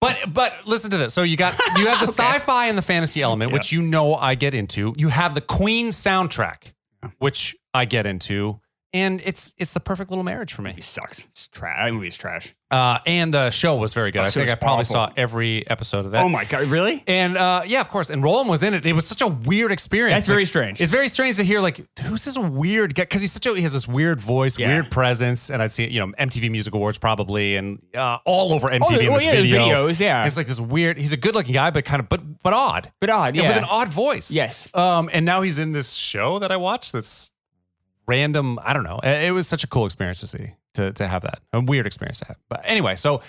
[SPEAKER 1] But but listen to this. So you got you
[SPEAKER 2] [LAUGHS]
[SPEAKER 1] have the sci-fi and the fantasy element, which you know I get into. You have the Queen soundtrack, which I get into, and it's it's the perfect little marriage for me.
[SPEAKER 2] It sucks. It's trash. That movie's trash.
[SPEAKER 1] Uh, and the show was very good.
[SPEAKER 2] Oh,
[SPEAKER 1] I
[SPEAKER 2] so
[SPEAKER 1] think I
[SPEAKER 2] it's
[SPEAKER 1] probably
[SPEAKER 2] awful.
[SPEAKER 1] saw every episode of that.
[SPEAKER 2] Oh my god, really?
[SPEAKER 1] and uh, yeah, of course. And Roland was in it. It was such a weird experience.
[SPEAKER 2] That's very
[SPEAKER 1] Like,
[SPEAKER 2] strange.
[SPEAKER 1] It's very strange to hear like who's this weird guy because he's such a he has this weird voice,
[SPEAKER 2] Yeah.
[SPEAKER 1] weird presence, and I'd see it, you know MTV Music Awards probably and uh, all over MTV
[SPEAKER 2] Oh,
[SPEAKER 1] in
[SPEAKER 2] oh,
[SPEAKER 1] this
[SPEAKER 2] yeah, the
[SPEAKER 1] video.
[SPEAKER 2] videos, yeah.
[SPEAKER 1] And it's like this weird. He's a good-looking guy, but kind of but but odd,
[SPEAKER 2] But odd,
[SPEAKER 1] You know,
[SPEAKER 2] yeah.
[SPEAKER 1] with an odd voice.
[SPEAKER 2] Yes.
[SPEAKER 1] Um, and now he's in this show that I watched. That's random. I don't know. It it was such a cool experience to see to to have that a weird experience to have. But anyway, so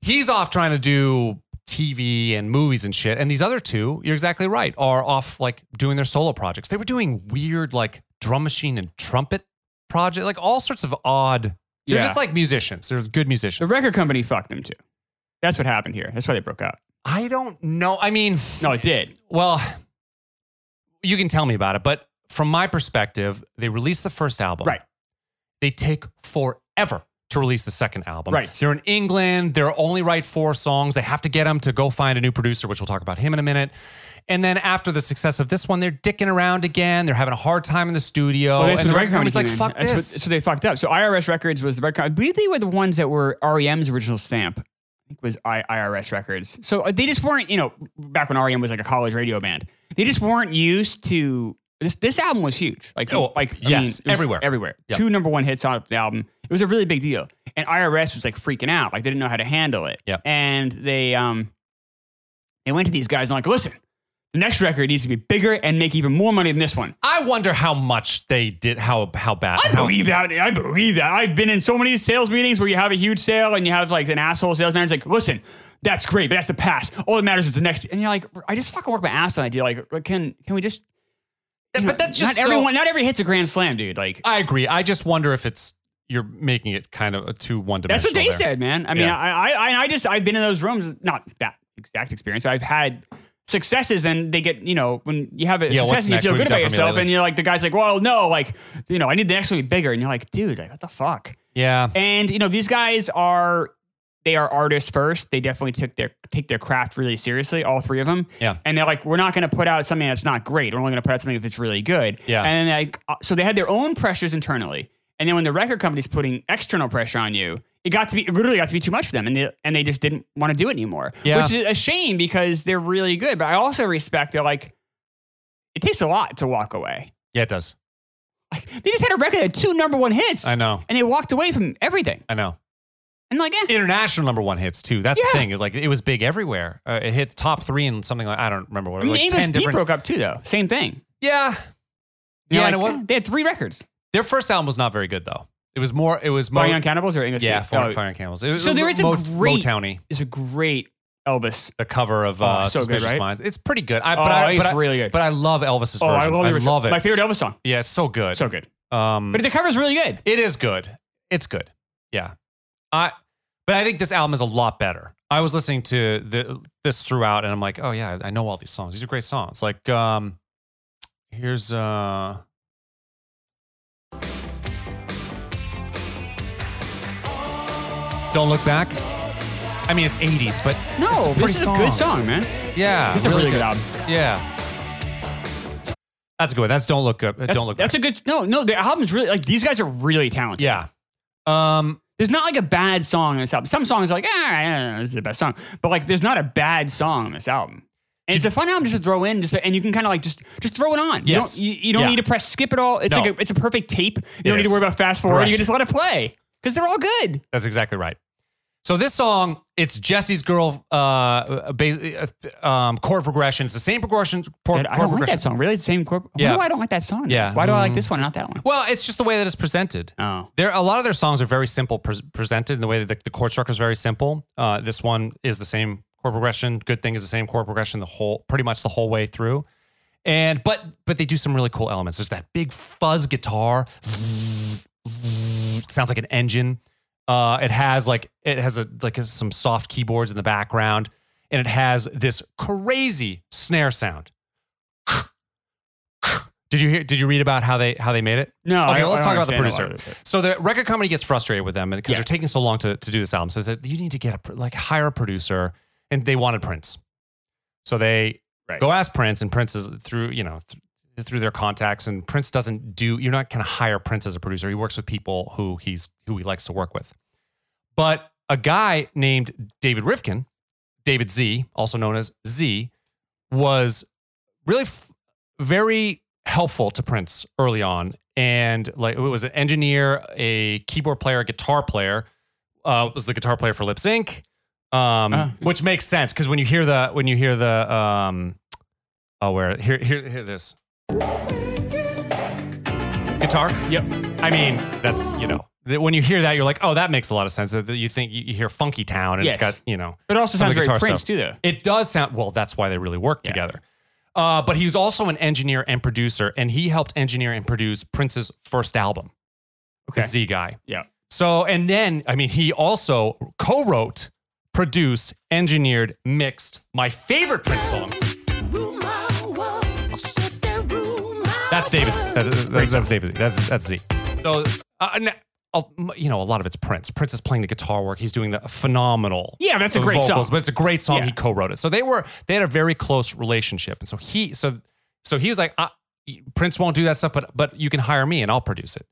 [SPEAKER 1] he's off trying to do TV and movies and shit. And these other two, you're exactly right, are off like doing their solo projects. They were doing weird like drum machine and trumpet project, like all sorts of odd. They're
[SPEAKER 2] Yeah.
[SPEAKER 1] just like musicians. They're good
[SPEAKER 2] The
[SPEAKER 1] musicians.
[SPEAKER 2] record company fucked them too. That's what happened here. That's why they broke up.
[SPEAKER 1] I don't know. I mean,
[SPEAKER 2] No, it did.
[SPEAKER 1] well, you can tell me about it, but from my perspective, they released the first album.
[SPEAKER 2] Right.
[SPEAKER 1] They take forever to release the second album.
[SPEAKER 2] Right.
[SPEAKER 1] They're in England. They're only write four songs. They have to get them to go find a new producer, which we'll talk about him in a minute. And then after the success of this one, they're dicking around again. They're having a hard time in the studio.
[SPEAKER 2] Well, that's
[SPEAKER 1] and
[SPEAKER 2] when
[SPEAKER 1] the record company's
[SPEAKER 2] came
[SPEAKER 1] like,
[SPEAKER 2] in.
[SPEAKER 1] fuck
[SPEAKER 2] that's What,
[SPEAKER 1] this.
[SPEAKER 2] that's what they fucked up. So IRS Records was the record. I believe they were the ones that were REM's original stamp. I think it was I, IRS Records. So uh, they just weren't, you know, back when REM was like a college radio band. They just weren't used to this. This album was huge. Like,
[SPEAKER 1] Oh,
[SPEAKER 2] like I mean,
[SPEAKER 1] yes,
[SPEAKER 2] it was
[SPEAKER 1] everywhere.
[SPEAKER 2] everywhere.
[SPEAKER 1] Yeah.
[SPEAKER 2] Two number one hits on the album. It was a really big deal. And IRS was like freaking out. Like they didn't know how to handle it.
[SPEAKER 1] Yeah.
[SPEAKER 2] And they um they went to these guys and like, listen, the next record needs to be bigger and make even more money than this one.
[SPEAKER 1] I wonder how much they did, how how bad.
[SPEAKER 2] I
[SPEAKER 1] how,
[SPEAKER 2] believe that. I believe that. I've been in so many sales meetings where you have a huge sale and you have like an asshole sales manager like, listen, that's great, but that's the past. All that matters is the next. And you're like, I just fucking work my ass on that deal. Like, like, can can we just? you know,
[SPEAKER 1] but that's just
[SPEAKER 2] not
[SPEAKER 1] so-
[SPEAKER 2] everyone. Not every hit's a grand slam, dude. Like
[SPEAKER 1] I agree. I just wonder if it's you're making it kind of a too one
[SPEAKER 2] that's
[SPEAKER 1] dimensional.
[SPEAKER 2] what they said, man. I mean,
[SPEAKER 1] Yeah.
[SPEAKER 2] I, I I I just I've been in those rooms. Not that exact experience, but I've had successes and they get you know when you have a
[SPEAKER 1] Yeah, what's
[SPEAKER 2] success and you
[SPEAKER 1] next?
[SPEAKER 2] feel
[SPEAKER 1] What
[SPEAKER 2] good
[SPEAKER 1] have you done for me
[SPEAKER 2] about yourself
[SPEAKER 1] lately?
[SPEAKER 2] and you're like the guy's like well no like you know i need the next one to be bigger and you're like dude like what the fuck
[SPEAKER 1] Yeah.
[SPEAKER 2] And you know, these guys are they are artists first. They definitely took their take their craft really seriously, all three of them.
[SPEAKER 1] Yeah.
[SPEAKER 2] And they're like, we're not going to put out something that's not great. We're only going to put out something if it's really good.
[SPEAKER 1] Yeah.
[SPEAKER 2] And then like, uh, so they had their own pressures internally. And then when the record company's putting external pressure on you, it got to be it literally got to be too much for them, and they, and they just didn't want to do it anymore.
[SPEAKER 1] Yeah.
[SPEAKER 2] Which is a shame because they're really good. But I also respect they're like, it takes a lot to walk away.
[SPEAKER 1] Yeah, it does.
[SPEAKER 2] Like they just had a record that had two number one hits,
[SPEAKER 1] I know.
[SPEAKER 2] and they walked away from everything.
[SPEAKER 1] I know.
[SPEAKER 2] And like, eh.
[SPEAKER 1] International number one hits too. That's the
[SPEAKER 2] Yeah.
[SPEAKER 1] thing. It, Like it was big everywhere. Uh, it hit top three in something like I don't remember what.
[SPEAKER 2] I mean,
[SPEAKER 1] like
[SPEAKER 2] the English
[SPEAKER 1] ten
[SPEAKER 2] Beat
[SPEAKER 1] different.
[SPEAKER 2] broke up too, though. Same thing.
[SPEAKER 1] yeah.
[SPEAKER 2] You
[SPEAKER 1] Yeah,
[SPEAKER 2] know,
[SPEAKER 1] and it
[SPEAKER 2] like,
[SPEAKER 1] wasn't.
[SPEAKER 2] They had three records:
[SPEAKER 1] Their first album was not very good though. It was more. It was
[SPEAKER 2] Flying
[SPEAKER 1] more.
[SPEAKER 2] on Cannibals or English
[SPEAKER 1] Yeah,
[SPEAKER 2] Beat.
[SPEAKER 1] Fire,
[SPEAKER 2] Oh,
[SPEAKER 1] Fire and Candles. It was
[SPEAKER 2] So there is a
[SPEAKER 1] Mo-
[SPEAKER 2] great-
[SPEAKER 1] Motowny.
[SPEAKER 2] It's a great Elvis.
[SPEAKER 1] the cover of uh,
[SPEAKER 2] Oh, so good,
[SPEAKER 1] Suspicious
[SPEAKER 2] right?
[SPEAKER 1] Minds. It's pretty good. I,
[SPEAKER 2] Oh,
[SPEAKER 1] but I,
[SPEAKER 2] it's
[SPEAKER 1] but I-
[SPEAKER 2] really good.
[SPEAKER 1] But I love Elvis's
[SPEAKER 2] oh,
[SPEAKER 1] version.
[SPEAKER 2] I love, the original.
[SPEAKER 1] it.
[SPEAKER 2] My favorite Elvis song.
[SPEAKER 1] Yeah, it's so good.
[SPEAKER 2] So good.
[SPEAKER 1] um,
[SPEAKER 2] But the cover's really good.
[SPEAKER 1] It is good. It's good. Yeah. I but I think this album is a lot better. I was listening to the this throughout and I'm like, oh yeah, I know all these songs. These are great songs. Like um here's uh Don't look back. I mean, it's 80s, but it's a
[SPEAKER 2] this
[SPEAKER 1] pretty
[SPEAKER 2] is a good song, man.
[SPEAKER 1] Yeah,
[SPEAKER 2] This is a really good album.
[SPEAKER 1] Yeah, that's a good. one. That's don't look up. uh,
[SPEAKER 2] That's,
[SPEAKER 1] don't look.
[SPEAKER 2] That's
[SPEAKER 1] back.
[SPEAKER 2] a good. No, no, the album's really like these guys are really talented.
[SPEAKER 1] yeah. Um,
[SPEAKER 2] There's not like a bad song on this album. Some songs are like, ah, I don't know, this is the best song. But like, there's not a bad song on this album. And it's a fun album just to throw in, just to, and you can kind of like just just throw it on.
[SPEAKER 1] Yes.
[SPEAKER 2] You don't, you, you don't
[SPEAKER 1] Yeah.
[SPEAKER 2] need to press skip at all. It's
[SPEAKER 1] No.
[SPEAKER 2] like a, it's a perfect tape. You don't need
[SPEAKER 1] is.
[SPEAKER 2] to worry about fast forward.
[SPEAKER 1] Correct.
[SPEAKER 2] You can just let it play because they're all good.
[SPEAKER 1] That's exactly right. So this song, it's Jesse's girl, uh, bas- uh, um, chord progression. It's the same progression. Por-
[SPEAKER 2] Dude, I
[SPEAKER 1] chord
[SPEAKER 2] don't like
[SPEAKER 1] progression.
[SPEAKER 2] that song. Really, it's the same corp.
[SPEAKER 1] Yeah.
[SPEAKER 2] Why do I don't like that song?
[SPEAKER 1] Yeah. Mm.
[SPEAKER 2] Why do I like this one, not that one?
[SPEAKER 1] Well, it's just the way that it's presented.
[SPEAKER 2] Oh.
[SPEAKER 1] There, a lot of their songs are very simple pres presented, and the way that the, the chord structure is very simple. Uh, this one is the same chord progression. Good thing is the same chord progression the whole, pretty much the whole way through. And but but they do some really cool elements. There's that big fuzz guitar. Sounds like an engine. Uh, it has like it has a like some soft keyboards in the background, and it has this crazy snare sound. Did you hear? Did you read about how they how they made it?
[SPEAKER 2] No.
[SPEAKER 1] Okay,
[SPEAKER 2] I-
[SPEAKER 1] well, let's talk
[SPEAKER 2] I don't
[SPEAKER 1] about the
[SPEAKER 2] understand a lot
[SPEAKER 1] producer.
[SPEAKER 2] of it.
[SPEAKER 1] So the record company gets frustrated with them because
[SPEAKER 2] Yeah.
[SPEAKER 1] they're taking so long to, to do this album. So they said, you need to get a, pr- like hire a producer, and they wanted Prince. So they
[SPEAKER 2] Right.
[SPEAKER 1] go ask Prince, and Prince is through you know th- through their contacts, and Prince doesn't do. You're not going to hire Prince as a producer. He works with people who he's who he likes to work with. But a guy named David Rifkin, David Z, also known as Z, was really f- very helpful to Prince early on. And like it was an engineer, a keyboard player, a guitar player. Uh, was the guitar player for Lip Sync, um,
[SPEAKER 2] Ah.
[SPEAKER 1] which makes sense because when you hear the when you hear the um, oh where here here hear this guitar.
[SPEAKER 2] Yep.
[SPEAKER 1] I mean that's you know that when you hear that you're like oh that makes a lot of sense that that you think you you hear Funky Town and it's
[SPEAKER 2] Yes.
[SPEAKER 1] got you know
[SPEAKER 2] But it also
[SPEAKER 1] Some of the
[SPEAKER 2] sounds very
[SPEAKER 1] guitar
[SPEAKER 2] Prince
[SPEAKER 1] stuff.
[SPEAKER 2] too, though.
[SPEAKER 1] it does sound well. That's why they really work
[SPEAKER 2] Yeah.
[SPEAKER 1] together. Uh, but he was also an engineer and producer, and he helped engineer and produce Prince's first album.
[SPEAKER 2] Okay.
[SPEAKER 1] the Z guy.
[SPEAKER 2] Yeah.
[SPEAKER 1] So and then I mean he also co-wrote, produced, engineered, mixed my favorite Prince song. That's David. That's, that's, that's David. That's that's Z. So uh, n- I'll- m- you know a lot of it's Prince. Prince is playing the guitar work. He's doing the phenomenal
[SPEAKER 2] Yeah, that's a great
[SPEAKER 1] vocals,
[SPEAKER 2] song.
[SPEAKER 1] but it's a great song.
[SPEAKER 2] Yeah.
[SPEAKER 1] He co-wrote it, so they were they had a very close relationship, and so he so so he was like, uh, Prince won't do that stuff, but but you can hire me and I'll produce it,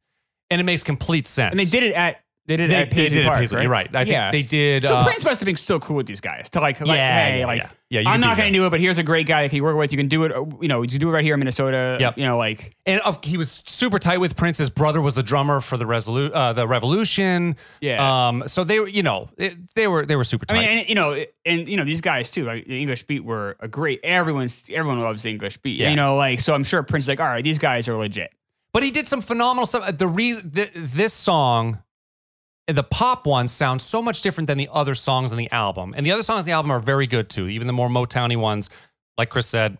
[SPEAKER 1] and it makes complete sense.
[SPEAKER 2] And they did it at they did it
[SPEAKER 1] They,
[SPEAKER 2] at
[SPEAKER 1] they
[SPEAKER 2] Paisley
[SPEAKER 1] did it at
[SPEAKER 2] Park,
[SPEAKER 1] Paisley.
[SPEAKER 2] right?
[SPEAKER 1] You're right. I
[SPEAKER 2] Yeah.
[SPEAKER 1] think they did.
[SPEAKER 2] So
[SPEAKER 1] uh,
[SPEAKER 2] Prince must have been still cool with these guys to like, like
[SPEAKER 1] Yeah,
[SPEAKER 2] hey,
[SPEAKER 1] yeah,
[SPEAKER 2] like
[SPEAKER 1] yeah. Yeah, you can
[SPEAKER 2] I'm
[SPEAKER 1] be
[SPEAKER 2] not gonna
[SPEAKER 1] there.
[SPEAKER 2] do it, but here's a great guy that can you work with. You can do it, uh, you know, you can do it right here in Minnesota.
[SPEAKER 1] Yep.
[SPEAKER 2] You know, like
[SPEAKER 1] and of, he was super tight with Prince. His brother was the drummer for the resolu- uh, the Revolution.
[SPEAKER 2] Yeah.
[SPEAKER 1] Um. So they were, you know, it, they were they were super
[SPEAKER 2] I
[SPEAKER 1] tight.
[SPEAKER 2] mean, and you know, and you know, these guys too. Like the English Beat were a great. Everyone's everyone loves the English Beat.
[SPEAKER 1] Yeah.
[SPEAKER 2] You know, like so I'm sure Prince is like, all right, these guys are legit.
[SPEAKER 1] but he did some phenomenal stuff. The reason th- this song, the pop one, sounds so much different than the other songs on the album, and the other songs on the album are very good too. Even the more Motowny ones, like Chris said,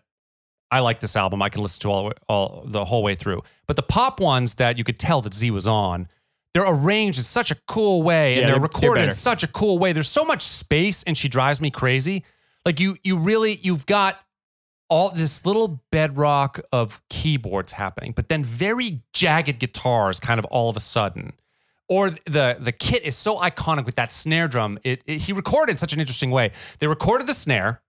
[SPEAKER 1] I like this album. I can listen to all, all the whole way through. But the pop ones that you could tell that Z was on, they're arranged in such a cool way, and
[SPEAKER 2] Yeah,
[SPEAKER 1] they're,
[SPEAKER 2] they're- they're
[SPEAKER 1] recorded in
[SPEAKER 2] better.
[SPEAKER 1] such a cool way. There's so much space, and she drives me crazy. Like you, you really, you've got all this little bedrock of keyboards happening, but then very jagged guitars kind of all of a sudden. Or the the kit is so iconic with that snare drum. It, it he recorded in such an interesting way. They recorded the snare,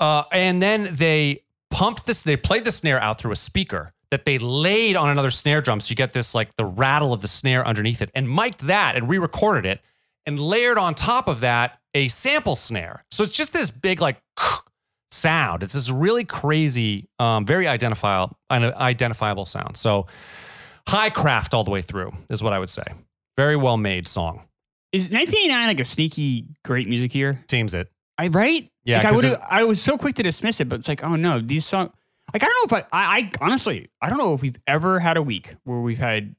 [SPEAKER 1] uh, and then they pumped this. They played the snare out through a speaker that they laid on another snare drum, so you get this like the rattle of the snare underneath it, and mic'd that and re-recorded it, and layered on top of that a sample snare. So it's just this big like sound. It's this really crazy, um, very identifiable, identifiable sound. So high craft all the way through is what I would say. Very well made song.
[SPEAKER 2] Is 1989 like a sneaky great music year?
[SPEAKER 1] Seems it.
[SPEAKER 2] I right?
[SPEAKER 1] Yeah,
[SPEAKER 2] Like, I
[SPEAKER 1] 'cause
[SPEAKER 2] would.
[SPEAKER 1] it's-
[SPEAKER 2] I was so quick to dismiss it, but it's like, oh no, these songs. Like I don't know if I, I, I honestly, I don't know if we've ever had a week where we've had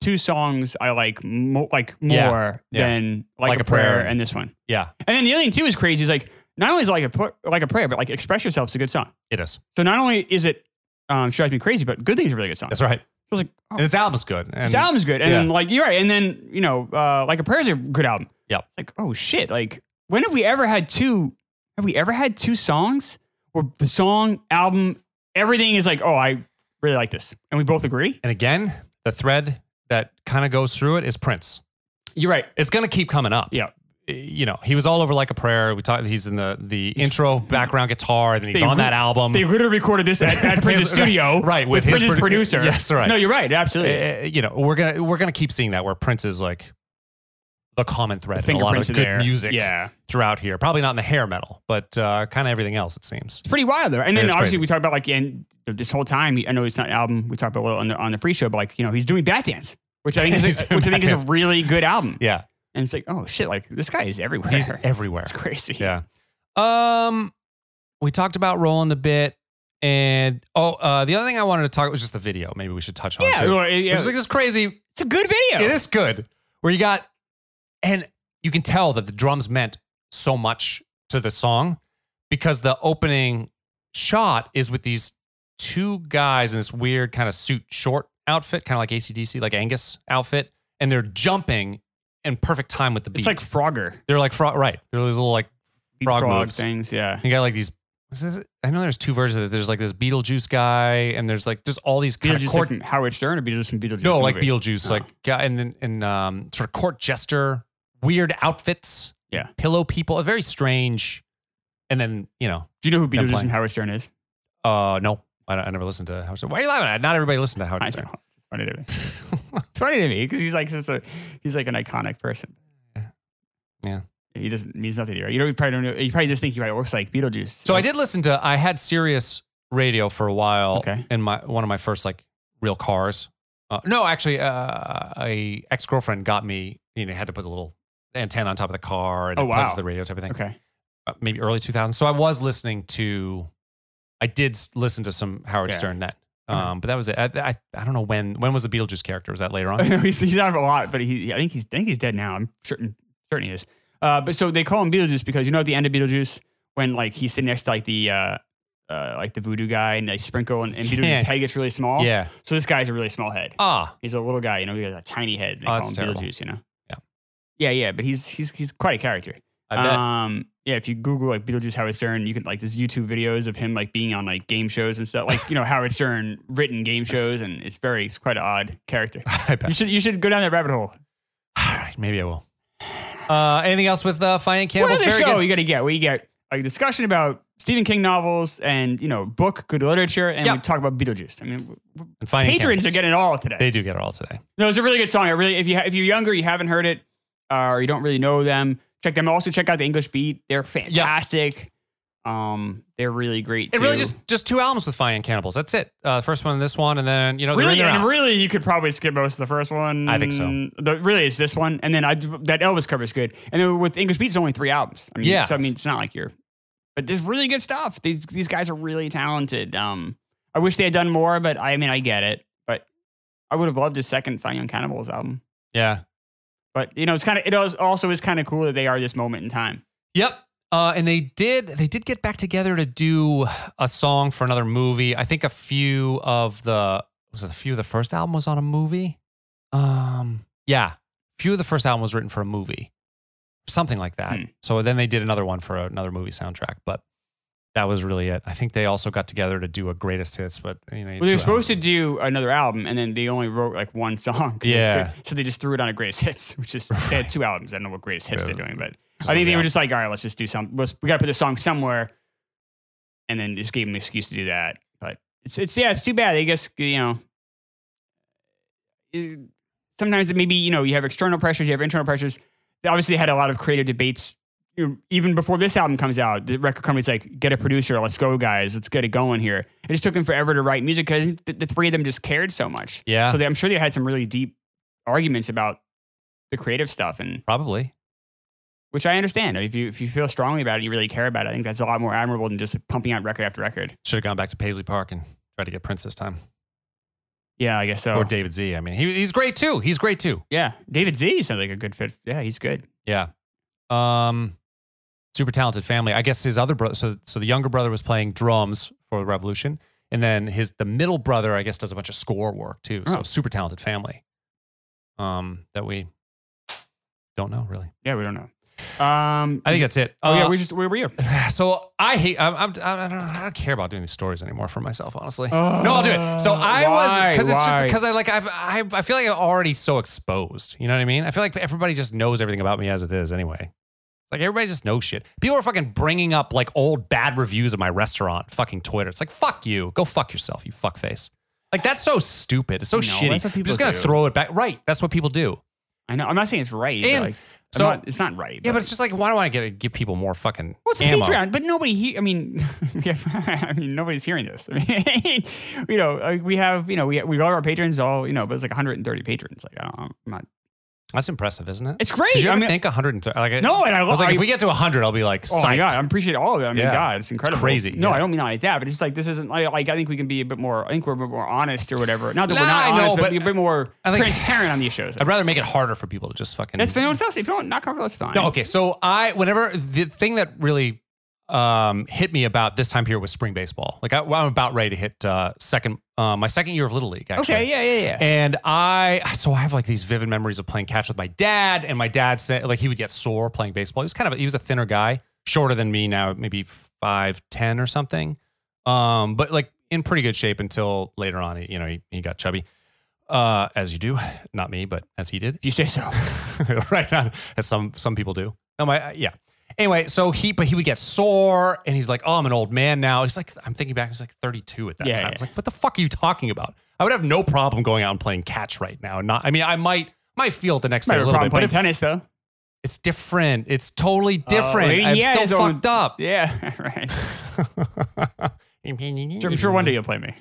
[SPEAKER 2] two songs I like mo- like more
[SPEAKER 1] Yeah. Yeah.
[SPEAKER 2] than like, a, prayer, and this one.
[SPEAKER 1] Yeah,
[SPEAKER 2] And then the other thing too is crazy is like not only is it like a pr- like a prayer, but like express yourself is a good song.
[SPEAKER 1] it is.
[SPEAKER 2] So not only is it um, drives me crazy, but good thing is a really good song.
[SPEAKER 1] That's right.
[SPEAKER 2] So I was like, oh,
[SPEAKER 1] And this album's good. And
[SPEAKER 2] this album's good, and
[SPEAKER 1] yeah.
[SPEAKER 2] then, like you're right, and then you know uh, like a prayer is a good album.
[SPEAKER 1] Yep.
[SPEAKER 2] Like oh shit, like when have we ever had two? Have we ever had two songs where the song album everything is like oh I really like this and we both agree?
[SPEAKER 1] and again, the thread that kind of goes through it is Prince.
[SPEAKER 2] You're right.
[SPEAKER 1] It's gonna keep coming up.
[SPEAKER 2] Yeah.
[SPEAKER 1] You know, he was all over like a prayer. We talked. He's in the the intro background guitar, and then he's
[SPEAKER 2] They
[SPEAKER 1] on
[SPEAKER 2] re-
[SPEAKER 1] that album.
[SPEAKER 2] They literally recorded this
[SPEAKER 1] [LAUGHS]
[SPEAKER 2] at, at Prince's
[SPEAKER 1] Mm. Right,
[SPEAKER 2] studio,
[SPEAKER 1] right, with
[SPEAKER 2] With,
[SPEAKER 1] his
[SPEAKER 2] Prince's
[SPEAKER 1] produ-
[SPEAKER 2] producer.
[SPEAKER 1] Yes, right.
[SPEAKER 2] No, you're right. It absolutely. is.
[SPEAKER 1] Uh, you know, we're gonna we're gonna keep seeing that where Prince is like the common thread in a lot of
[SPEAKER 2] Fingerprints
[SPEAKER 1] good
[SPEAKER 2] are there.
[SPEAKER 1] music
[SPEAKER 2] Yeah.
[SPEAKER 1] throughout here. Probably not in the hair metal, but uh, kind of everything else. It seems.
[SPEAKER 2] It's pretty wild though. And then
[SPEAKER 1] It is
[SPEAKER 2] obviously
[SPEAKER 1] crazy.
[SPEAKER 2] we talked about like and this whole time. I know it's not an album we talked about a little on the, on the free show, but like you know he's doing Bat Dance, which I think
[SPEAKER 1] He's
[SPEAKER 2] is a,
[SPEAKER 1] doing
[SPEAKER 2] which I think
[SPEAKER 1] Bat
[SPEAKER 2] is
[SPEAKER 1] Dance.
[SPEAKER 2] a really good album.
[SPEAKER 1] Yeah,
[SPEAKER 2] And it's like oh shit, like this guy is everywhere.
[SPEAKER 1] he's everywhere.
[SPEAKER 2] [LAUGHS] it's crazy.
[SPEAKER 1] Yeah. Um, we talked about Roland a bit, and oh, uh, the other thing I wanted to talk was just the video. Maybe we should touch on.
[SPEAKER 2] yeah.
[SPEAKER 1] too.
[SPEAKER 2] well, it- yeah,
[SPEAKER 1] It's like this crazy.
[SPEAKER 2] it's a good video.
[SPEAKER 1] It is good. Where you got, and you can tell that the drums meant so much to the song because the opening shot is with these two guys in this weird kind of suit short outfit, kind of like ACDC, like Angus outfit, and they're jumping in perfect time with the beat.
[SPEAKER 2] It's like Frogger,
[SPEAKER 1] they're like fro- right. They're these little like Frog moves.
[SPEAKER 2] things. Yeah.
[SPEAKER 1] you got like these. This is, I know there's two versions of it. There's like this Beetlejuice guy, and there's like just all these kind
[SPEAKER 2] Beetlejuice
[SPEAKER 1] of
[SPEAKER 2] like
[SPEAKER 1] court
[SPEAKER 2] from Howard Stern or Beetlejuice from Beetlejuice?
[SPEAKER 1] no,
[SPEAKER 2] the
[SPEAKER 1] like
[SPEAKER 2] movie?
[SPEAKER 1] Beetlejuice,
[SPEAKER 2] Oh.
[SPEAKER 1] like guy, and then and um, sort of court jester, weird outfits,
[SPEAKER 2] Yeah.
[SPEAKER 1] pillow people, a very strange. And then you know,
[SPEAKER 2] Do you know who
[SPEAKER 1] Yeah,
[SPEAKER 2] Beetlejuice
[SPEAKER 1] playing.
[SPEAKER 2] from Howard Stern is?
[SPEAKER 1] uh, no, I, don't- I never listened to Howard Stern. Why are you laughing at? Not everybody listened to Howard
[SPEAKER 2] I
[SPEAKER 1] Stern.
[SPEAKER 2] know. It's funny to me.
[SPEAKER 1] [LAUGHS]
[SPEAKER 2] it's funny to me because he's like such a he's like an iconic person.
[SPEAKER 1] Yeah.
[SPEAKER 2] He doesn't means nothing to you. Right? You don't you probably don't know. You probably just think he probably looks like Beetlejuice.
[SPEAKER 1] So I did listen to. I had Sirius Radio for a while,
[SPEAKER 2] Okay.
[SPEAKER 1] in my one of my first like real cars. Uh, no, actually, uh, a ex girlfriend got me. You know, had to put a little antenna on top of the car and
[SPEAKER 2] Oh,
[SPEAKER 1] it plugs
[SPEAKER 2] wow.
[SPEAKER 1] the radio type of thing.
[SPEAKER 2] Okay.
[SPEAKER 1] uh, maybe early 2000s. So I was listening to, I did s- listen to some Howard
[SPEAKER 2] Yeah. Mm-hmm.
[SPEAKER 1] Stern then. Um,
[SPEAKER 2] Okay.
[SPEAKER 1] But that was it. I, I, I don't know when, when was the Beetlejuice character? Was that later
[SPEAKER 2] [LAUGHS]
[SPEAKER 1] on?
[SPEAKER 2] he's, he's out of a lot, but he I think he's I think he's dead now. I'm certain certain he is. Uh, but so they call him Beetlejuice because you know at the end of Beetlejuice when like he's sitting next to like the uh, uh like the voodoo guy and they sprinkle and, and Beetlejuice's
[SPEAKER 1] Yeah.
[SPEAKER 2] head gets really small.
[SPEAKER 1] yeah.
[SPEAKER 2] So this guy's a really small head.
[SPEAKER 1] Ah,
[SPEAKER 2] He's a little guy, you know. He has a tiny head. They
[SPEAKER 1] Oh,
[SPEAKER 2] call
[SPEAKER 1] that's
[SPEAKER 2] him
[SPEAKER 1] terrible.
[SPEAKER 2] Beetlejuice, you know.
[SPEAKER 1] Yeah.
[SPEAKER 2] Yeah, yeah, but he's he's he's quite a character.
[SPEAKER 1] I bet.
[SPEAKER 2] Um, yeah, if you Google like Beetlejuice Howard Stern, you can like there's YouTube videos of him like being on like game shows and stuff, like you know Howard Stern
[SPEAKER 1] [LAUGHS]
[SPEAKER 2] written game shows, and it's very it's quite an odd character.
[SPEAKER 1] I bet.
[SPEAKER 2] You should you should go down that rabbit hole.
[SPEAKER 1] All right. Maybe I will. Uh, anything else with uh, Fine
[SPEAKER 2] what
[SPEAKER 1] Campbell's
[SPEAKER 2] other
[SPEAKER 1] very
[SPEAKER 2] show
[SPEAKER 1] good-
[SPEAKER 2] you got to get? We get a discussion about Stephen King novels and you know book good literature, and
[SPEAKER 1] Yeah.
[SPEAKER 2] we talk about Beetlejuice. I mean, w- w-
[SPEAKER 1] and Fine
[SPEAKER 2] patrons are
[SPEAKER 1] Campbell's.
[SPEAKER 2] getting it all today.
[SPEAKER 1] They do get it all today.
[SPEAKER 2] No, it's a really good song. I really, if you ha- if you're younger, you haven't heard it, uh, or you don't really know them, check them. Also, check out the English Beat. They're fantastic. Um, they're really great.
[SPEAKER 1] It really
[SPEAKER 2] too.
[SPEAKER 1] just just two albums with Fine Cannibals. That's it. Uh, the first one, and this one, and then you know, Oh, the
[SPEAKER 2] really
[SPEAKER 1] Ringer
[SPEAKER 2] and
[SPEAKER 1] album.
[SPEAKER 2] really you could probably skip most of the first one.
[SPEAKER 1] I think so.
[SPEAKER 2] The, really, it's this one, and then I that Elvis cover is good, and then with English Beat, it's only three albums. I mean,
[SPEAKER 1] Yeah.
[SPEAKER 2] So I mean, it's not like you're, but there's really good stuff. These these guys are really talented. Um, I wish they had done more, but I mean, I get it. But I would have loved his second Fine Young Cannibals album.
[SPEAKER 1] yeah.
[SPEAKER 2] But you know, it's kind of it als- also is kind of cool that they are this moment in time.
[SPEAKER 1] Yep. Uh, and they did they did get back together to do a song for another movie. I think a few of the was it a few of the first album was on a movie. Um, yeah, few of the first album was written for a movie, something like that.
[SPEAKER 2] Hmm.
[SPEAKER 1] So then they did another one for another movie soundtrack, but that was really it. I think they also got together to do a greatest hits, but you know,
[SPEAKER 2] Well, they
[SPEAKER 1] two
[SPEAKER 2] were supposed
[SPEAKER 1] albums.
[SPEAKER 2] to do another album, and then they only wrote like one [LAUGHS] song. 'cause they
[SPEAKER 1] Yeah.
[SPEAKER 2] could- so they just threw it on a greatest hits, which is they had two albums. I don't know what greatest hits
[SPEAKER 1] Yeah,
[SPEAKER 2] they're doing, but
[SPEAKER 1] Just
[SPEAKER 2] I think
[SPEAKER 1] like
[SPEAKER 2] they were
[SPEAKER 1] that.
[SPEAKER 2] just like, all right, let's just do something. Let's, we got to put this song somewhere, and then just gave them an excuse to do that. But it's it's yeah, it's too bad. I guess you know. it- sometimes it maybe you know you have external pressures, you have internal pressures. They obviously had a lot of creative debates. You know, even before this album comes out, the record company's like, "Get a producer, let's go, guys, let's get it going here." It just took them forever to write music because the, the three of them just cared so much.
[SPEAKER 1] yeah,
[SPEAKER 2] So they, I'm sure they had some really deep arguments about the creative stuff, and
[SPEAKER 1] probably.
[SPEAKER 2] which I understand. If you if you feel strongly about it, you really care about it. I think that's a lot more admirable than just pumping out record after record.
[SPEAKER 1] Should have gone back to Paisley Park and tried to get Prince this time.
[SPEAKER 2] Yeah, I guess so.
[SPEAKER 1] Or David Z. I mean, he, he's great too. He's great too.
[SPEAKER 2] yeah, David Z sounds like a good fit. Yeah, he's good.
[SPEAKER 1] Yeah. Um, super talented family. I guess his other brother. So so the younger brother was playing drums for the Revolution, and then his the middle brother, I guess, does a bunch of score work too. So
[SPEAKER 2] Oh.
[SPEAKER 1] super talented family. Um, that we don't know really.
[SPEAKER 2] Yeah, we don't know. Um,
[SPEAKER 1] I think that's it.
[SPEAKER 2] Oh yeah,
[SPEAKER 1] Uh,
[SPEAKER 2] we just where were you?
[SPEAKER 1] [SIGHS] so I hate. I'm, I'm, I don't. I don't care about doing these stories anymore for myself, honestly.
[SPEAKER 2] Oh.
[SPEAKER 1] no, I'll do it. So I
[SPEAKER 2] Why?
[SPEAKER 1] was because it's just
[SPEAKER 2] Why?
[SPEAKER 1] because I like I've I, I feel like I'm already so exposed. You know what I mean? I feel like everybody just knows everything about me as it is anyway. It's like everybody just knows shit. People are fucking bringing up like old bad reviews of my restaurant, fucking Twitter. It's like fuck you, go fuck yourself, you fuckface. Like that's so stupid. It's so
[SPEAKER 2] No,
[SPEAKER 1] shitty.
[SPEAKER 2] that's what
[SPEAKER 1] I'm
[SPEAKER 2] people
[SPEAKER 1] just gonna
[SPEAKER 2] do.
[SPEAKER 1] throw it back. Right. That's what people do.
[SPEAKER 2] I know. I'm not saying it's right.
[SPEAKER 1] And
[SPEAKER 2] but like,
[SPEAKER 1] so-
[SPEAKER 2] so it's not right.
[SPEAKER 1] Yeah, but it's just like why do I get give people more fucking
[SPEAKER 2] Well, it's
[SPEAKER 1] ammo?
[SPEAKER 2] Patreon, but nobody. He- I mean, [LAUGHS] yeah, I mean, nobody's hearing this. [LAUGHS] I mean, you know, like, we have, you know, we we got our patrons all, you know, but it's like 130 patrons. Like, I don't, I'm not.
[SPEAKER 1] That's impressive, isn't it?
[SPEAKER 2] It's great.
[SPEAKER 1] Did you
[SPEAKER 2] I
[SPEAKER 1] ever
[SPEAKER 2] mean,
[SPEAKER 1] think 130? Like, I-
[SPEAKER 2] no, and I,
[SPEAKER 1] I was like,
[SPEAKER 2] I-
[SPEAKER 1] if we get to 100, I'll be like,
[SPEAKER 2] Oh my
[SPEAKER 1] psyched.
[SPEAKER 2] god, I appreciate all of it. I mean,
[SPEAKER 1] Yeah.
[SPEAKER 2] God, it's incredible.
[SPEAKER 1] crazy,
[SPEAKER 2] No,
[SPEAKER 1] yeah.
[SPEAKER 2] I don't mean it like that, but it's just like this isn't like, like I think we can be a bit more. I think we're a bit more honest or whatever. Not that
[SPEAKER 1] Nah,
[SPEAKER 2] we're not
[SPEAKER 1] I know,
[SPEAKER 2] honest, but,
[SPEAKER 1] but
[SPEAKER 2] be a bit more
[SPEAKER 1] I think-
[SPEAKER 2] transparent on these shows.
[SPEAKER 1] I'd rather make it harder for people to just fucking.
[SPEAKER 2] That's fine. If you don't not comfortable, that's fine.
[SPEAKER 1] No, okay. So I, whenever the thing that really um, hit me about this time period was spring baseball. Like I, well, I'm about ready to hit uh, second, uh, my second year of little league. Actually.
[SPEAKER 2] Okay. Yeah. Yeah. Yeah.
[SPEAKER 1] And I, so I have like these vivid memories of playing catch with my dad, and my dad said like he would get sore playing baseball. He was kind of a, he was a thinner guy, shorter than me now, maybe five ten or something, um, but like in pretty good shape until later on. He, you know, he, he got chubby, uh, as you do, not me, but as he did.
[SPEAKER 2] if you say so.
[SPEAKER 1] [LAUGHS] right now, as some some people do. No, my uh, yeah. Anyway, so he but he would get sore, and he's like, "Oh, I'm an old man now." He's like, "I'm thinking back, he's like 32 at that
[SPEAKER 2] Yeah,
[SPEAKER 1] time." I
[SPEAKER 2] yeah.
[SPEAKER 1] was like, "What the fuck are you talking about?" I would have no problem going out and playing catch right now. Not, I mean, I might might feel it the next
[SPEAKER 2] Might
[SPEAKER 1] day a
[SPEAKER 2] have a
[SPEAKER 1] little
[SPEAKER 2] problem
[SPEAKER 1] bit, but
[SPEAKER 2] playing
[SPEAKER 1] if,
[SPEAKER 2] tennis though.
[SPEAKER 1] it's different. It's totally different.
[SPEAKER 2] yeah,
[SPEAKER 1] I'm still
[SPEAKER 2] his own-
[SPEAKER 1] fucked
[SPEAKER 2] [LAUGHS]
[SPEAKER 1] up.
[SPEAKER 2] Yeah. Right. I'm sure one day you'll play me.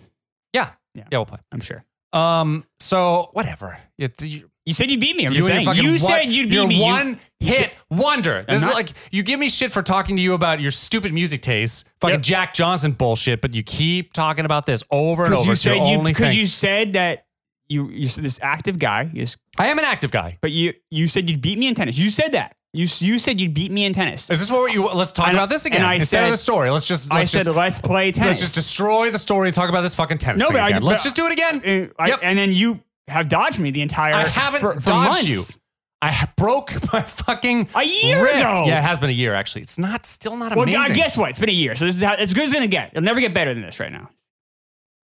[SPEAKER 1] Yeah,
[SPEAKER 2] Yeah.
[SPEAKER 1] yeah, we'll play.
[SPEAKER 2] I'm sure.
[SPEAKER 1] Um, so whatever. It's you,
[SPEAKER 2] You said you'd beat me. I'm
[SPEAKER 1] You,
[SPEAKER 2] just
[SPEAKER 1] and
[SPEAKER 2] saying.
[SPEAKER 1] your fucking
[SPEAKER 2] You
[SPEAKER 1] one-
[SPEAKER 2] said you'd beat
[SPEAKER 1] your
[SPEAKER 2] me. You-
[SPEAKER 1] one hit wonder. This
[SPEAKER 2] not-
[SPEAKER 1] is like you give me shit for talking to you about your stupid music tastes, fucking
[SPEAKER 2] Yep.
[SPEAKER 1] Jack Johnson bullshit, but you keep talking about this over and
[SPEAKER 2] Because
[SPEAKER 1] over.
[SPEAKER 2] you
[SPEAKER 1] It's your
[SPEAKER 2] said you
[SPEAKER 1] only
[SPEAKER 2] because
[SPEAKER 1] thing.
[SPEAKER 2] you said that you you said this active guy is
[SPEAKER 1] I am an active guy.
[SPEAKER 2] but you you said you'd beat me in tennis. You said that. You s- you said you'd beat me in tennis.
[SPEAKER 1] Is this what you? Let's talk
[SPEAKER 2] And-
[SPEAKER 1] about this again.
[SPEAKER 2] and I
[SPEAKER 1] Instead of
[SPEAKER 2] said-
[SPEAKER 1] the story, let's just
[SPEAKER 2] I
[SPEAKER 1] let's
[SPEAKER 2] said
[SPEAKER 1] just,
[SPEAKER 2] let's play tennis.
[SPEAKER 1] let's just destroy the story and talk about this fucking tennis
[SPEAKER 2] No,
[SPEAKER 1] thing
[SPEAKER 2] but I-
[SPEAKER 1] again. let's
[SPEAKER 2] but-
[SPEAKER 1] just do it again.
[SPEAKER 2] and, eh, I-
[SPEAKER 1] Yep.
[SPEAKER 2] and then you have dodged me the entire.
[SPEAKER 1] I haven't
[SPEAKER 2] for, for
[SPEAKER 1] dodged
[SPEAKER 2] months.
[SPEAKER 1] you. I ha- broke [LAUGHS] my fucking
[SPEAKER 2] A year
[SPEAKER 1] wrist.
[SPEAKER 2] ago.
[SPEAKER 1] Yeah, it has been a year actually. It's not still not
[SPEAKER 2] Well,
[SPEAKER 1] amazing.
[SPEAKER 2] God, guess what? It's been a year, so this is how, as good as it's gonna get. It'll never get better than this right now,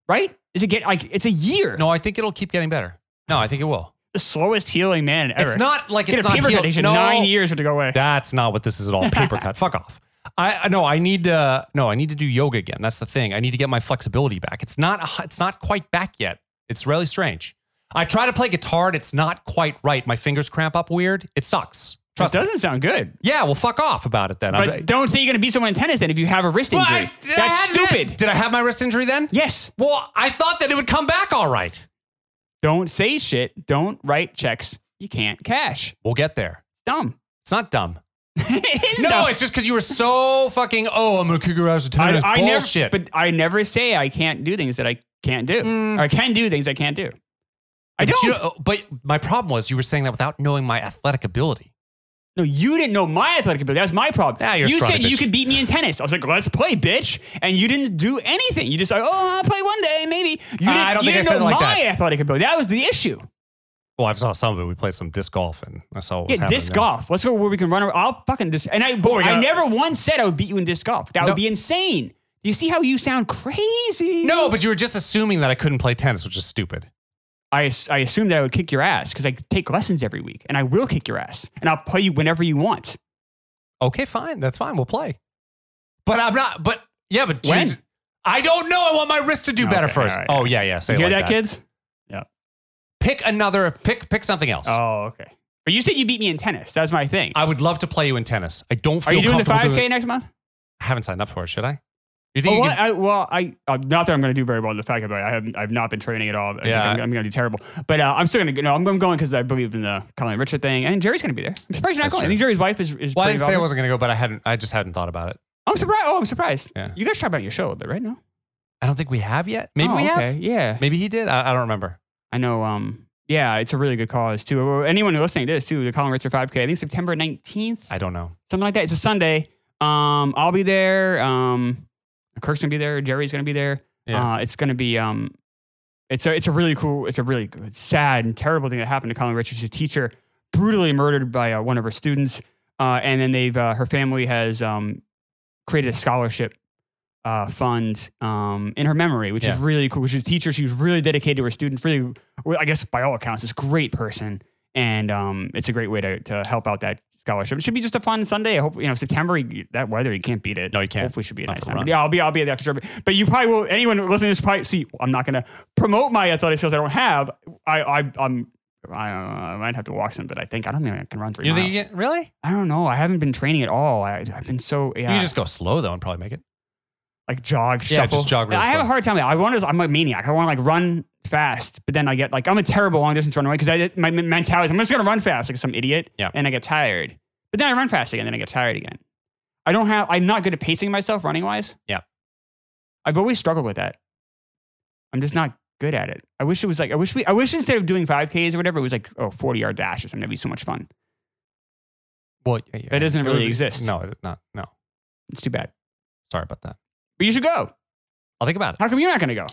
[SPEAKER 2] right? Is it get like it's a year?
[SPEAKER 1] No, I think it'll keep getting better. No, I think it will.
[SPEAKER 2] the slowest healing man ever.
[SPEAKER 1] It's not like
[SPEAKER 2] Get
[SPEAKER 1] it's
[SPEAKER 2] a
[SPEAKER 1] not
[SPEAKER 2] paper cut.
[SPEAKER 1] healed.
[SPEAKER 2] They should
[SPEAKER 1] No,
[SPEAKER 2] nine years for it to go away.
[SPEAKER 1] That's not what this is at
[SPEAKER 2] [LAUGHS]
[SPEAKER 1] all. Paper cut. Fuck off. I I- no. I need to no. I need to do yoga again. That's the thing. I need to get my flexibility back. It's not. uh, It's not quite back yet. It's really strange. I try to play guitar. and It's not quite right. My fingers cramp up weird. It sucks.
[SPEAKER 2] It
[SPEAKER 1] Trust me.
[SPEAKER 2] doesn't sound good.
[SPEAKER 1] Yeah. Well, fuck off about it then. I'm-
[SPEAKER 2] But don't say you're gonna beat someone in tennis then if you have a wrist
[SPEAKER 1] Well,
[SPEAKER 2] injury.
[SPEAKER 1] I- I
[SPEAKER 2] That's
[SPEAKER 1] had that.
[SPEAKER 2] stupid.
[SPEAKER 1] Did I have my wrist injury then?
[SPEAKER 2] Yes.
[SPEAKER 1] Well, I thought that it would come back all right.
[SPEAKER 2] Don't say shit. Don't write checks. You can't cash.
[SPEAKER 1] We'll get there.
[SPEAKER 2] Dumb. [LAUGHS]
[SPEAKER 1] It's not dumb.
[SPEAKER 2] It is
[SPEAKER 1] No,
[SPEAKER 2] dumb.
[SPEAKER 1] it's just because you were so fucking. Oh, I'm gonna kick your ass with
[SPEAKER 2] I,
[SPEAKER 1] tennis.
[SPEAKER 2] I never.
[SPEAKER 1] Bullshit.
[SPEAKER 2] But I never say I can't do things that I can't do.
[SPEAKER 1] Mm.
[SPEAKER 2] Or I can do things I can't do. I
[SPEAKER 1] But
[SPEAKER 2] don't.
[SPEAKER 1] you- oh, but my problem was you were saying that without knowing my athletic ability.
[SPEAKER 2] no, you didn't know my athletic ability. That was my problem.
[SPEAKER 1] Yeah, Ah, you're a
[SPEAKER 2] you
[SPEAKER 1] scrawny
[SPEAKER 2] said you
[SPEAKER 1] bitch.
[SPEAKER 2] could beat me in tennis. I was like, let's play, bitch. And you didn't do anything. You just like, oh, I'll play one day, maybe. You didn't,
[SPEAKER 1] Ah, I don't
[SPEAKER 2] you
[SPEAKER 1] think I
[SPEAKER 2] didn't
[SPEAKER 1] said it
[SPEAKER 2] know
[SPEAKER 1] like
[SPEAKER 2] my
[SPEAKER 1] that.
[SPEAKER 2] athletic ability. That was the issue.
[SPEAKER 1] Well, I saw some of it. We played some disc golf, and I saw what was
[SPEAKER 2] Yeah,
[SPEAKER 1] happening.
[SPEAKER 2] disc
[SPEAKER 1] there.
[SPEAKER 2] golf. Let's go where we can run. Around. I'll fucking disc. And I, boy, I
[SPEAKER 1] gotta-
[SPEAKER 2] never once said I would beat you in disc golf. That
[SPEAKER 1] No.
[SPEAKER 2] would be insane. Do you see how you sound crazy?
[SPEAKER 1] No, but you were just assuming that I couldn't play tennis, which is stupid.
[SPEAKER 2] I, ass- I assumed I would kick your ass because I take lessons every week, and I will kick your ass, and I'll play you whenever you want.
[SPEAKER 1] Okay, fine, that's fine. We'll play. But I'm not. But yeah, but
[SPEAKER 2] When?
[SPEAKER 1] dude, I don't know. I want my wrist to do better
[SPEAKER 2] Okay,
[SPEAKER 1] first.
[SPEAKER 2] all right.
[SPEAKER 1] Oh yeah, yeah. Say
[SPEAKER 2] You
[SPEAKER 1] it
[SPEAKER 2] hear
[SPEAKER 1] like
[SPEAKER 2] that, kids?
[SPEAKER 1] Pick another. Pick pick something else.
[SPEAKER 2] Oh, okay. But you said you beat me in tennis. That's my thing.
[SPEAKER 1] I would love to play you in tennis. I don't feel
[SPEAKER 2] Are you doing the
[SPEAKER 1] comfortable
[SPEAKER 2] 5K
[SPEAKER 1] doing it.
[SPEAKER 2] next month?
[SPEAKER 1] I haven't signed up for it. Should I? You
[SPEAKER 2] Oh,
[SPEAKER 1] think? you
[SPEAKER 2] what?
[SPEAKER 1] could-
[SPEAKER 2] I, well, I uh, not that I'm going to do very well in the 5K, but I have I've not been training at all. I think
[SPEAKER 1] Yeah.
[SPEAKER 2] I'm, I'm going to do terrible. But uh, I'm still going to no. I'm, I'm going because I believe in the Colin Richard thing, and Jerry's going to be there. I'm surprised you're not
[SPEAKER 1] That's
[SPEAKER 2] going. I
[SPEAKER 1] true.
[SPEAKER 2] think Jerry's wife is is.
[SPEAKER 1] well, I
[SPEAKER 2] pretty
[SPEAKER 1] didn't say I
[SPEAKER 2] involved.
[SPEAKER 1] wasn't gonna go, but I hadn't. I just hadn't thought about it.
[SPEAKER 2] I'm surprised. Oh, I'm surprised.
[SPEAKER 1] Yeah.
[SPEAKER 2] You guys talk about your show a bit, right? No.
[SPEAKER 1] I don't think we have yet. Maybe
[SPEAKER 2] Oh,
[SPEAKER 1] we
[SPEAKER 2] okay.
[SPEAKER 1] have.
[SPEAKER 2] Yeah.
[SPEAKER 1] Maybe he did. I, I don't remember.
[SPEAKER 2] I know. Um, yeah, it's a really good cause too. Or Anyone listening to this too, the Colin Richard 5K. I think September 19th,
[SPEAKER 1] I don't know.
[SPEAKER 2] something like that. It's a Sunday. Um, I'll be there. Um, Kirk's gonna be there. Jerry's gonna be there.
[SPEAKER 1] Yeah.
[SPEAKER 2] Uh, it's gonna be um, it's a it's a really cool. It's a really good, sad and terrible thing that happened to Colin Richards, a teacher, brutally murdered by uh, one of her students. Uh, and then they've uh, her family has um, created a scholarship uh, fund um, in her memory, which is
[SPEAKER 1] Yeah.
[SPEAKER 2] really cool. She's a teacher. She was really dedicated to her students. Really, well, I guess by all accounts, this great person, and um, it's a great way to, to help out that scholarship. It should be just a fun Sunday. I hope you know September. you- That weather, you can't beat it.
[SPEAKER 1] No, you can't.
[SPEAKER 2] Hopefully, it should be a
[SPEAKER 1] Not
[SPEAKER 2] nice
[SPEAKER 1] for
[SPEAKER 2] time.
[SPEAKER 1] running.
[SPEAKER 2] Yeah, I'll be. I'll be at the after show. But- But you probably will. Anyone listening to this probably see. I'm not going to promote my athletic skills. I don't have. I, I I'm. I don't know. I might have to walk some, but I think I don't think I can run three
[SPEAKER 1] You
[SPEAKER 2] miles.
[SPEAKER 1] think you get really?
[SPEAKER 2] I don't know. I haven't been training at all. I, I've been so yeah
[SPEAKER 1] You can just go slow though and probably make it.
[SPEAKER 2] like jog,
[SPEAKER 1] Yeah,
[SPEAKER 2] shuffle.
[SPEAKER 1] just jog really
[SPEAKER 2] I have a
[SPEAKER 1] slow.
[SPEAKER 2] hard time. with that. I want to. I'm a maniac. I want to like run fast, but then I get like I'm a terrible long distance runner because my men- mentality is I'm just gonna run fast like some idiot.
[SPEAKER 1] Yeah.
[SPEAKER 2] And I get tired, but then I run fast again, then I get tired again. I don't have. I'm not good at pacing myself running wise.
[SPEAKER 1] Yeah.
[SPEAKER 2] I've always struggled with that. I'm just not good at it. I wish it was like I wish we. I wish instead of doing 5Ks or whatever, it was like oh 40 yard dash or something. That'd be so much fun.
[SPEAKER 1] Well,
[SPEAKER 2] That doesn't
[SPEAKER 1] it
[SPEAKER 2] really
[SPEAKER 1] would be-
[SPEAKER 2] exist.
[SPEAKER 1] No, it, not no.
[SPEAKER 2] It's too bad.
[SPEAKER 1] Sorry about that.
[SPEAKER 2] But you should go.
[SPEAKER 1] I'll think about it.
[SPEAKER 2] How come you're not gonna go?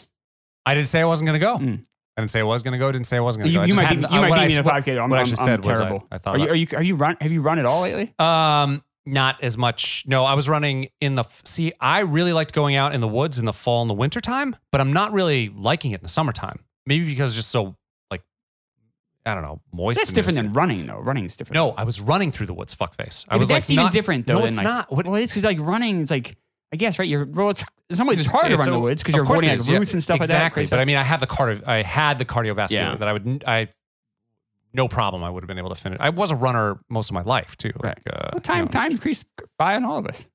[SPEAKER 1] I didn't say I wasn't gonna go.
[SPEAKER 2] Mm.
[SPEAKER 1] I didn't say I was gonna go. Didn't say I wasn't gonna
[SPEAKER 2] You,
[SPEAKER 1] go. I
[SPEAKER 2] you
[SPEAKER 1] just
[SPEAKER 2] might be, you
[SPEAKER 1] hadn't- uh,
[SPEAKER 2] might
[SPEAKER 1] what I
[SPEAKER 2] be in a
[SPEAKER 1] sp-
[SPEAKER 2] 5K. I'm,
[SPEAKER 1] what I
[SPEAKER 2] I'm,
[SPEAKER 1] actually
[SPEAKER 2] I'm
[SPEAKER 1] said was I-
[SPEAKER 2] terrible.
[SPEAKER 1] I thought
[SPEAKER 2] are you,
[SPEAKER 1] about-
[SPEAKER 2] are you are you run have you run at all lately?
[SPEAKER 1] Um, not as much. No, I was running in the. f- See, I really liked going out in the woods in the fall and the winter time, but I'm not really liking it in the summertime. Maybe because it's just so like, I don't know, moist.
[SPEAKER 2] That's
[SPEAKER 1] and
[SPEAKER 2] different
[SPEAKER 1] there's-
[SPEAKER 2] than running though. Running's different.
[SPEAKER 1] No, I was running through the woods, fuckface. I
[SPEAKER 2] Yeah, but
[SPEAKER 1] was
[SPEAKER 2] that's
[SPEAKER 1] like,
[SPEAKER 2] even
[SPEAKER 1] not,
[SPEAKER 2] different though.
[SPEAKER 1] No,
[SPEAKER 2] than,
[SPEAKER 1] it's
[SPEAKER 2] like,
[SPEAKER 1] not. What,
[SPEAKER 2] well, it's because like running is like I guess right. You're well, it's in some ways it's harder to
[SPEAKER 1] Yeah,
[SPEAKER 2] run
[SPEAKER 1] so-
[SPEAKER 2] in the woods because
[SPEAKER 1] of
[SPEAKER 2] you're
[SPEAKER 1] course
[SPEAKER 2] avoiding
[SPEAKER 1] it is,
[SPEAKER 2] like roots
[SPEAKER 1] yeah.
[SPEAKER 2] and stuff
[SPEAKER 1] exactly.
[SPEAKER 2] like
[SPEAKER 1] But I
[SPEAKER 2] that.
[SPEAKER 1] mean, I have the cardio. I had the cardiovascular
[SPEAKER 2] Yeah.
[SPEAKER 1] that I would. I no problem. I would have been able to finish. I was a runner most of my life too.
[SPEAKER 2] Right.
[SPEAKER 1] Like, uh,
[SPEAKER 2] Well, time
[SPEAKER 1] you know.
[SPEAKER 2] time increased by on all of us.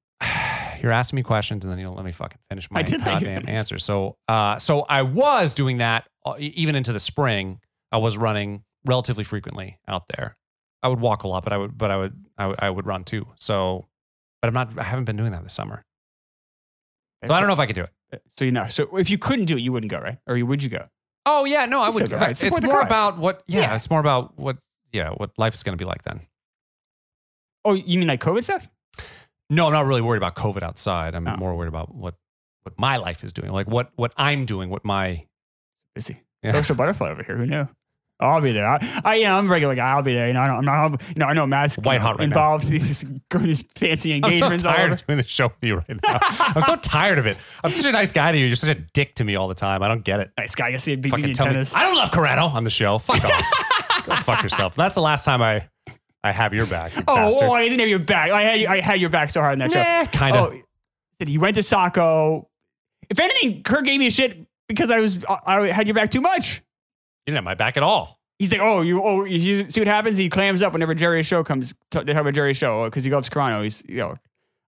[SPEAKER 1] you're asking me questions and then you don't let me fucking finish my
[SPEAKER 2] I did let you
[SPEAKER 1] goddamn
[SPEAKER 2] finish.
[SPEAKER 1] answer. So, uh, so I was doing that uh, e- even into the spring. I was running relatively frequently out there. I would walk a lot, but I would, but I would, I would, I would run too. So, but I'm not. I haven't been doing that this summer. So I don't know if I could do it.
[SPEAKER 2] So you know. So if you couldn't do it, you wouldn't go, right? Or you would you go?
[SPEAKER 1] Oh yeah, no, I
[SPEAKER 2] Still
[SPEAKER 1] would.
[SPEAKER 2] go,
[SPEAKER 1] go.
[SPEAKER 2] right,
[SPEAKER 1] It's
[SPEAKER 2] support
[SPEAKER 1] it's
[SPEAKER 2] the
[SPEAKER 1] more
[SPEAKER 2] cause.
[SPEAKER 1] about what. Yeah,
[SPEAKER 2] Yeah.
[SPEAKER 1] it's more about what. Yeah, what life is going to be like then.
[SPEAKER 2] Oh, you mean like COVID stuff?
[SPEAKER 1] No, I'm not really worried about COVID outside. I'm
[SPEAKER 2] Oh.
[SPEAKER 1] more worried about what what my life is doing, like what what I'm doing, what my
[SPEAKER 2] Busy.
[SPEAKER 1] Yeah.
[SPEAKER 2] Social butterfly over here. Who knew? I'll be there. I, I you know, I'm a regular guy. I'll be there. You know, I don't, I'm not. You know, I know Matt's
[SPEAKER 1] White hot right now.
[SPEAKER 2] involved. These [LAUGHS] go these fancy
[SPEAKER 1] I'm so
[SPEAKER 2] engagements. all
[SPEAKER 1] tired
[SPEAKER 2] over.
[SPEAKER 1] of doing the show with you right now. I'm so tired of it. I'm such a nice guy to you. You're such a dick to me all the time. I don't get it.
[SPEAKER 2] Nice guy. You see a big
[SPEAKER 1] Fucking
[SPEAKER 2] in
[SPEAKER 1] tell
[SPEAKER 2] tennis.
[SPEAKER 1] me. I don't love Corrado on the show. Fuck off.
[SPEAKER 2] [LAUGHS]
[SPEAKER 1] Go fuck yourself. That's the last time I, I have your back. You
[SPEAKER 2] Oh,
[SPEAKER 1] bastard.
[SPEAKER 2] oh, I didn't have your back. I had, I had your back so hard in that
[SPEAKER 1] Nah,
[SPEAKER 2] show.
[SPEAKER 1] kinda.
[SPEAKER 2] Oh, that he went to Saco. If anything, Kirk gave me a shit because I was uh, I had your back too much.
[SPEAKER 1] you didn't have my back at all.
[SPEAKER 2] He's like, oh, you, oh, you see what happens? He clams up whenever Jerry's show comes. They talk about Jerry's show because he loves Carano. He's, you know,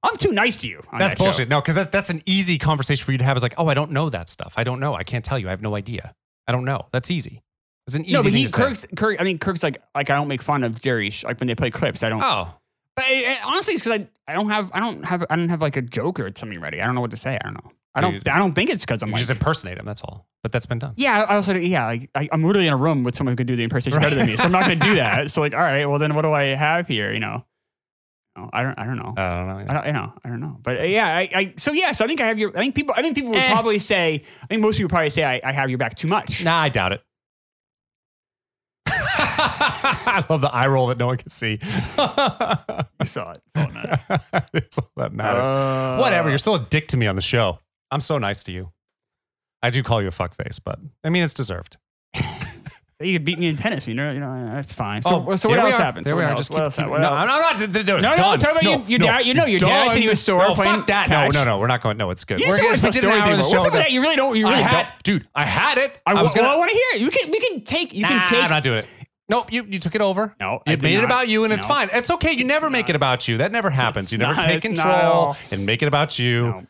[SPEAKER 2] I'm too nice to you. on
[SPEAKER 1] That's
[SPEAKER 2] that show."
[SPEAKER 1] bullshit. No, because that's that's an easy conversation for you to have. Is like, oh, I don't know that stuff. I don't know. I can't tell you. I have no idea. I don't know. That's easy. It's an easy.
[SPEAKER 2] No, but
[SPEAKER 1] thing
[SPEAKER 2] he
[SPEAKER 1] to say.
[SPEAKER 2] Kirk's Kirk. I mean, Kirk's like like I don't make fun of Jerry. sh- Like when they play clips, I don't.
[SPEAKER 1] Oh,
[SPEAKER 2] But it, it- honestly, it's because I, I don't have I don't have I don't have like a joke or something ready. I don't know what to say. I don't know. I don't
[SPEAKER 1] Dude.
[SPEAKER 2] I don't think it's because I'm
[SPEAKER 1] you
[SPEAKER 2] like
[SPEAKER 1] just impersonate him. That's all. But that's been done.
[SPEAKER 2] Yeah, I also yeah, like I, I'm literally in a room with someone who could do the impersonation better than me, so I'm not going to
[SPEAKER 1] [LAUGHS]
[SPEAKER 2] do that. So like, all right, well then, what do I have here? You know, No, I don't, I don't know,
[SPEAKER 1] I don't know.
[SPEAKER 2] I don't, you know, I don't know. But uh, yeah, I, I, so yeah, so I think I have your, I think people, I think people would
[SPEAKER 1] Eh.
[SPEAKER 2] probably say, I think most people probably say I, I have your back too [LAUGHS] much.
[SPEAKER 1] Nah, I doubt it. [LAUGHS] I love the eye roll that no one can see. [LAUGHS]
[SPEAKER 2] I saw it. Oh, no.
[SPEAKER 1] That's all that matters.
[SPEAKER 2] Uh,
[SPEAKER 1] Whatever. You're still a dick to me on the show. I'm so nice to you. I do call you a fuckface, but I mean it's deserved.
[SPEAKER 2] you could beat me in tennis. You know, you know, that's fine.
[SPEAKER 1] Oh,
[SPEAKER 2] So, so what
[SPEAKER 1] there we
[SPEAKER 2] else
[SPEAKER 1] are.
[SPEAKER 2] happened?
[SPEAKER 1] There
[SPEAKER 2] so
[SPEAKER 1] we
[SPEAKER 2] what
[SPEAKER 1] are.
[SPEAKER 2] else?
[SPEAKER 1] Just
[SPEAKER 2] What
[SPEAKER 1] keep,
[SPEAKER 2] else
[SPEAKER 1] keep,
[SPEAKER 2] happened?
[SPEAKER 1] no,
[SPEAKER 2] What
[SPEAKER 1] I'm not.
[SPEAKER 2] else?
[SPEAKER 1] No, no, no, it's
[SPEAKER 2] No, no,
[SPEAKER 1] done.
[SPEAKER 2] talk about
[SPEAKER 1] no,
[SPEAKER 2] your- your dad- you know, your dad said he was sore
[SPEAKER 1] No,
[SPEAKER 2] playing
[SPEAKER 1] fuck that. No,
[SPEAKER 2] catch.
[SPEAKER 1] no, no. We're not going. No, it's good.
[SPEAKER 2] You
[SPEAKER 1] we're
[SPEAKER 2] still
[SPEAKER 1] good.
[SPEAKER 2] don't
[SPEAKER 1] We
[SPEAKER 2] tell
[SPEAKER 1] did an hour
[SPEAKER 2] stories
[SPEAKER 1] of the
[SPEAKER 2] anymore.
[SPEAKER 1] show.
[SPEAKER 2] What's up with
[SPEAKER 1] The-
[SPEAKER 2] that? You really don't. You really
[SPEAKER 1] I had,
[SPEAKER 2] don't.
[SPEAKER 1] dude. I had it.
[SPEAKER 2] I,
[SPEAKER 1] I, was gonna.
[SPEAKER 2] well, I want to hear. it. You can. We can take. You
[SPEAKER 1] nah,
[SPEAKER 2] can take.
[SPEAKER 1] I'm not doing it. Nope, you, you took it over.
[SPEAKER 2] No, I
[SPEAKER 1] you
[SPEAKER 2] did
[SPEAKER 1] made it
[SPEAKER 2] not.
[SPEAKER 1] about you, and it's
[SPEAKER 2] No.
[SPEAKER 1] fine. It's okay. You never make it about you. That never happens.
[SPEAKER 2] It's
[SPEAKER 1] You never
[SPEAKER 2] not-
[SPEAKER 1] take
[SPEAKER 2] it's not at
[SPEAKER 1] control
[SPEAKER 2] all.
[SPEAKER 1] and make it about you
[SPEAKER 2] No.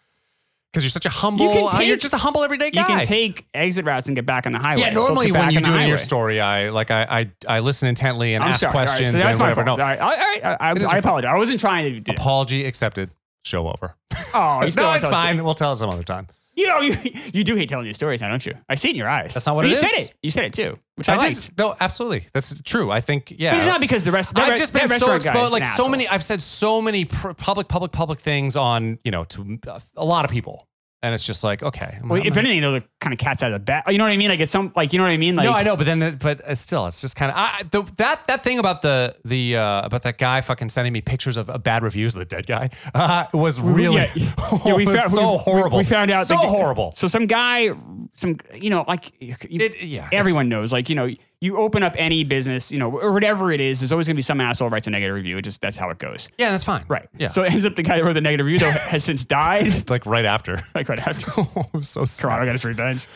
[SPEAKER 1] because you're such a humble.
[SPEAKER 2] can
[SPEAKER 1] uh, you're
[SPEAKER 2] take-
[SPEAKER 1] just a humble everyday
[SPEAKER 2] you
[SPEAKER 1] guy.
[SPEAKER 2] can take exit routes and get back on the highway.
[SPEAKER 1] yeah,
[SPEAKER 2] So let's
[SPEAKER 1] normally
[SPEAKER 2] get back
[SPEAKER 1] when you
[SPEAKER 2] on the
[SPEAKER 1] do it in your
[SPEAKER 2] highway.
[SPEAKER 1] story, I like I I, I listen intently and
[SPEAKER 2] I'm
[SPEAKER 1] ask
[SPEAKER 2] sorry. All right, so
[SPEAKER 1] questions
[SPEAKER 2] that's
[SPEAKER 1] and
[SPEAKER 2] my
[SPEAKER 1] whatever.
[SPEAKER 2] fault.
[SPEAKER 1] No,
[SPEAKER 2] All right, all right, I, I,
[SPEAKER 1] It is
[SPEAKER 2] I
[SPEAKER 1] your fault.
[SPEAKER 2] apologize. I wasn't trying to do.
[SPEAKER 1] apology accepted. Show over.
[SPEAKER 2] [LAUGHS] Oh, you
[SPEAKER 1] [LAUGHS]
[SPEAKER 2] still
[SPEAKER 1] no,
[SPEAKER 2] want
[SPEAKER 1] it's
[SPEAKER 2] us to-
[SPEAKER 1] fine. We'll tell it some other time.
[SPEAKER 2] You know, you, you do hate telling your stories now, don't you? I see it in your eyes.
[SPEAKER 1] That's not what it
[SPEAKER 2] But you
[SPEAKER 1] is.
[SPEAKER 2] said it. You said it too, which I, liked.
[SPEAKER 1] just no, absolutely. That's true. I think yeah.
[SPEAKER 2] but it's not because the rest. That,
[SPEAKER 1] I've
[SPEAKER 2] re-
[SPEAKER 1] just been
[SPEAKER 2] that
[SPEAKER 1] so
[SPEAKER 2] restaurant guy's
[SPEAKER 1] exposed,
[SPEAKER 2] an
[SPEAKER 1] like so
[SPEAKER 2] asshole.
[SPEAKER 1] many. I've said so many pr- public, public, public things on you know to uh, a lot of people, and it's just like okay. I'm-
[SPEAKER 2] Well,
[SPEAKER 1] I'm
[SPEAKER 2] if
[SPEAKER 1] not-
[SPEAKER 2] anything, they're the kind of cats out of the bat. You know what I mean? Like it's some, like you know what I mean? Like
[SPEAKER 1] no, I know, but then, the, but uh, still, it's just kind of I, I- the, that that thing about the the uh, about that guy fucking sending me pictures of, of bad reviews of the dead guy [LAUGHS] uh, was really [LAUGHS]
[SPEAKER 2] yeah, yeah, we
[SPEAKER 1] was
[SPEAKER 2] found
[SPEAKER 1] so
[SPEAKER 2] we- we-
[SPEAKER 1] horrible.
[SPEAKER 2] We, found out
[SPEAKER 1] so
[SPEAKER 2] that- [LAUGHS]
[SPEAKER 1] horrible.
[SPEAKER 2] So some guy, some you know, like you-
[SPEAKER 1] It- yeah, it's-
[SPEAKER 2] everyone knows. Like you know, you open up any business, you know, or whatever it is, there's always gonna be some asshole writes a negative review. It just that's how it goes.
[SPEAKER 1] Yeah, that's fine.
[SPEAKER 2] Right.
[SPEAKER 1] Yeah. [LAUGHS]
[SPEAKER 2] So it ends up the guy that wrote the negative review though [LAUGHS] has since died.
[SPEAKER 1] like right after.
[SPEAKER 2] like right after [LAUGHS]
[SPEAKER 1] I'm so sorry.
[SPEAKER 2] Corrado got his revenge,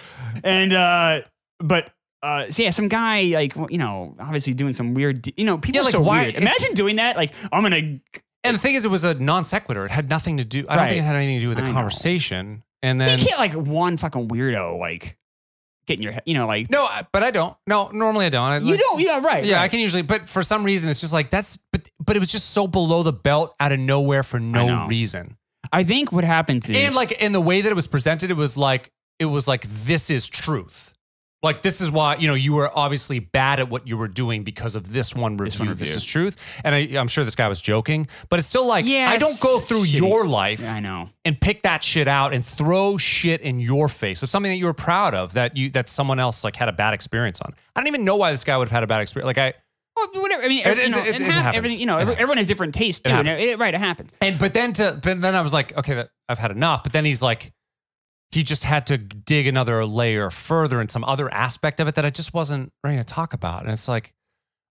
[SPEAKER 2] and uh, but. Uh, so yeah, some guy like well, you know, obviously doing some weird, d- you know, people
[SPEAKER 1] Yeah,
[SPEAKER 2] are
[SPEAKER 1] like,
[SPEAKER 2] so
[SPEAKER 1] why-
[SPEAKER 2] weird.
[SPEAKER 1] it's-
[SPEAKER 2] Imagine doing that. Like I'm gonna
[SPEAKER 1] And the thing is, it was a non sequitur. It had nothing to do. I don't
[SPEAKER 2] Right.
[SPEAKER 1] think it had anything to do with the
[SPEAKER 2] I know.
[SPEAKER 1] conversation. And
[SPEAKER 2] You
[SPEAKER 1] then
[SPEAKER 2] can't like one fucking weirdo like get in your head, you know, like
[SPEAKER 1] no, I- but I don't. No, normally I don't. I,
[SPEAKER 2] you
[SPEAKER 1] like-
[SPEAKER 2] don't, yeah, right.
[SPEAKER 1] Yeah,
[SPEAKER 2] right.
[SPEAKER 1] I can usually, but for some reason, it's just like that's. But but it was just so below the belt, out of nowhere for no
[SPEAKER 2] know.
[SPEAKER 1] reason.
[SPEAKER 2] I think what happens is
[SPEAKER 1] And like in the way that it was presented, it was like it was like this is truth. Like this is why you know you were obviously bad at what you were doing because of this one review. This,
[SPEAKER 2] one review.
[SPEAKER 1] is truth, and I, I'm sure this guy was joking, but it's still like
[SPEAKER 2] Yeah,
[SPEAKER 1] I don't
[SPEAKER 2] it's
[SPEAKER 1] go through
[SPEAKER 2] shitty.
[SPEAKER 1] your life
[SPEAKER 2] I know.
[SPEAKER 1] and pick that shit out and throw shit in your face of something that you were proud of that you that someone else like had a bad experience on. I don't even know why this guy would have had a bad experience. Like I
[SPEAKER 2] Well, whatever. I mean,
[SPEAKER 1] It-
[SPEAKER 2] you
[SPEAKER 1] it-
[SPEAKER 2] know,
[SPEAKER 1] it-
[SPEAKER 2] and
[SPEAKER 1] it
[SPEAKER 2] hap-
[SPEAKER 1] happens.
[SPEAKER 2] everything, you know,
[SPEAKER 1] It
[SPEAKER 2] every-
[SPEAKER 1] happens.
[SPEAKER 2] everyone has different tastes too. and
[SPEAKER 1] happens.
[SPEAKER 2] it- right, it happened.
[SPEAKER 1] and but then to but then I was like, okay, that, I've had enough. But then he's like, he just had to dig another layer further in some other aspect of it that I just wasn't ready to talk about. And it's like,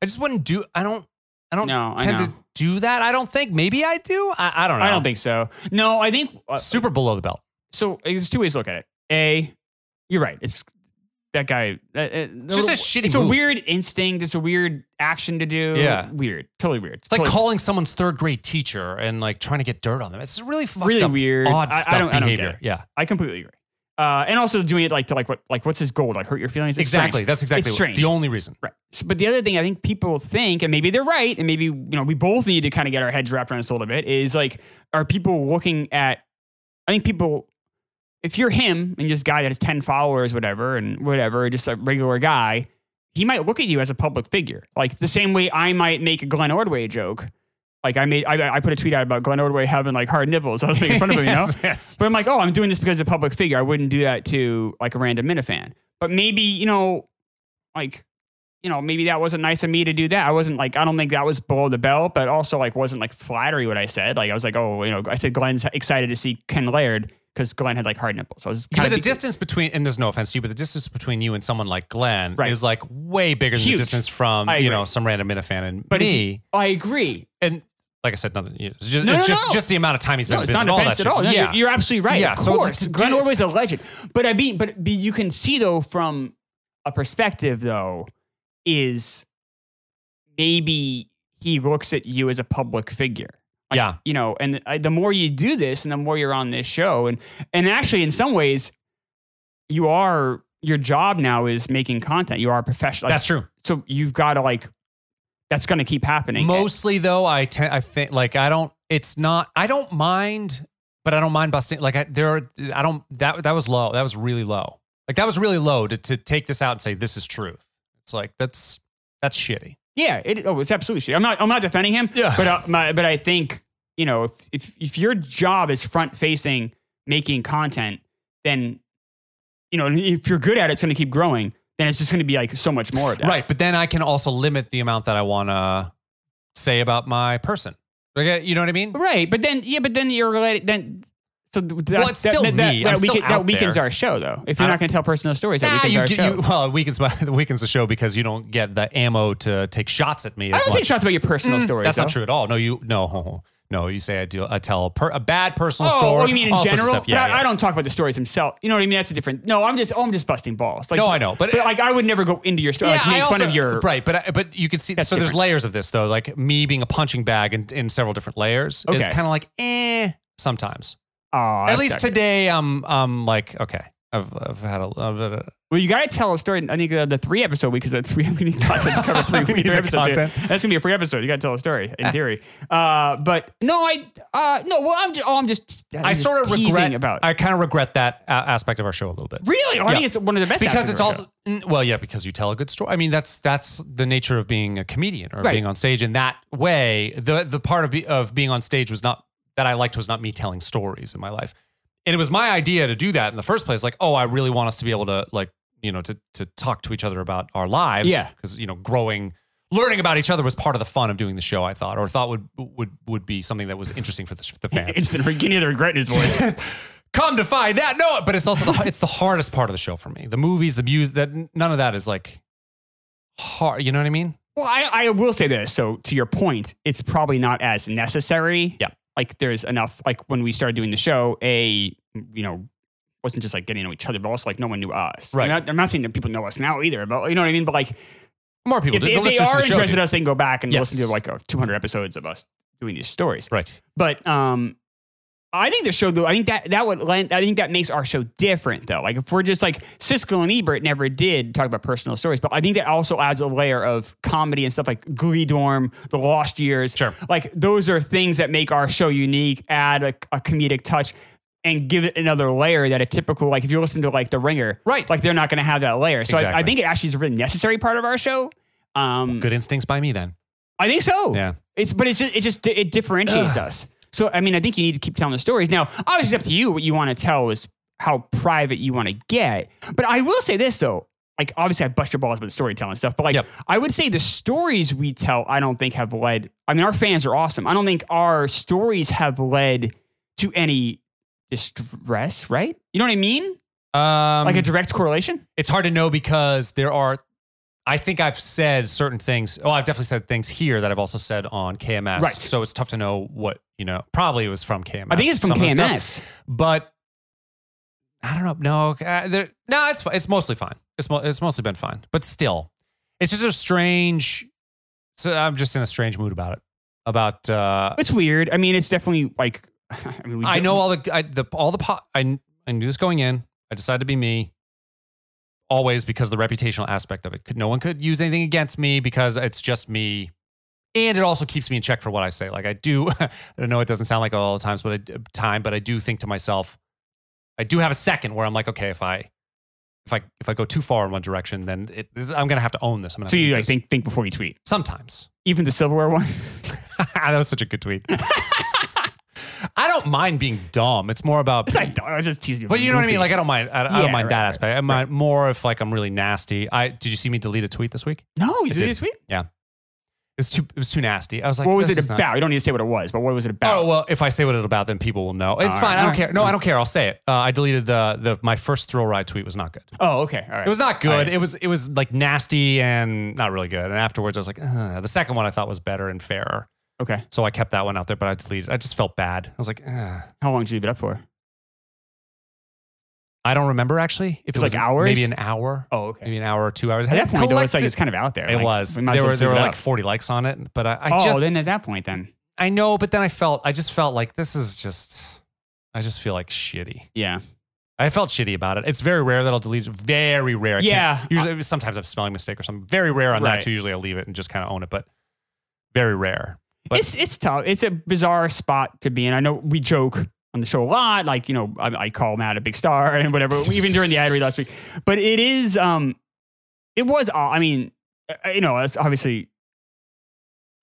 [SPEAKER 1] I just wouldn't do. I don't. I don't
[SPEAKER 2] No, I
[SPEAKER 1] tend to uh,
[SPEAKER 2] know.
[SPEAKER 1] do that. I don't think. Maybe I do. I, I don't know.
[SPEAKER 2] I don't think so. No, I think uh,
[SPEAKER 1] Super below the belt.
[SPEAKER 2] so. eh, There's two ways to look at it. A, you're right. It's that guy. uh, uh, the
[SPEAKER 1] just a
[SPEAKER 2] little-
[SPEAKER 1] shitty
[SPEAKER 2] It's a
[SPEAKER 1] move.
[SPEAKER 2] weird instinct. It's a weird action to do.
[SPEAKER 1] Yeah.
[SPEAKER 2] weird. Totally weird.
[SPEAKER 1] It's like calling someone's third grade teacher and like trying to get dirt on them. It's really fucked
[SPEAKER 2] Really
[SPEAKER 1] up,
[SPEAKER 2] weird.
[SPEAKER 1] odd
[SPEAKER 2] I- I
[SPEAKER 1] stuff
[SPEAKER 2] don't- I don't get
[SPEAKER 1] behavior.
[SPEAKER 2] it.
[SPEAKER 1] Yeah,
[SPEAKER 2] I completely agree. Uh, and also doing it like to like what like what's his goal? Like hurt your feelings? It's strange.
[SPEAKER 1] exactly. That's exactly
[SPEAKER 2] It's
[SPEAKER 1] what-
[SPEAKER 2] strange.
[SPEAKER 1] the only reason.
[SPEAKER 2] [LAUGHS] Right. So, but the other thing I think people think, and maybe they're right, and maybe you know we both need to kind of get our heads wrapped around this a little bit, is like, are people looking at? I think people, if you're him and this guy that has ten followers, whatever, and whatever, just a regular guy, he might look at you as a public figure, like the same way I might make a Glenn Ordway joke. Like I made, I, I put a tweet out about Glenn Ordway having like hard nipples. I was making fun of him, you
[SPEAKER 1] [LAUGHS]
[SPEAKER 2] know.
[SPEAKER 1] yes, yes.
[SPEAKER 2] But I'm like, oh, I'm doing this because of public figure. I wouldn't do that to like a random minifan. But maybe, you know, like, you know, maybe that wasn't nice of me to do that. I wasn't like, I don't think that was below the belt, but also like wasn't like flattery what I said. Like I was like, oh, you know, I said Glenn's excited to see Ken Laird because Glenn had like hard nipples. So I was
[SPEAKER 1] Yeah,
[SPEAKER 2] kind
[SPEAKER 1] but the
[SPEAKER 2] of
[SPEAKER 1] distance between, and there's no offense to you, but the distance between you and someone like Glenn
[SPEAKER 2] Right.
[SPEAKER 1] is like way bigger than
[SPEAKER 2] Huge.
[SPEAKER 1] the distance from,
[SPEAKER 2] I
[SPEAKER 1] you
[SPEAKER 2] agree.
[SPEAKER 1] know, some random Minifan and
[SPEAKER 2] But if
[SPEAKER 1] me.
[SPEAKER 2] I agree.
[SPEAKER 1] and like I said, nothing. you know, It's just,
[SPEAKER 2] No,
[SPEAKER 1] it's
[SPEAKER 2] no,
[SPEAKER 1] just,
[SPEAKER 2] no.
[SPEAKER 1] just the amount of time he's been in
[SPEAKER 2] No, it's
[SPEAKER 1] business and
[SPEAKER 2] not
[SPEAKER 1] all
[SPEAKER 2] offense
[SPEAKER 1] that
[SPEAKER 2] at
[SPEAKER 1] shit.
[SPEAKER 2] all. No,
[SPEAKER 1] yeah.
[SPEAKER 2] you're, you're absolutely right.
[SPEAKER 1] Yeah,
[SPEAKER 2] of
[SPEAKER 1] so, like,
[SPEAKER 2] course,
[SPEAKER 1] to
[SPEAKER 2] Glenn
[SPEAKER 1] do-
[SPEAKER 2] Ordway's a legend. But I mean, but be, you can see though from a perspective though is maybe he looks at you as a public figure. Like,
[SPEAKER 1] Yeah.
[SPEAKER 2] you know, and I, the more you do this, and the more you're on this show, and and actually, in some ways, you are your job now is making content. You are a professional.
[SPEAKER 1] That's true.
[SPEAKER 2] so you've got to like. That's going to keep happening.
[SPEAKER 1] Mostly though, I tend, I think like I don't. It's not. I don't mind, but I don't mind busting. Like I, there, are, I don't. That that was low. That was really low. Like that was really low to to take this out and say this is truth. It's like that's that's shitty.
[SPEAKER 2] Yeah, it, oh, it's absolutely shit. I'm not, I'm not defending him.
[SPEAKER 1] Yeah.
[SPEAKER 2] but uh, my, but I think you know if if, if your job is front facing making content, then you know if you're good at it, it's going to keep growing. Then it's just going to be like so much more of that.
[SPEAKER 1] Right, but then I can also limit the amount that I want to say about my person. Like, uh, you know what I mean?
[SPEAKER 2] right. But then yeah, but then you're related then. So th- that,
[SPEAKER 1] Well, it's still
[SPEAKER 2] that, that,
[SPEAKER 1] me.
[SPEAKER 2] That,
[SPEAKER 1] I'm still
[SPEAKER 2] weaken- that
[SPEAKER 1] out
[SPEAKER 2] weakens
[SPEAKER 1] there.
[SPEAKER 2] our show though. If
[SPEAKER 1] I don't-
[SPEAKER 2] you're not going to tell personal stories, that
[SPEAKER 1] Nah,
[SPEAKER 2] weakens
[SPEAKER 1] Ah, you
[SPEAKER 2] our
[SPEAKER 1] get-
[SPEAKER 2] show.
[SPEAKER 1] you- well, it weakens [LAUGHS] my, it weakens the show because you don't get the ammo to take shots at me.
[SPEAKER 2] I
[SPEAKER 1] As
[SPEAKER 2] don't
[SPEAKER 1] much.
[SPEAKER 2] take shots about your personal stories.
[SPEAKER 1] Mm, That's not
[SPEAKER 2] though.
[SPEAKER 1] true at all. No, you no [LAUGHS] no. You say I do. I tell a, per, a bad personal
[SPEAKER 2] Oh,
[SPEAKER 1] story.
[SPEAKER 2] oh, you mean in
[SPEAKER 1] all sorts of
[SPEAKER 2] general?
[SPEAKER 1] stuff. Yeah,
[SPEAKER 2] but I,
[SPEAKER 1] yeah.
[SPEAKER 2] I don't talk about the stories themselves. You know what I mean? That's a different. No, I'm just. Oh, I'm just busting balls. Like,
[SPEAKER 1] No, I know, but-
[SPEAKER 2] like I would never go into your story.
[SPEAKER 1] Yeah,
[SPEAKER 2] like, make
[SPEAKER 1] I
[SPEAKER 2] fun
[SPEAKER 1] also-
[SPEAKER 2] of your.
[SPEAKER 1] right, but I- but you can see. So
[SPEAKER 2] That's
[SPEAKER 1] there's
[SPEAKER 2] different.
[SPEAKER 1] layers of this though. Like me being a punching bag in, in several different layers is
[SPEAKER 2] Okay.
[SPEAKER 1] kind of like eh sometimes.
[SPEAKER 2] Aw,
[SPEAKER 1] At
[SPEAKER 2] that's
[SPEAKER 1] least
[SPEAKER 2] not-
[SPEAKER 1] today, I'm I'm like okay. I've I've had a, I've had a
[SPEAKER 2] Well, you gotta tell a story. I think uh, the three episode week because that's [LAUGHS] we we need content to cover three,
[SPEAKER 1] [LAUGHS]
[SPEAKER 2] we need
[SPEAKER 1] need
[SPEAKER 2] three
[SPEAKER 1] the
[SPEAKER 2] episodes. here.
[SPEAKER 1] content. Eh.
[SPEAKER 2] That's gonna be a free episode. You gotta tell a story in theory. Uh, but no, I uh, no. Well, I'm just, oh, I'm just I'm
[SPEAKER 1] I
[SPEAKER 2] just
[SPEAKER 1] sort of
[SPEAKER 2] teasing
[SPEAKER 1] regret
[SPEAKER 2] about
[SPEAKER 1] I kind of regret that a- aspect of our show a little bit.
[SPEAKER 2] really. I think
[SPEAKER 1] Yeah.
[SPEAKER 2] it's one of the best
[SPEAKER 1] because it's
[SPEAKER 2] aspects of our [LAUGHS]
[SPEAKER 1] also n- well, yeah, because you tell a good story. I mean, that's that's the nature of being a comedian or
[SPEAKER 2] Right.
[SPEAKER 1] being on stage in that way. The the part of be, of being on stage was not that I liked was not me telling stories in my life, and it was my idea to do that in the first place. Like, oh, I really want us to be able to like you know to to talk to each other about our lives,
[SPEAKER 2] Yeah.
[SPEAKER 1] because you know growing. Learning about each other was part of the fun of doing the show, I thought, or thought would would would be something that was interesting for the, the
[SPEAKER 2] show.
[SPEAKER 1] fans.
[SPEAKER 2] instant beginning of the regret in
[SPEAKER 1] [LAUGHS]
[SPEAKER 2] his voice.
[SPEAKER 1] come to find out. No, but it's also the, it's the hardest part of the show for me. The movies, the music, that none of that is like hard. You know what I mean?
[SPEAKER 2] Well, I, I will say this. So to your point, it's probably not as necessary.
[SPEAKER 1] Yeah.
[SPEAKER 2] Like there's enough. Like when we started doing the show, a you know wasn't just like getting to know each other, but also like no one knew us.
[SPEAKER 1] Right.
[SPEAKER 2] I'm not, I'm not saying that people know us now either, but you know what I mean. But like
[SPEAKER 1] More people.
[SPEAKER 2] if,
[SPEAKER 1] do.
[SPEAKER 2] if
[SPEAKER 1] the
[SPEAKER 2] they
[SPEAKER 1] listeners to
[SPEAKER 2] are
[SPEAKER 1] the show
[SPEAKER 2] interested
[SPEAKER 1] do.
[SPEAKER 2] in us, they can go back and
[SPEAKER 1] Yes.
[SPEAKER 2] listen to like uh, 200 episodes of us doing these stories.
[SPEAKER 1] right?
[SPEAKER 2] But um, I think the show though. I think that that would lend, I think that makes our show different though. Like if we're just like Siskel and Ebert never did talk about personal stories, but I think that also adds a layer of comedy and stuff like Glee Dorm, The Lost Years.
[SPEAKER 1] Sure.
[SPEAKER 2] Like those are things that make our show unique. Add a, a comedic touch. And give it another layer that a typical like if you listen to like The Ringer,
[SPEAKER 1] Right.
[SPEAKER 2] Like they're not going to have that layer. So I, I
[SPEAKER 1] Exactly.
[SPEAKER 2] think it actually is a really necessary part of our show. Um,
[SPEAKER 1] Good instincts by me then.
[SPEAKER 2] I think so.
[SPEAKER 1] Yeah.
[SPEAKER 2] It's but it's just it just it differentiates us. So I mean, I think you need to keep telling the stories. Now, obviously, it's up to you. What you want to tell is how private you want to get. But I will say this though. Like obviously, I bust your balls with storytelling stuff, but like
[SPEAKER 1] Yep.
[SPEAKER 2] I would say the stories we tell, I don't think have led. I mean, our fans are awesome. I don't think our stories have led to any distress, right? You know what I mean?
[SPEAKER 1] Um,
[SPEAKER 2] Like a direct correlation.
[SPEAKER 1] it's hard to know because there are. I think I've said certain things. Well, I've definitely said things here that I've also said on KMS.
[SPEAKER 2] Right.
[SPEAKER 1] So it's tough to know what you know. Probably it was from KMS.
[SPEAKER 2] I think it's from
[SPEAKER 1] some of the stuff.
[SPEAKER 2] KMS.
[SPEAKER 1] but I don't know. No, uh, there, no, it's fi- it's mostly fine. It's mo- it's mostly been fine, but still, it's just a strange. So I'm just in a strange mood about it. About uh,
[SPEAKER 2] It's weird. I mean, it's definitely like. [LAUGHS] I mean, we
[SPEAKER 1] I
[SPEAKER 2] ju-
[SPEAKER 1] know all the I, the all the po- I kn- I knew this going in. I decided to be me. Always because of the reputational aspect of it. Could no one could use anything against me because it's just me. And it also keeps me in check for what I say. Like I do, [LAUGHS] I don't know it doesn't sound like it all the times, but I, d- time, but I do think to myself, I do have a second where I'm like, okay, if I, if I, if I go too far in one direction, then it, this, I'm gonna have to own this. I'm gonna.
[SPEAKER 2] So
[SPEAKER 1] have to
[SPEAKER 2] you
[SPEAKER 1] do
[SPEAKER 2] like
[SPEAKER 1] this.
[SPEAKER 2] think think before you tweet.
[SPEAKER 1] sometimes? [LAUGHS]
[SPEAKER 2] even the silverware one. [LAUGHS]
[SPEAKER 1] that was such a good tweet. I don't mind being dumb. It's more about
[SPEAKER 2] it's not. dumb, I was just teasing.
[SPEAKER 1] But you know what I mean?
[SPEAKER 2] Goofy.
[SPEAKER 1] Like I don't mind. I, I
[SPEAKER 2] Yeah,
[SPEAKER 1] don't mind that
[SPEAKER 2] right,
[SPEAKER 1] aspect. I mind more if like I'm really nasty. I did you see me delete a tweet this week?
[SPEAKER 2] no, you
[SPEAKER 1] I
[SPEAKER 2] did,
[SPEAKER 1] did.
[SPEAKER 2] it tweet.
[SPEAKER 1] It was too. It was too nasty. I was like,
[SPEAKER 2] what was
[SPEAKER 1] this
[SPEAKER 2] it
[SPEAKER 1] is not-
[SPEAKER 2] about? you don't need to say what it was, but what was it about?
[SPEAKER 1] Oh well, if I say what it's about, then people will know. It's
[SPEAKER 2] All
[SPEAKER 1] fine.
[SPEAKER 2] right, Mm.
[SPEAKER 1] I
[SPEAKER 2] all
[SPEAKER 1] don't
[SPEAKER 2] right,
[SPEAKER 1] care. No,
[SPEAKER 2] all
[SPEAKER 1] I don't care. I'll say it. Uh, I deleted the the my first thrill ride tweet was not good.
[SPEAKER 2] oh, okay, all right.
[SPEAKER 1] It was not
[SPEAKER 2] All
[SPEAKER 1] good.
[SPEAKER 2] right.
[SPEAKER 1] It was it was like nasty and not really good. And afterwards, I was like, Ugh. the second one I thought was better and fairer,
[SPEAKER 2] okay.
[SPEAKER 1] so I kept that one out there. But I deleted. it. I just felt bad. I was like, Ugh.
[SPEAKER 2] How long did you leave it up for?
[SPEAKER 1] I don't remember actually. If
[SPEAKER 2] It was like
[SPEAKER 1] hour,
[SPEAKER 2] hours?
[SPEAKER 1] maybe an hour,
[SPEAKER 2] Oh, okay.
[SPEAKER 1] maybe an hour or two hours.
[SPEAKER 2] At that point, though, it's like
[SPEAKER 1] Collected-
[SPEAKER 2] it's kind of out there.
[SPEAKER 1] It
[SPEAKER 2] Like,
[SPEAKER 1] was.
[SPEAKER 2] we might as
[SPEAKER 1] There
[SPEAKER 2] well
[SPEAKER 1] were there
[SPEAKER 2] leave
[SPEAKER 1] were
[SPEAKER 2] it
[SPEAKER 1] like
[SPEAKER 2] up.
[SPEAKER 1] 40 likes on it, but I, I
[SPEAKER 2] oh,
[SPEAKER 1] just
[SPEAKER 2] then at that point, then
[SPEAKER 1] I know, but then I felt I just felt like this is just I just feel like shitty.
[SPEAKER 2] yeah.
[SPEAKER 1] I felt shitty about it. It's very rare that I'll delete. it. Very rare. I can't-
[SPEAKER 2] Yeah.
[SPEAKER 1] Usually, sometimes I'm spelling mistake or something. Very rare on
[SPEAKER 2] Right.
[SPEAKER 1] that too. Usually, I'll leave it and just kind of own it, but very rare. But-
[SPEAKER 2] It's it's tough. It's a bizarre spot to be in. I know we joke on the show a lot, like you know, I, I call Matt a big star
[SPEAKER 1] [LAUGHS]
[SPEAKER 2] and whatever. even during the ad read last week, but it is um, it was. aw- I mean, uh, you know, it's obviously,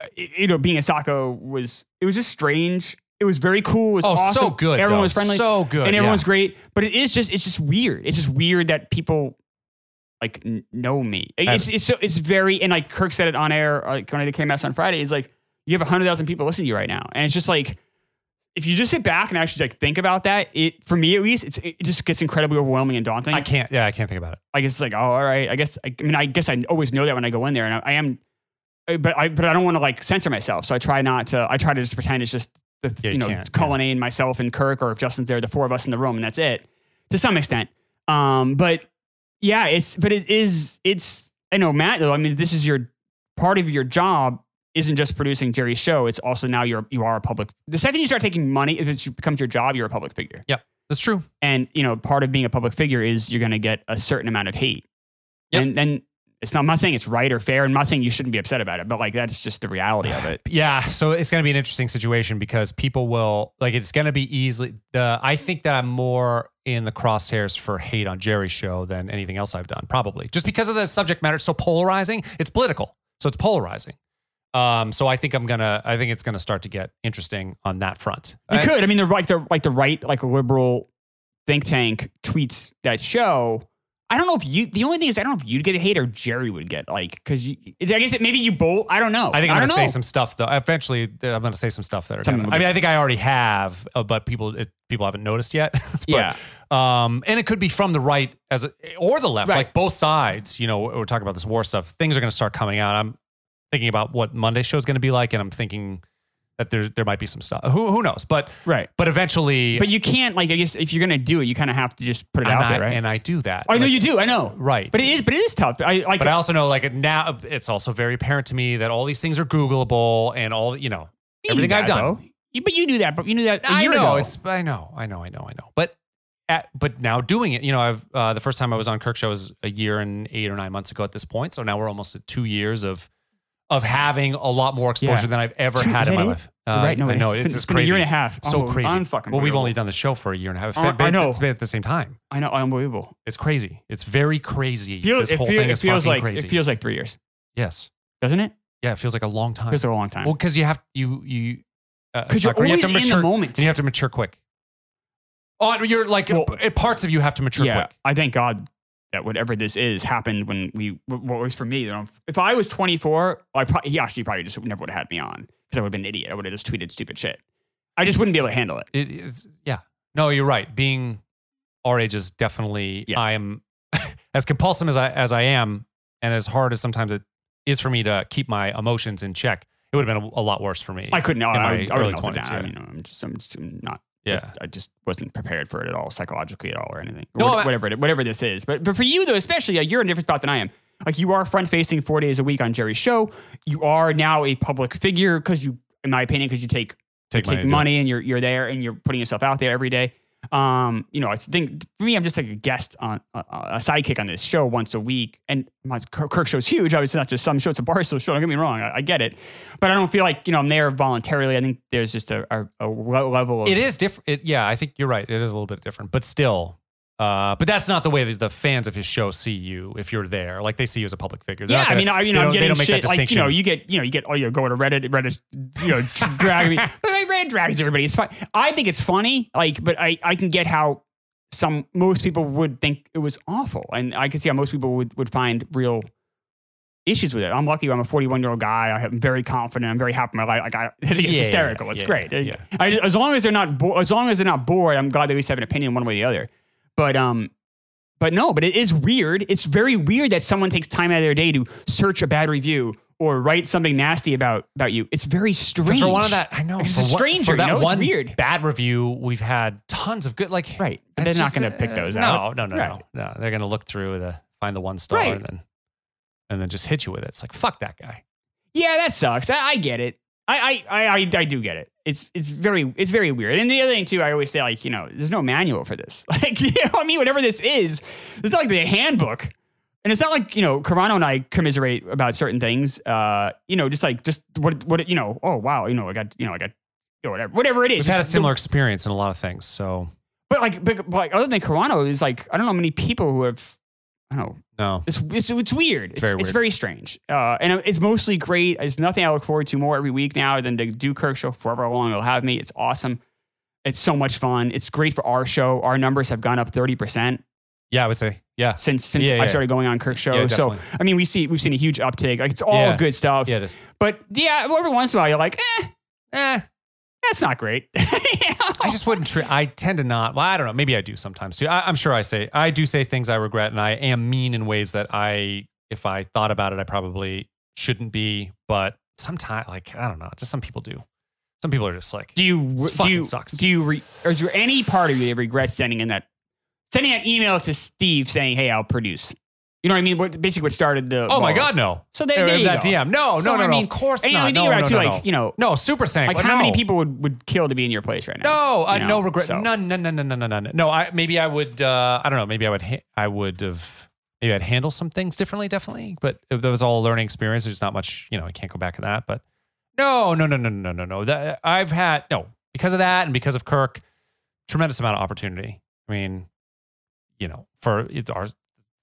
[SPEAKER 2] uh, you know, being a Sacco was it was just strange. It was very cool. It was
[SPEAKER 1] oh,
[SPEAKER 2] awesome.
[SPEAKER 1] so good.
[SPEAKER 2] Everyone
[SPEAKER 1] though.
[SPEAKER 2] was friendly
[SPEAKER 1] So good.
[SPEAKER 2] and
[SPEAKER 1] yeah.
[SPEAKER 2] everyone's great. But it is just it's just weird. It's just weird that people like n- know me. It- It's it's so it's very and like Kirk said it on air uh, like when it came out on Friday. It's like you have hundred thousand people listening to you right now, and it's just like if you just sit back and actually like think about that, it for me at least it's, it just gets incredibly overwhelming and daunting.
[SPEAKER 1] I can't. Yeah, I can't think about it.
[SPEAKER 2] I guess it's like, oh, all right. I guess I, I mean, I guess I always know that when I go in there, and I, I am, uh, but I but I don't want to like censor myself, so I try not to. I try to just pretend it's just the
[SPEAKER 1] Yeah,
[SPEAKER 2] you
[SPEAKER 1] you
[SPEAKER 2] know
[SPEAKER 1] can't,
[SPEAKER 2] Cullen and myself and Kirk, or if Justin's there, the four of us in the room, and that's it to some extent. Um, but yeah, it's but it is it's I know Matt though. I mean, this is your part of your job isn't just producing Jerry's show. It's also now you're you are a public. The second you start taking money, if it becomes your job, you're a public figure.
[SPEAKER 1] Yep. That's true.
[SPEAKER 2] And you know, part of being a public figure is you're going to get a certain amount of hate.
[SPEAKER 1] Yep.
[SPEAKER 2] And then it's not. I'm not saying it's right or fair. I'm not saying you shouldn't be upset about it, but like that's just the reality
[SPEAKER 1] [SIGHS]
[SPEAKER 2] of it.
[SPEAKER 1] Yeah, so it's going to be an interesting situation because people will like it's going to be easily. The I think that I'm more in the crosshairs for hate on Jerry's show than anything else I've done, probably just because of the subject matter. It's so polarizing. It's political, so it's polarizing. Um, so I think I'm gonna. I think it's gonna start to get interesting on that front.
[SPEAKER 2] You
[SPEAKER 1] I-
[SPEAKER 2] could. I mean, the like the like the right like liberal think tank tweets that show. I don't know if you. The only thing is, I don't know if you'd get a hate or Jerry would get like because I guess that maybe you both. I don't know.
[SPEAKER 1] I think I'm
[SPEAKER 2] I
[SPEAKER 1] going
[SPEAKER 2] don't
[SPEAKER 1] to
[SPEAKER 2] know.
[SPEAKER 1] say some stuff though. Eventually, th- I'm going to say some stuff that are.
[SPEAKER 2] Something
[SPEAKER 1] gonna-
[SPEAKER 2] will
[SPEAKER 1] I
[SPEAKER 2] be-
[SPEAKER 1] mean, I think I already have, uh, but people it, people haven't noticed yet. [LAUGHS] But,
[SPEAKER 2] Yeah.
[SPEAKER 1] Um, and it could be from the right as a, or the left,
[SPEAKER 2] Right.
[SPEAKER 1] like both sides. You know, we're talking about this war stuff. Things are going to start coming out. I'm thinking about what Monday show is going to be like, and I'm thinking that there there might be some stuff. Who who knows? But
[SPEAKER 2] Right.
[SPEAKER 1] but eventually,
[SPEAKER 2] But you can't like I guess if you're gonna do it, you kind of have to just put it
[SPEAKER 1] and,
[SPEAKER 2] out
[SPEAKER 1] I,
[SPEAKER 2] there, right?
[SPEAKER 1] and I do that.
[SPEAKER 2] I know
[SPEAKER 1] Like,
[SPEAKER 2] you do. I know.
[SPEAKER 1] Right.
[SPEAKER 2] But it is. But it is tough. I like.
[SPEAKER 1] But I also know, like now, it's also very apparent to me that all these things are Googleable, and all you know,
[SPEAKER 2] you knew
[SPEAKER 1] everything I've
[SPEAKER 2] that,
[SPEAKER 1] done.
[SPEAKER 2] though. You- But you knew that. But you knew that. a
[SPEAKER 1] I
[SPEAKER 2] year
[SPEAKER 1] know
[SPEAKER 2] ago.
[SPEAKER 1] it's I know I know I know I know. But at, but now doing it, you know, I've uh, the first time I was on Kirk show was a year and eight or nine months ago at this point. So now we're almost at two years of of having a lot more exposure
[SPEAKER 2] Yeah.
[SPEAKER 1] than I've ever
[SPEAKER 2] Two-
[SPEAKER 1] had
[SPEAKER 2] is
[SPEAKER 1] in
[SPEAKER 2] that
[SPEAKER 1] my
[SPEAKER 2] it?
[SPEAKER 1] life. Uh,
[SPEAKER 2] You're right. No,
[SPEAKER 1] I know
[SPEAKER 2] it's
[SPEAKER 1] it's,
[SPEAKER 2] been-
[SPEAKER 1] just
[SPEAKER 2] it's been a
[SPEAKER 1] crazy.
[SPEAKER 2] year and a half.
[SPEAKER 1] So
[SPEAKER 2] Oh,
[SPEAKER 1] crazy.
[SPEAKER 2] unfucking
[SPEAKER 1] well, we've
[SPEAKER 2] brutal.
[SPEAKER 1] only done the show for a year and a half.
[SPEAKER 2] I- I know.
[SPEAKER 1] It's been at the same time.
[SPEAKER 2] I know. Unbelievable.
[SPEAKER 1] It's crazy. It's very crazy.
[SPEAKER 2] Feels-
[SPEAKER 1] this
[SPEAKER 2] it
[SPEAKER 1] whole
[SPEAKER 2] feel-
[SPEAKER 1] thing
[SPEAKER 2] it
[SPEAKER 1] is
[SPEAKER 2] feels
[SPEAKER 1] fucking
[SPEAKER 2] like
[SPEAKER 1] crazy.
[SPEAKER 2] it feels like three years,
[SPEAKER 1] yes.
[SPEAKER 2] doesn't it?
[SPEAKER 1] Yeah. It feels like a long time.
[SPEAKER 2] Feels like a long time.
[SPEAKER 1] well, because you have you you
[SPEAKER 2] Because you're
[SPEAKER 1] uh, you have
[SPEAKER 2] always
[SPEAKER 1] to
[SPEAKER 2] in
[SPEAKER 1] mature
[SPEAKER 2] the moment.
[SPEAKER 1] And you have to mature quick. Oh, you're like
[SPEAKER 2] Well-
[SPEAKER 1] p- parts of you have to mature
[SPEAKER 2] yeah,
[SPEAKER 1] quick.
[SPEAKER 2] I thank God that whatever this is happened when we. What was for me, you know, if I was 24, I probably he actually probably just never would have had me on because I would have been an idiot. I would have just tweeted stupid shit. I just wouldn't be able to handle it.
[SPEAKER 1] It is, yeah. No, you're right. Being our age is definitely.
[SPEAKER 2] Yeah.
[SPEAKER 1] I'm [LAUGHS] as compulsive as I as I am, and as hard as sometimes it is for me to keep my emotions in check. It would have been a, a lot worse for me.
[SPEAKER 2] I couldn't. I,
[SPEAKER 1] In my
[SPEAKER 2] I, would- I
[SPEAKER 1] early
[SPEAKER 2] would melted
[SPEAKER 1] 20s,
[SPEAKER 2] down.
[SPEAKER 1] yeah.
[SPEAKER 2] You know, I'm just, I'm just I'm not.
[SPEAKER 1] yeah.
[SPEAKER 2] I just wasn't prepared for it at all, psychologically at all, or anything.
[SPEAKER 1] No,
[SPEAKER 2] Wha-
[SPEAKER 1] I-
[SPEAKER 2] whatever, it, whatever this is. But, but for you though, especially, like, you're in a different spot than I am. Like you are front facing four days a week on Jerry's show. You are now a public figure because you, in my opinion, because you take
[SPEAKER 1] Take
[SPEAKER 2] take
[SPEAKER 1] my idea.
[SPEAKER 2] money and you're you're there and you're putting yourself out there every day. Um, you know, I think for me, I'm just like a guest on a, a sidekick on this show once a week. And my Kirk Kirk show's huge. Obviously, not just some show; it's a Barstool show. Don't get me wrong, I, I get it, but I don't feel like you know I'm there voluntarily. I think there's just a, a, a low level of
[SPEAKER 1] It is different. It, yeah, I think you're right. It is a little bit different, but still. Uh, but that's not the way that the fans of his show see you if you're there. Like they see you as a public figure. They're
[SPEAKER 2] Yeah,
[SPEAKER 1] not
[SPEAKER 2] I
[SPEAKER 1] gonna-
[SPEAKER 2] mean, I mean,
[SPEAKER 1] they
[SPEAKER 2] I'm
[SPEAKER 1] don't- they
[SPEAKER 2] getting
[SPEAKER 1] don't make that
[SPEAKER 2] shit like you know,
[SPEAKER 1] distinction.
[SPEAKER 2] you get you know, you get oh, you go to Reddit, Reddit, you know,
[SPEAKER 1] [LAUGHS]
[SPEAKER 2] drag me, [LAUGHS] Reddit drags everybody. It's fine. I think it's funny, like, but I I can get how some most people would think it was awful, and I can see how most people would would find real issues with it. I'm lucky. I'm a 41 year old guy. I am very confident. I'm very happy in my life. Like I, [LAUGHS] I think it's
[SPEAKER 1] Yeah,
[SPEAKER 2] hysterical. It's
[SPEAKER 1] yeah,
[SPEAKER 2] great.
[SPEAKER 1] yeah.
[SPEAKER 2] I, as long as they're not bo- as long as they're not bored, I'm glad they at least have an opinion one way or the other. But um, but no, but it is weird. It's very weird that someone takes time out of their day to search a bad review or write something nasty about about you. It's very strange.
[SPEAKER 1] Because for one of that, I know
[SPEAKER 2] Like, it's
[SPEAKER 1] for
[SPEAKER 2] a
[SPEAKER 1] one-
[SPEAKER 2] stranger,
[SPEAKER 1] for
[SPEAKER 2] you
[SPEAKER 1] that
[SPEAKER 2] know? It's
[SPEAKER 1] one
[SPEAKER 2] weird.
[SPEAKER 1] bad review, we've had tons of good. Like,
[SPEAKER 2] Right. But
[SPEAKER 1] it's
[SPEAKER 2] they're not
[SPEAKER 1] just,
[SPEAKER 2] gonna pick
[SPEAKER 1] uh,
[SPEAKER 2] those
[SPEAKER 1] no,
[SPEAKER 2] out.
[SPEAKER 1] No, no,
[SPEAKER 2] Right.
[SPEAKER 1] no, no. They're gonna look through the find the one star
[SPEAKER 2] Right.
[SPEAKER 1] and then and then just hit you with it. It's like fuck that guy.
[SPEAKER 2] yeah, that sucks. I, I get it. I, I I I I do get it. It's it's very it's very weird. And the other thing too, I always say like you know, there's no manual for this. [LAUGHS] Like you know, what I mean, whatever this is, it's not like the handbook. And it's not like you know, Carano and I commiserate about certain things. Uh, you know, just like just what what you know. Oh wow, you know, I got you know, I got you know, whatever whatever it is.
[SPEAKER 1] We've had a
[SPEAKER 2] Just the-
[SPEAKER 1] similar experience in a lot of things. So
[SPEAKER 2] But like, but, but like, other than Carano, is like I don't know many people who have. I don't know.
[SPEAKER 1] no,
[SPEAKER 2] It's it's, it's weird. It's,
[SPEAKER 1] very
[SPEAKER 2] It's
[SPEAKER 1] weird.
[SPEAKER 2] very strange. Uh, and it's mostly great. There's nothing I look forward to more every week now than the Do Kirk show forever long. It'll have me. It's awesome. It's so much fun. It's great for our show. Our numbers have gone up thirty percent
[SPEAKER 1] yeah, I would say yeah,
[SPEAKER 2] since since
[SPEAKER 1] Yeah, yeah.
[SPEAKER 2] I started going on Kirk show.
[SPEAKER 1] Yeah,
[SPEAKER 2] so
[SPEAKER 1] definitely.
[SPEAKER 2] I mean, we see we've seen a huge uptick. Like it's all
[SPEAKER 1] Yeah.
[SPEAKER 2] good stuff.
[SPEAKER 1] yeah, it is.
[SPEAKER 2] But yeah, every once in a while you're like, eh,
[SPEAKER 1] Eh,
[SPEAKER 2] that's not great. [LAUGHS] You know?
[SPEAKER 1] I just wouldn't. Tre- I tend to not. Well, I don't know. Maybe I do sometimes too. I, I'm sure I say I do say things I regret, and I am mean in ways that I, if I thought about it, I probably shouldn't be. But sometimes, like I don't know, just some people do. Some people are just like,
[SPEAKER 2] Do you
[SPEAKER 1] This
[SPEAKER 2] do
[SPEAKER 1] fucking
[SPEAKER 2] you,
[SPEAKER 1] sucks.
[SPEAKER 2] do you re, or is there any part of you that regrets sending in that sending that email to Steve saying, "Hey, I'll produce." You know what I mean? What basically what started the
[SPEAKER 1] Oh my
[SPEAKER 2] ball.
[SPEAKER 1] God, no.
[SPEAKER 2] So there- there you
[SPEAKER 1] that
[SPEAKER 2] go.
[SPEAKER 1] DM. No,
[SPEAKER 2] So,
[SPEAKER 1] no, no,
[SPEAKER 2] I
[SPEAKER 1] no.
[SPEAKER 2] mean-
[SPEAKER 1] of course
[SPEAKER 2] and, you know,
[SPEAKER 1] not.
[SPEAKER 2] you
[SPEAKER 1] no,
[SPEAKER 2] think
[SPEAKER 1] no,
[SPEAKER 2] about it, too,
[SPEAKER 1] no,
[SPEAKER 2] like,
[SPEAKER 1] no.
[SPEAKER 2] you know-
[SPEAKER 1] no super thank.
[SPEAKER 2] Like, how many
[SPEAKER 1] no.
[SPEAKER 2] people would, would kill to be in your place right now?
[SPEAKER 1] No, uh,
[SPEAKER 2] You know,
[SPEAKER 1] no regret.
[SPEAKER 2] so.
[SPEAKER 1] None, none, none, none, none, none, none. No, I maybe I would. Uh, I don't know. Maybe I would. Ha- I would have. Maybe I'd handle some things differently. Definitely, but if that was all a learning experience. There's not much. You know, I can't go back to that. But no, no, no, no, no, no, no. That I've had no because of that and because of Kirk, tremendous amount of opportunity. I mean, you know, for it- our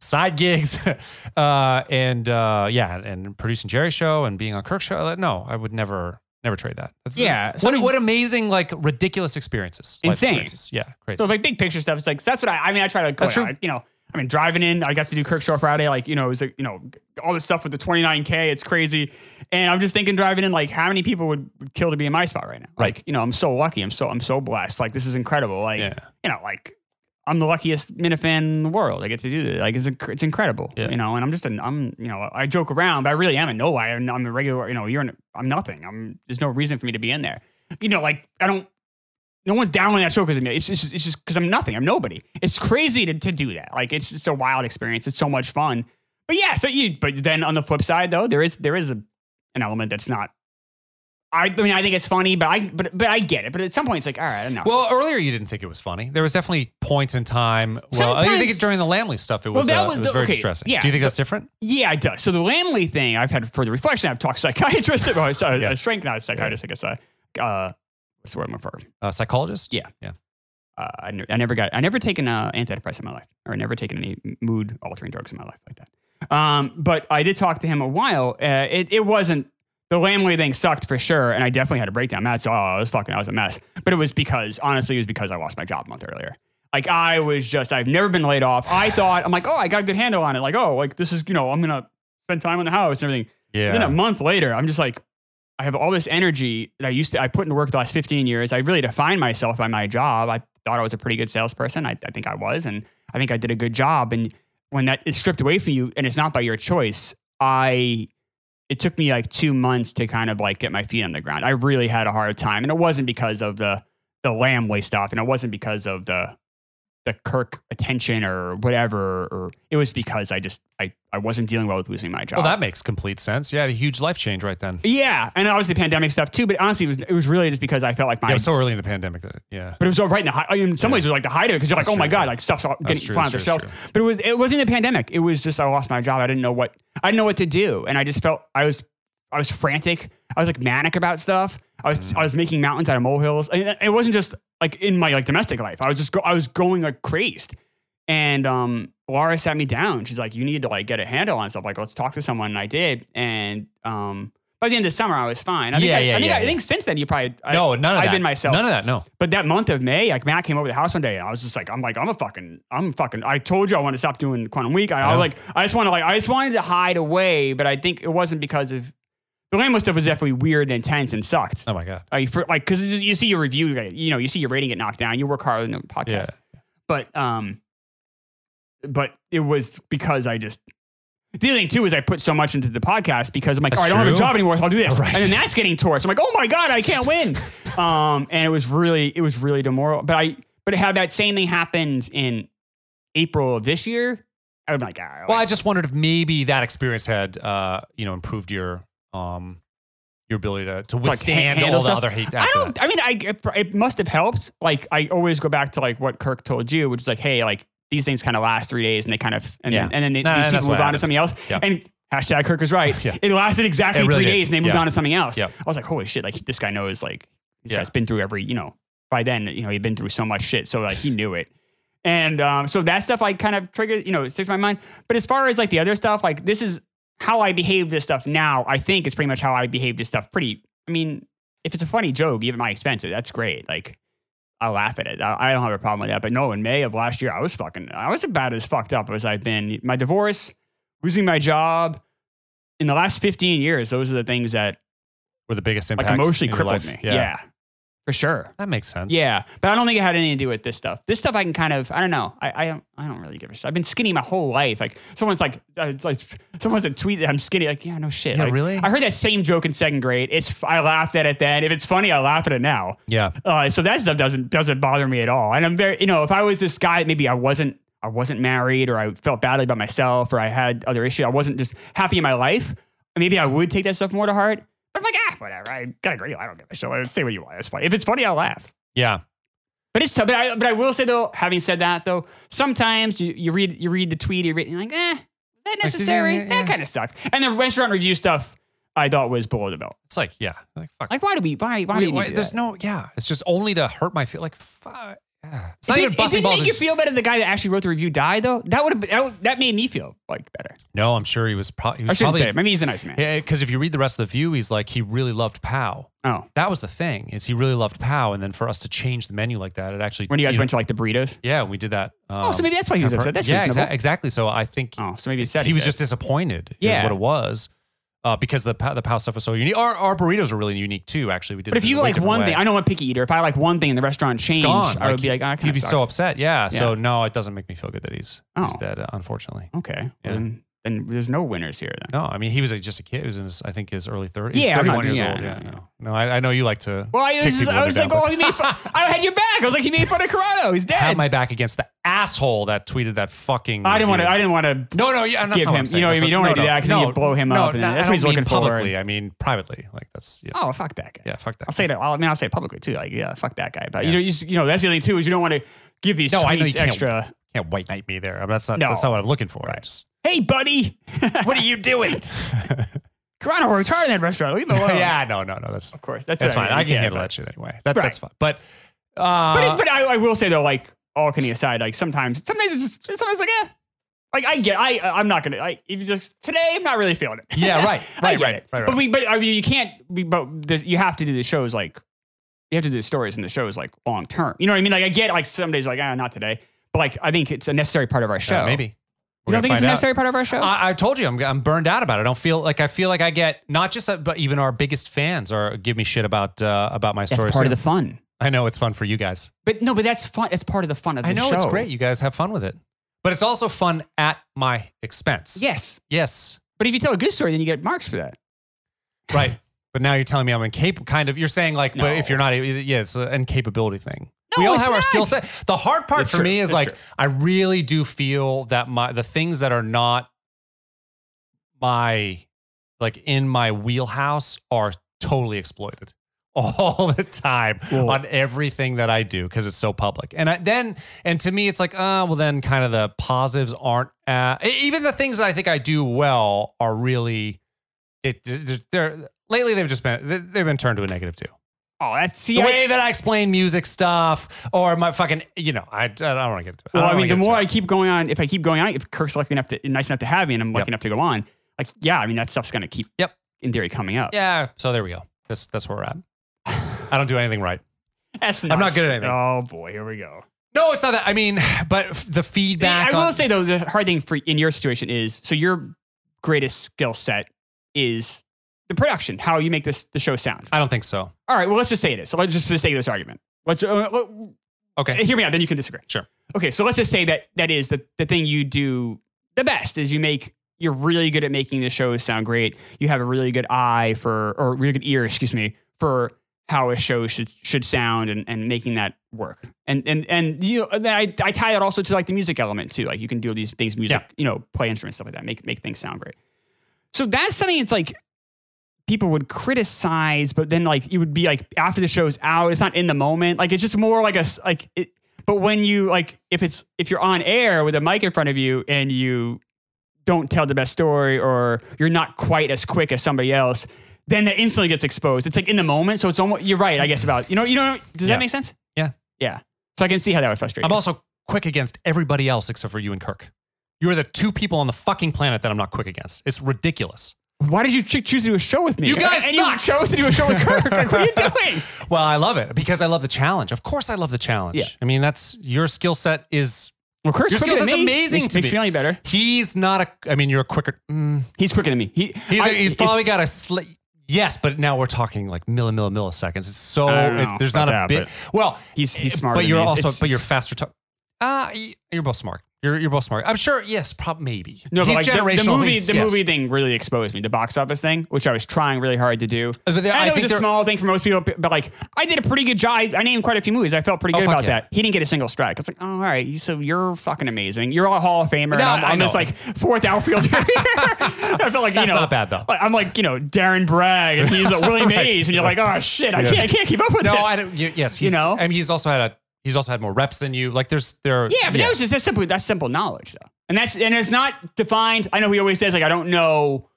[SPEAKER 1] side gigs [LAUGHS] uh, and uh, yeah, and producing Jerry's show and being on Kirk's show. No, I would never, never trade that. That's
[SPEAKER 2] Yeah, so
[SPEAKER 1] what,
[SPEAKER 2] I mean-
[SPEAKER 1] what amazing like ridiculous experiences. life
[SPEAKER 2] Insane.
[SPEAKER 1] experiences. Yeah, crazy.
[SPEAKER 2] So like big picture stuff. It's like that's what I. I mean, I try to. Go
[SPEAKER 1] That's
[SPEAKER 2] out,
[SPEAKER 1] true.
[SPEAKER 2] You know, I mean, driving in, I got to do Kirk Show Friday. Like you know, it was like you know all this stuff with the 29k. It's crazy. And I'm just thinking driving in, like how many people would would kill to be in my spot right now?
[SPEAKER 1] Right.
[SPEAKER 2] Like you know, I'm so lucky. I'm so I'm so blessed. Like this is incredible. Like
[SPEAKER 1] Yeah.
[SPEAKER 2] you know, like. I'm the luckiest Minifan in the world. I get to do this. Like it's inc- it's incredible,
[SPEAKER 1] Yeah.
[SPEAKER 2] you know. And I'm just an I'm you know I joke around, but I really am a nobody. I'm, I'm a regular, you know. You're an, I'm nothing. I'm there's no reason for me to be in there. You know, like I don't no one's down on that show because of me. It's just, it's just because I'm nothing. I'm nobody. It's crazy to, to do that. Like it's just a wild experience. It's so much fun. But yeah, so you. But then on the flip side, though, there is there is a, an element that's not. I, I mean, I think it's funny, but I but but I get it. But at some point, it's like, all right, enough.
[SPEAKER 1] well, earlier you didn't think it was funny. There was definitely points in time. Well, I think
[SPEAKER 2] Sometimes-
[SPEAKER 1] during the Lamley stuff, it
[SPEAKER 2] Well,
[SPEAKER 1] was,
[SPEAKER 2] that
[SPEAKER 1] uh,
[SPEAKER 2] was
[SPEAKER 1] it was
[SPEAKER 2] the-
[SPEAKER 1] very
[SPEAKER 2] okay,
[SPEAKER 1] distressing.
[SPEAKER 2] yeah,
[SPEAKER 1] Do you think that's different?
[SPEAKER 2] Yeah, it does. So the Lamley thing, I've had further reflection. I've talked psychiatrist, [LAUGHS] or a, a,
[SPEAKER 1] Yeah.
[SPEAKER 2] a shrink, not a psychiatrist. I guess. Uh, uh, what's the word I'm looking for?
[SPEAKER 1] Uh, psychologist?
[SPEAKER 2] Yeah.
[SPEAKER 1] Yeah.
[SPEAKER 2] Uh, I, ne- I never got. I never taken uh, antidepressant in my life, or never taken any mood altering drugs in my life like that. Um, but I did talk to him a while. Uh, it it wasn't the Lamley thing sucked for sure, and I definitely had a breakdown. That's all. I oh, was fucking. I was a mess. But it was because honestly, it was because I lost my job a month earlier. Like I was just. I've never been laid off. I thought I'm like, oh, I got a good handle on it. Like oh, like this is you know I'm gonna spend time on the house and everything.
[SPEAKER 1] Yeah.
[SPEAKER 2] Then a month later, I'm just like, I have all this energy that I used to, I put into work the last 15 years. I really defined myself by my job. I thought I was a pretty good salesperson. I, I think I was. And I think I did a good job. And when that is stripped away from you and it's not by your choice, I, it took me like two months to kind of like get my feet on the ground. I really had a hard time. And it wasn't because of the, the Lamley stuff. And it wasn't because of the, the Kirk attention or whatever, or it was because I just, I, I wasn't dealing well with losing my job.
[SPEAKER 1] Well, that makes complete sense. Yeah, a huge life change right then.
[SPEAKER 2] Yeah, and obviously the pandemic stuff too. But honestly, it was it was really just because I felt like my.
[SPEAKER 1] Yeah, it was so early in the pandemic that yeah.
[SPEAKER 2] but it was all right in the high. In some
[SPEAKER 1] Yeah.
[SPEAKER 2] ways, it was like the height of it because you're like,
[SPEAKER 1] That's
[SPEAKER 2] oh my
[SPEAKER 1] true,
[SPEAKER 2] god,
[SPEAKER 1] yeah.
[SPEAKER 2] like stuff's all
[SPEAKER 1] That's
[SPEAKER 2] getting
[SPEAKER 1] true,
[SPEAKER 2] put on
[SPEAKER 1] that's
[SPEAKER 2] the
[SPEAKER 1] true,
[SPEAKER 2] shelves.
[SPEAKER 1] that's
[SPEAKER 2] But it was it wasn't the pandemic. It was just I lost my job. I didn't know what I didn't know what to do, and I just felt I was I was frantic. I was like manic about stuff. I was
[SPEAKER 1] Mm.
[SPEAKER 2] I was making mountains out of molehills. And it wasn't just like in my like domestic life. I was just go, I was going like crazed. And um, Laura sat me down. She's like, "You need to like get a handle on stuff. Like, let's talk to someone." And I did. And um, by the end of the summer, I was fine. I think
[SPEAKER 1] Yeah,
[SPEAKER 2] I,
[SPEAKER 1] yeah,
[SPEAKER 2] I think
[SPEAKER 1] yeah,
[SPEAKER 2] I,
[SPEAKER 1] yeah.
[SPEAKER 2] think since then you probably
[SPEAKER 1] no,
[SPEAKER 2] I,
[SPEAKER 1] none of
[SPEAKER 2] I've
[SPEAKER 1] that.
[SPEAKER 2] been myself.
[SPEAKER 1] None of that. No.
[SPEAKER 2] But that month of May, like Matt came over to the house one day, and I was just like, I'm like, I'm a fucking, I'm fucking. I told you I want to stop doing Quantum Week. I, I
[SPEAKER 1] Yeah.
[SPEAKER 2] like, I just want to like, I just wanted to hide away, but I think it wasn't because of the Lambo stuff was definitely weird and intense and sucked.
[SPEAKER 1] Oh my god.
[SPEAKER 2] Like, for, like, cause it's just- you see your review, like, you know, you see your rating get knocked down. You work hard on the podcast,
[SPEAKER 1] Yeah.
[SPEAKER 2] but um, but it was because I just. The other thing too is I put so much into the podcast because I'm like,
[SPEAKER 1] That's
[SPEAKER 2] all right, I don't have a
[SPEAKER 1] true.
[SPEAKER 2] job anymore. I'll do this,
[SPEAKER 1] Right.
[SPEAKER 2] and then that's getting torched. I'm like, oh my god, I
[SPEAKER 1] [LAUGHS]
[SPEAKER 2] can't win. um, and it was really, it was really demoral. But I, but had that same thing happened in April of this year, I would be like, ah, like,
[SPEAKER 1] Well, I just wondered if maybe that experience had uh, you know, improved your um your ability to, to
[SPEAKER 2] like,
[SPEAKER 1] withstand
[SPEAKER 2] handle
[SPEAKER 1] all the
[SPEAKER 2] stuff?
[SPEAKER 1] other hate.
[SPEAKER 2] I
[SPEAKER 1] after
[SPEAKER 2] don't.
[SPEAKER 1] that.
[SPEAKER 2] I mean, I it, pr- it must have helped. Like I always go back to like what Kirk told you, which is like, hey, like these things kind of last three days, and they kind of and
[SPEAKER 1] Yeah.
[SPEAKER 2] then, and then they,
[SPEAKER 1] No,
[SPEAKER 2] these
[SPEAKER 1] that's
[SPEAKER 2] people
[SPEAKER 1] what
[SPEAKER 2] move on to
[SPEAKER 1] happens.
[SPEAKER 2] something else.
[SPEAKER 1] Yeah.
[SPEAKER 2] And hashtag Kirk is
[SPEAKER 1] [LAUGHS]
[SPEAKER 2] right.
[SPEAKER 1] Yeah.
[SPEAKER 2] It lasted exactly
[SPEAKER 1] It really
[SPEAKER 2] three
[SPEAKER 1] did.
[SPEAKER 2] days, and they moved
[SPEAKER 1] Yeah.
[SPEAKER 2] on to something else.
[SPEAKER 1] Yeah.
[SPEAKER 2] I was like, holy shit! Like this guy knows. Like this
[SPEAKER 1] Yeah.
[SPEAKER 2] guy's been through every. You know, by then, you know, he'd been through so much shit, so like he knew it. And um, so that stuff like kind of triggered, you know, it sticks in my mind. But as far as like the other stuff, like this is how I behave this stuff now. I think is pretty much how I behave this stuff. Pretty, I mean, if it's a funny joke, even at my expense, that's great. Like I laugh at it. I, I don't have a problem with that. But no, in May of last year, I was fucking, I was about as fucked up as I've been. My divorce, losing my job. In the last 15 years, those are the things that
[SPEAKER 1] Were the biggest
[SPEAKER 2] like
[SPEAKER 1] impact
[SPEAKER 2] emotionally
[SPEAKER 1] in your life?
[SPEAKER 2] crippled me. Yeah. for sure.
[SPEAKER 1] That makes sense.
[SPEAKER 2] Yeah, but I don't think it had anything to do with this stuff. This stuff I can kind of, I don't know. I, I don't, I don't really give a shit. I've been skinny my whole life. Like someone's like, uh, it's like someone's a tweet that I'm skinny. Like, yeah, no shit.
[SPEAKER 1] Yeah,
[SPEAKER 2] Like,
[SPEAKER 1] really?
[SPEAKER 2] I heard that same joke in second grade. It's, I laughed at it then. If it's funny, I laugh at it now.
[SPEAKER 1] Yeah.
[SPEAKER 2] Uh, so that stuff doesn't doesn't bother me at all. And I'm very, you know, if I was this guy, maybe I wasn't. I wasn't married or I felt badly about myself or I had other issues. I wasn't just happy in my life. Maybe I would take that stuff more to heart. But I'm like, ah, whatever. I got a great deal. I don't give a shit. Say what you want. It's funny. If it's funny, I'll laugh.
[SPEAKER 1] Yeah.
[SPEAKER 2] But it's tough. But I, but I will say though, having said that though, sometimes you, you read you read the tweet, you read, and you're like, eh, is that
[SPEAKER 1] Like, does it-
[SPEAKER 2] necessary?
[SPEAKER 1] yeah, yeah.
[SPEAKER 2] That kind of sucks. And the restaurant review stuff, I thought was below the belt.
[SPEAKER 1] It's like, yeah. Like, fuck.
[SPEAKER 2] Like, why do we? Why? Why
[SPEAKER 1] Wait,
[SPEAKER 2] do we?
[SPEAKER 1] wait,
[SPEAKER 2] need to do
[SPEAKER 1] there's
[SPEAKER 2] that?
[SPEAKER 1] no, yeah. It's just only to hurt my feel. Like, fuck. Yeah. It's not
[SPEAKER 2] Did-
[SPEAKER 1] even
[SPEAKER 2] it
[SPEAKER 1] busting
[SPEAKER 2] didn't
[SPEAKER 1] balls.
[SPEAKER 2] make you
[SPEAKER 1] it's-
[SPEAKER 2] feel better. The guy that actually wrote the review died though. That would have that, would- that made me feel like better.
[SPEAKER 1] no, I'm sure he was, pro- he
[SPEAKER 2] I
[SPEAKER 1] was
[SPEAKER 2] shouldn't
[SPEAKER 1] probably.
[SPEAKER 2] say it. Maybe he's a nice man.
[SPEAKER 1] Because if you read the rest of the view, he's like, he really loved Pow.
[SPEAKER 2] Oh,
[SPEAKER 1] That was the thing is he really loved Pow. And then for us to change the menu like that, it actually.
[SPEAKER 2] when you guys
[SPEAKER 1] know,
[SPEAKER 2] went to like the burritos.
[SPEAKER 1] Yeah, we did that. um,
[SPEAKER 2] Oh, so maybe that's why he was upset. That's
[SPEAKER 1] yeah,
[SPEAKER 2] reasonable.
[SPEAKER 1] exa- exactly. So I think
[SPEAKER 2] Oh, so maybe it's sad
[SPEAKER 1] he was
[SPEAKER 2] dead.
[SPEAKER 1] just disappointed. is
[SPEAKER 2] Yeah.
[SPEAKER 1] what it was. Uh, because the pa- the pow stuff was so unique. Our, our burritos are really unique too. Actually, we did.
[SPEAKER 2] But if
[SPEAKER 1] it in
[SPEAKER 2] you
[SPEAKER 1] a way
[SPEAKER 2] like
[SPEAKER 1] different
[SPEAKER 2] one
[SPEAKER 1] way.
[SPEAKER 2] thing, I know I'm a picky eater. If I like one thing in the restaurant
[SPEAKER 1] It's
[SPEAKER 2] change,
[SPEAKER 1] gone.
[SPEAKER 2] I would be like, ah,
[SPEAKER 1] you'd be so
[SPEAKER 2] upset.
[SPEAKER 1] upset. Yeah. So
[SPEAKER 2] Yeah.
[SPEAKER 1] no, it doesn't make me feel good that he's he's
[SPEAKER 2] Oh.
[SPEAKER 1] dead. Unfortunately.
[SPEAKER 2] Okay.
[SPEAKER 1] Yeah.
[SPEAKER 2] Then, then there's no winners here then.
[SPEAKER 1] No, I mean he was a, just a kid. He was in his I think his early thirties.
[SPEAKER 2] Yeah, I'm
[SPEAKER 1] thirty
[SPEAKER 2] not-
[SPEAKER 1] one years
[SPEAKER 2] yeah,
[SPEAKER 1] old.
[SPEAKER 2] no,
[SPEAKER 1] Yeah.
[SPEAKER 2] no.
[SPEAKER 1] No, no I, I know you like to.
[SPEAKER 2] Well, I
[SPEAKER 1] kick
[SPEAKER 2] was, just-
[SPEAKER 1] people
[SPEAKER 2] I
[SPEAKER 1] when
[SPEAKER 2] was
[SPEAKER 1] they're
[SPEAKER 2] like,
[SPEAKER 1] down,
[SPEAKER 2] oh,
[SPEAKER 1] but
[SPEAKER 2] he made fun.
[SPEAKER 1] [LAUGHS]
[SPEAKER 2] I had your back. I was like, he made fun of Corrado. He's
[SPEAKER 1] have
[SPEAKER 2] dead.
[SPEAKER 1] my back against the asshole that tweeted that fucking.
[SPEAKER 2] I didn't want to.
[SPEAKER 1] review.
[SPEAKER 2] I didn't want to.
[SPEAKER 1] No, no, yeah, and that's
[SPEAKER 2] give
[SPEAKER 1] not what
[SPEAKER 2] him-
[SPEAKER 1] I'm
[SPEAKER 2] you
[SPEAKER 1] saying.
[SPEAKER 2] know what I
[SPEAKER 1] That's
[SPEAKER 2] mean? You don't
[SPEAKER 1] no,
[SPEAKER 2] wanna do
[SPEAKER 1] no,
[SPEAKER 2] that 'cause then
[SPEAKER 1] no,
[SPEAKER 2] you blow him
[SPEAKER 1] no,
[SPEAKER 2] up and
[SPEAKER 1] no,
[SPEAKER 2] that's
[SPEAKER 1] I
[SPEAKER 2] what he's
[SPEAKER 1] don't mean
[SPEAKER 2] looking for.
[SPEAKER 1] Publicly, I mean privately. Like that's yeah,
[SPEAKER 2] Oh, fuck that guy.
[SPEAKER 1] yeah fuck that.
[SPEAKER 2] I'll say that. I'll- I mean, I'll say it publicly too. Like, yeah, fuck that guy. But
[SPEAKER 1] Yeah.
[SPEAKER 2] you know, you, s- you know, that's the only thing too is you don't want to give these
[SPEAKER 1] No,
[SPEAKER 2] tweets
[SPEAKER 1] I know you can't-
[SPEAKER 2] extra.
[SPEAKER 1] can't white knight me there. I mean, that's not
[SPEAKER 2] No.
[SPEAKER 1] that's not what I'm looking for. I just
[SPEAKER 2] Hey, buddy, [LAUGHS]
[SPEAKER 1] what are you doing?
[SPEAKER 2] Corrado worked hard in that restaurant. Leave him alone.
[SPEAKER 1] [LAUGHS] yeah, no, no, no. That's
[SPEAKER 2] of course. That's,
[SPEAKER 1] that's
[SPEAKER 2] what
[SPEAKER 1] fine.
[SPEAKER 2] mean.
[SPEAKER 1] I
[SPEAKER 2] You
[SPEAKER 1] can
[SPEAKER 2] can't,
[SPEAKER 1] handle
[SPEAKER 2] but-
[SPEAKER 1] that shit anyway. That,
[SPEAKER 2] Right.
[SPEAKER 1] That's fine. But uh,
[SPEAKER 2] But, it, but I, I will say though, like all kidding aside, like sometimes, sometimes it's just, sometimes like, eh. Like I get, I uh, I'm not gonna like if you just today I'm not really feeling it.
[SPEAKER 1] Yeah, right, right,
[SPEAKER 2] [LAUGHS] I get
[SPEAKER 1] right,
[SPEAKER 2] it.
[SPEAKER 1] right, right.
[SPEAKER 2] But we, but I mean, you can't. Be, but the, you have to do the shows like you have to do the stories and the shows like long term. You know what I mean? Like I get like some days like ah not today, but like I think it's a necessary part of our show.
[SPEAKER 1] uh, maybe
[SPEAKER 2] you
[SPEAKER 1] We're gonna
[SPEAKER 2] don't think it's a
[SPEAKER 1] find out. Uh,
[SPEAKER 2] necessary part of our show?
[SPEAKER 1] I, I told you I'm I'm burned out about it. I don't feel like I feel like I get not just uh, but even our biggest fans are give me shit about uh, about my
[SPEAKER 2] that's
[SPEAKER 1] stories.
[SPEAKER 2] part
[SPEAKER 1] too.
[SPEAKER 2] of the fun.
[SPEAKER 1] [LAUGHS] I know it's fun for you guys.
[SPEAKER 2] But no, but that's fun. That's part of the fun of the
[SPEAKER 1] I know
[SPEAKER 2] show.
[SPEAKER 1] it's great. You guys have fun with it, but it's also fun at my expense.
[SPEAKER 2] Yes,
[SPEAKER 1] Yes.
[SPEAKER 2] but if you tell a good story, then you get marks for that.
[SPEAKER 1] Right. But now you're telling me I'm incapable. Kind of. You're saying like, but if
[SPEAKER 2] No.
[SPEAKER 1] you're not, yeah, it's an incapability thing.
[SPEAKER 2] No,
[SPEAKER 1] we all
[SPEAKER 2] it's
[SPEAKER 1] have our
[SPEAKER 2] not.
[SPEAKER 1] skill set. The hard part
[SPEAKER 2] It's
[SPEAKER 1] for
[SPEAKER 2] true.
[SPEAKER 1] me is
[SPEAKER 2] It's
[SPEAKER 1] like,
[SPEAKER 2] true.
[SPEAKER 1] I really do feel that my the things that are not my like in my wheelhouse are totally exploited [LAUGHS] all the time
[SPEAKER 2] Well-
[SPEAKER 1] on everything that I do because it's so public. And I, then, and to me, it's like, ah, well, then kind of the positives aren't uh, e- even the things that I think I do well are really it. They're lately they've just been they- they've been turned to a negative too.
[SPEAKER 2] Oh, that's see,
[SPEAKER 1] The
[SPEAKER 2] I-
[SPEAKER 1] way that I explain music stuff or my fucking you know I, I don't want to get into it.
[SPEAKER 2] Well, I
[SPEAKER 1] don't wanna
[SPEAKER 2] mean, the
[SPEAKER 1] Oh, get
[SPEAKER 2] more I
[SPEAKER 1] into
[SPEAKER 2] keep going on, if I keep going on, if Kirk's lucky enough to, nice enough to have me, and I'm lucky
[SPEAKER 1] Yep.
[SPEAKER 2] enough to go on, like, yeah, I mean, that stuff's gonna keep,
[SPEAKER 1] Yep.
[SPEAKER 2] in theory, coming up.
[SPEAKER 1] it. yeah. So there we go. That's that's where we're at. I don't do anything
[SPEAKER 2] [SIGHS]
[SPEAKER 1] right.
[SPEAKER 2] That's
[SPEAKER 1] I'm not good at anything.
[SPEAKER 2] Oh boy, here we go.
[SPEAKER 1] No, it's not that. I mean, [SIGHS] but f- the feedback.
[SPEAKER 2] I will
[SPEAKER 1] on-
[SPEAKER 2] say though, the hard thing for in your situation is so your greatest skill set is the production, how you make this the show sound.
[SPEAKER 1] I don't think so.
[SPEAKER 2] All right, well, let's just say it is. So let's just for the sake of this argument, let's uh, let-
[SPEAKER 1] Okay.
[SPEAKER 2] Uh, hear me out. Then you can disagree.
[SPEAKER 1] Sure.
[SPEAKER 2] Okay. So let's just say that that is the, the thing you do the best is you make you're really good at making the shows sound great. You have a really good eye for or really good ear, excuse me, for how a show should should sound and, and making that work. And and and you and then I, I tie it also to like the music element too. Like you can do these things, music, you know, play instruments, stuff like that, make make things sound great. So that's something it's like people would criticize, but then like it would be like after the show's out, it's not in the moment. Like it's just more like a s- like it. But when you like if it's if you're on air with a mic in front of you and you don't tell the best story or you're not quite as quick as somebody else, then that instantly gets exposed. It's like in the moment, so it's almost you're right, I guess about you know you know does
[SPEAKER 1] Yeah.
[SPEAKER 2] that make sense?
[SPEAKER 1] Yeah.
[SPEAKER 2] yeah. So I can see how that would frustrate.
[SPEAKER 1] I'm
[SPEAKER 2] you.
[SPEAKER 1] also quick against everybody else except for you and Kirk. You are the two people on the fucking planet that I'm not quick against. It's ridiculous.
[SPEAKER 2] Why did you ch- choose to do a show with me?
[SPEAKER 1] You guys
[SPEAKER 2] and
[SPEAKER 1] suck.
[SPEAKER 2] You chose to do a show with Kirk. Like, what are you doing?
[SPEAKER 1] Well, I love it because I love the challenge. Of course, I love the challenge.
[SPEAKER 2] Yeah.
[SPEAKER 1] I mean, that's your skill set is
[SPEAKER 2] Well,
[SPEAKER 1] [LAUGHS]
[SPEAKER 2] Kirk's
[SPEAKER 1] Your
[SPEAKER 2] quicker
[SPEAKER 1] skill
[SPEAKER 2] than
[SPEAKER 1] set's
[SPEAKER 2] me.
[SPEAKER 1] amazing
[SPEAKER 2] Makes-
[SPEAKER 1] to
[SPEAKER 2] makes
[SPEAKER 1] me.
[SPEAKER 2] me feel any better.
[SPEAKER 1] he's not a. I mean, you're a quicker. Mm,
[SPEAKER 2] He's quicker than me. He,
[SPEAKER 1] he's
[SPEAKER 2] I-
[SPEAKER 1] he's
[SPEAKER 2] it's-
[SPEAKER 1] probably got a. Sl- yes, but now we're talking like milli milli milliseconds. It's so
[SPEAKER 2] I don't
[SPEAKER 1] it's,
[SPEAKER 2] know
[SPEAKER 1] there's
[SPEAKER 2] about
[SPEAKER 1] not a
[SPEAKER 2] that,
[SPEAKER 1] bit. Well,
[SPEAKER 2] He's- he's
[SPEAKER 1] eh,
[SPEAKER 2] smarter
[SPEAKER 1] But
[SPEAKER 2] than
[SPEAKER 1] you're
[SPEAKER 2] me.
[SPEAKER 1] also
[SPEAKER 2] It's-
[SPEAKER 1] but you're faster. To- uh, you're both smart. You're, you're both smart. I'm sure. Yes, probably maybe.
[SPEAKER 2] No,
[SPEAKER 1] He's
[SPEAKER 2] but like the- the,
[SPEAKER 1] generational.
[SPEAKER 2] movie,
[SPEAKER 1] he's-
[SPEAKER 2] the
[SPEAKER 1] yes.
[SPEAKER 2] movie thing really exposed me. The box office thing, which I was trying really hard to do.
[SPEAKER 1] Uh, but there-
[SPEAKER 2] And
[SPEAKER 1] I
[SPEAKER 2] I know
[SPEAKER 1] think
[SPEAKER 2] it's a
[SPEAKER 1] there-
[SPEAKER 2] small thing for most people, but like I did a pretty good job. I, I named quite a few movies. I felt pretty
[SPEAKER 1] Oh,
[SPEAKER 2] good
[SPEAKER 1] fuck
[SPEAKER 2] about
[SPEAKER 1] yeah.
[SPEAKER 2] that. He didn't get a single strike. I was like, oh, all right, you- so you're fucking amazing. You're a Hall of Famer. and
[SPEAKER 1] No,
[SPEAKER 2] I'm,
[SPEAKER 1] I
[SPEAKER 2] I'm
[SPEAKER 1] know.
[SPEAKER 2] just like
[SPEAKER 1] [LAUGHS]
[SPEAKER 2] fourth [LAUGHS] outfielder. I felt like
[SPEAKER 1] That's
[SPEAKER 2] you know,
[SPEAKER 1] not bad, though.
[SPEAKER 2] like, I'm like you know Darren Bragg and he's
[SPEAKER 1] [LAUGHS]
[SPEAKER 2] a Willie Mays, and you're like, oh shit, I can't, I can't keep up with
[SPEAKER 1] No,
[SPEAKER 2] this.
[SPEAKER 1] I don't. y- Yes,
[SPEAKER 2] You
[SPEAKER 1] he's,
[SPEAKER 2] know?
[SPEAKER 1] I mean, he's also had a. He's also had more reps than you. Like, there's there.
[SPEAKER 2] Yeah, but that was just that's simple. That's simple knowledge, though, and that's and it's not defined. I know he always says like I don't know,